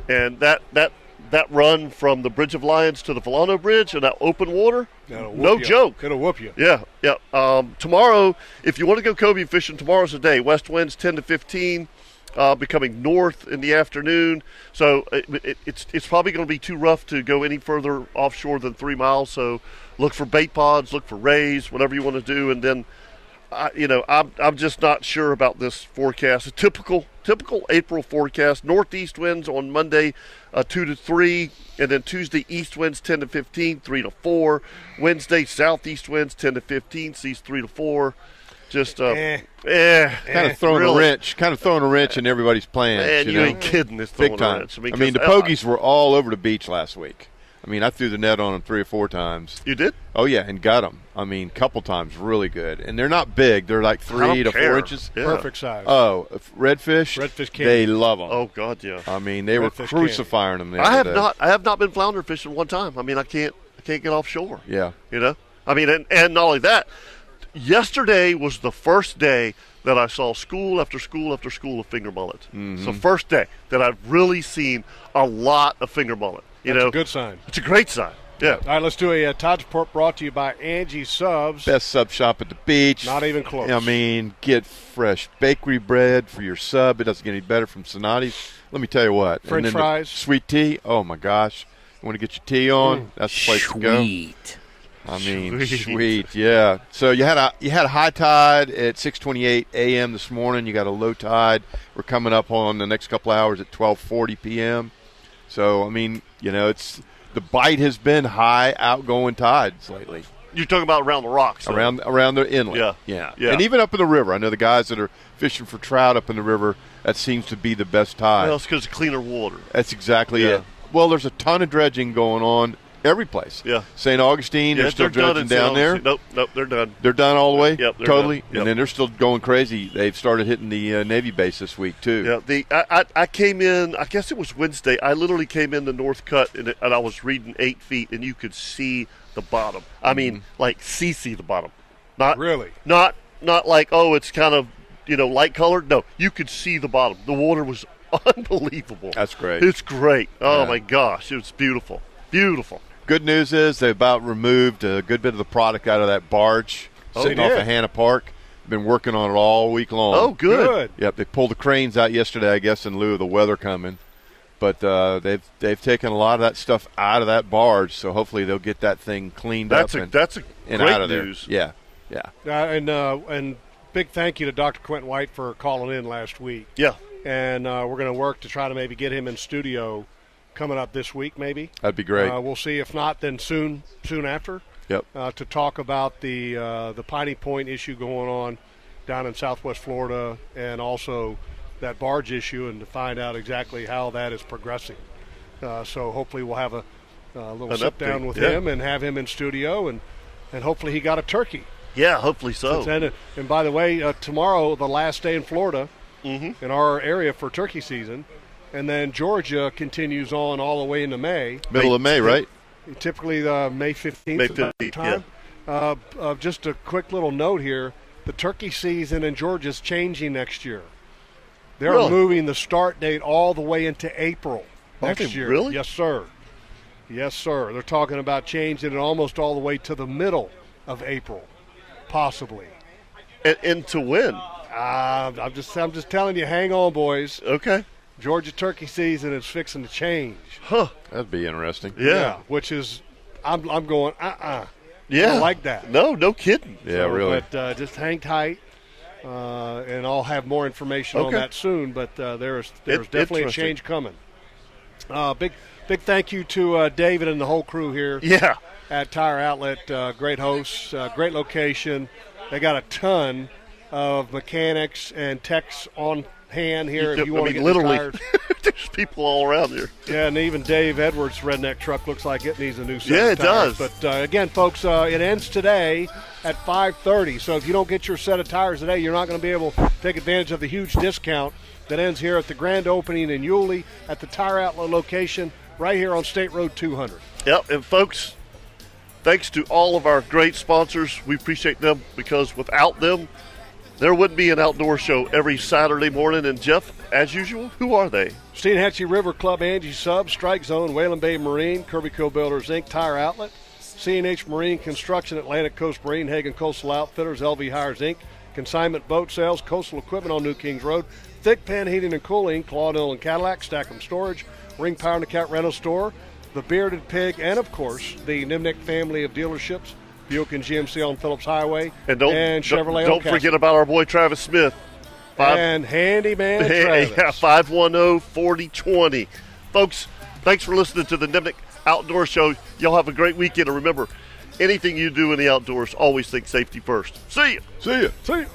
and that that that run from the Bridge of Lions to the Volano Bridge in that open water, That'll whoop no you. joke. It'll whoop you. Yeah, yeah. Um, tomorrow, if you want to go cobia fishing, tomorrow's the day. West winds ten to fifteen. Uh, becoming north in the afternoon, so it, it, it's it's probably going to be too rough to go any further offshore than three miles. So look for bait pods, look for rays, whatever you want to do, and then I, you know, I'm, I'm just not sure about this forecast. A typical typical April forecast: northeast winds on Monday, uh, two to three, and then Tuesday east winds ten to 15, 3 to four. Wednesday southeast winds ten to fifteen, seas three to four. Just uh, Eh. eh, kind of throwing a really. wrench, kind of throwing a wrench in everybody's plans. Man, you know? ain't kidding, it's big throwing a time. wrench. I I mean, mean, 'cause, the uh, pogies were all over the beach last week. I mean, I threw the net on them three or four times. You did? Oh yeah, and got them. I mean, couple times, really good. And they're not big; they're like I three don't to care. four inches. Yeah. Perfect size. Oh, if- redfish. Redfish candy. They love them. Oh God, yeah. I mean, they were Redfish candy. crucifying them. The I other have day. not I have not been flounder fishing one time. I mean, I can't I can't get offshore. Yeah. You know? I mean, and, and not only that, yesterday was the first day that I saw school after school after school of finger mullet. It's the Mm-hmm. first day that I've really seen a lot of finger mullet. You That's know, a good sign. It's a great sign. Yeah. All right, let's do a, uh Todd's report brought to you by Angie Subs. Best sub shop at the beach. Not even close. I mean, get fresh bakery bread for your sub. It doesn't get any better from Sonati's. Let me tell you what. And French then the fries. Sweet tea. Oh, my gosh. You want to get your tea on? Mm. That's the place to go. Sweet. I mean, Sweet. sweet. yeah. So you had a you had a high tide at 6:28 a.m. this morning. You got a low tide. We're coming up on the next couple hours at 12:40 p.m. So I mean, you know, it's the bite has been high outgoing tides lately You're talking about around the rocks. though. around around the inlet. Yeah. yeah, Yeah. And even up in the river, I know the guys that are fishing for trout up in the river. That seems to be the best tide. Well, it's because cleaner water. That's exactly it. Well, there's a ton of dredging going on every place. Yeah. St. Augustine, Yeah, they're still done dredging in San down there. Jose. Nope, nope, they're done. They're done all the way, Yep, they're totally, done. Yep. and then they're still going crazy. They've started hitting the uh, Navy base this week too. Yeah, the I, I, I came in. I guess it was Wednesday. I literally came in the North Cut and, it- and I was reading eight feet, and you could see the bottom. I mean, Mm-hmm. like see see the bottom, not really, not not like oh, it's kind of you know light colored. No, you could see the bottom. The water was unbelievable. That's great. It's great. Oh Yeah. my gosh, it was beautiful, beautiful. Good news is they about removed a good bit of the product out of that barge Oh, sitting they off did? of Hannah Park. Been working on it all week long. Oh, good. Good. Yep, they pulled the cranes out yesterday, I guess, in lieu of the weather coming. But uh, they've they've taken a lot of that stuff out of that barge, so hopefully they'll get that thing cleaned That's up. a- and, that's a and great out of news. There. Yeah, yeah. Uh, and uh, and big thank you to Dr. Quentin White for calling in last week. Yeah. And uh, we're going to work to try to maybe get him in studio coming up this week, maybe. That'd be great. Uh, we'll see. If not, then soon, soon after. Yep. Uh, to talk about the uh, the Piney Point issue going on down in Southwest Florida, and also that barge issue, and to find out exactly how that is progressing. Uh, so hopefully we'll have a, a little An sit down update, with yeah. him and have him in studio, and and hopefully he got a turkey. Yeah, hopefully so. Since then- and by the way, uh, tomorrow the last day in Florida, Mm-hmm. in our area for turkey season, and then Georgia continues on all the way into May. Middle of May, right? Typically, uh, May fifteenth. May May fifteenth. 15th, Time. Uh, uh, just a quick little note here. the turkey season in Georgia is changing next year. They're Really? moving the start date all the way into April Are next they year. really? Yes, sir. Yes, sir. They're talking about changing it almost all the way to the middle of April, possibly. And, and to when? Uh, I'm just I'm just telling you, hang on, boys. Okay. Georgia turkey season is fixing to change. Huh. That'd be interesting. which is, I'm I'm going uh uh Yeah. like that. No, no kidding. Yeah, really. But uh, just hang tight, uh, and I'll have more information on Okay. that soon. But uh, there is there is It- definitely a interesting. change coming. Uh, big big thank you to uh, David and the whole crew here. Yeah. At Tire Outlet, uh, great hosts, uh, great location. They got a ton of mechanics and techs on hand here. You if you don't- I want to mean, get literally. Tires. There's people all around here. Yeah, and even Dave Edwards' redneck truck looks like it needs a new set. Yeah, of it tires. does. But uh, again, folks, uh, it ends today at 5:30. So if you don't get your set of tires today, you're not going to be able to take advantage of the huge discount that ends here at the grand opening in Yulee at the Tire Outlet location right here on State Road 200. Yep, and folks, thanks to all of our great sponsors. We appreciate them because without them, there wouldn't be an outdoor show every Saturday morning. And Jeff, as usual, who are they? Steenhatchee River Club, Angie Sub, Strike Zone, Whalen Bay Marine, Kirby Co Builders Inc., Tire Outlet, CNH Marine Construction, Atlantic Coast Marine, Hagen Coastal Outfitters, LV Hires Inc., Consignment Boat Sales, Coastal Equipment on New Kings Road, Thick Pan Heating and Cooling, Claudel and Cadillac, Stackham Storage, Ring Power and Account Rental Store, The Bearded Pig, and of course, the Nimnick family of dealerships, Buick and GMC on Phillips Highway, And don't Chevrolet don't, on forget Castle. about our boy Travis Smith. and Handyman Travis. Yeah, 510 4020. Folks, thanks for listening to the Nimnik Outdoor Show. Y'all have a great weekend. And remember, anything you do in the outdoors, always think safety first. See ya. See ya. See ya.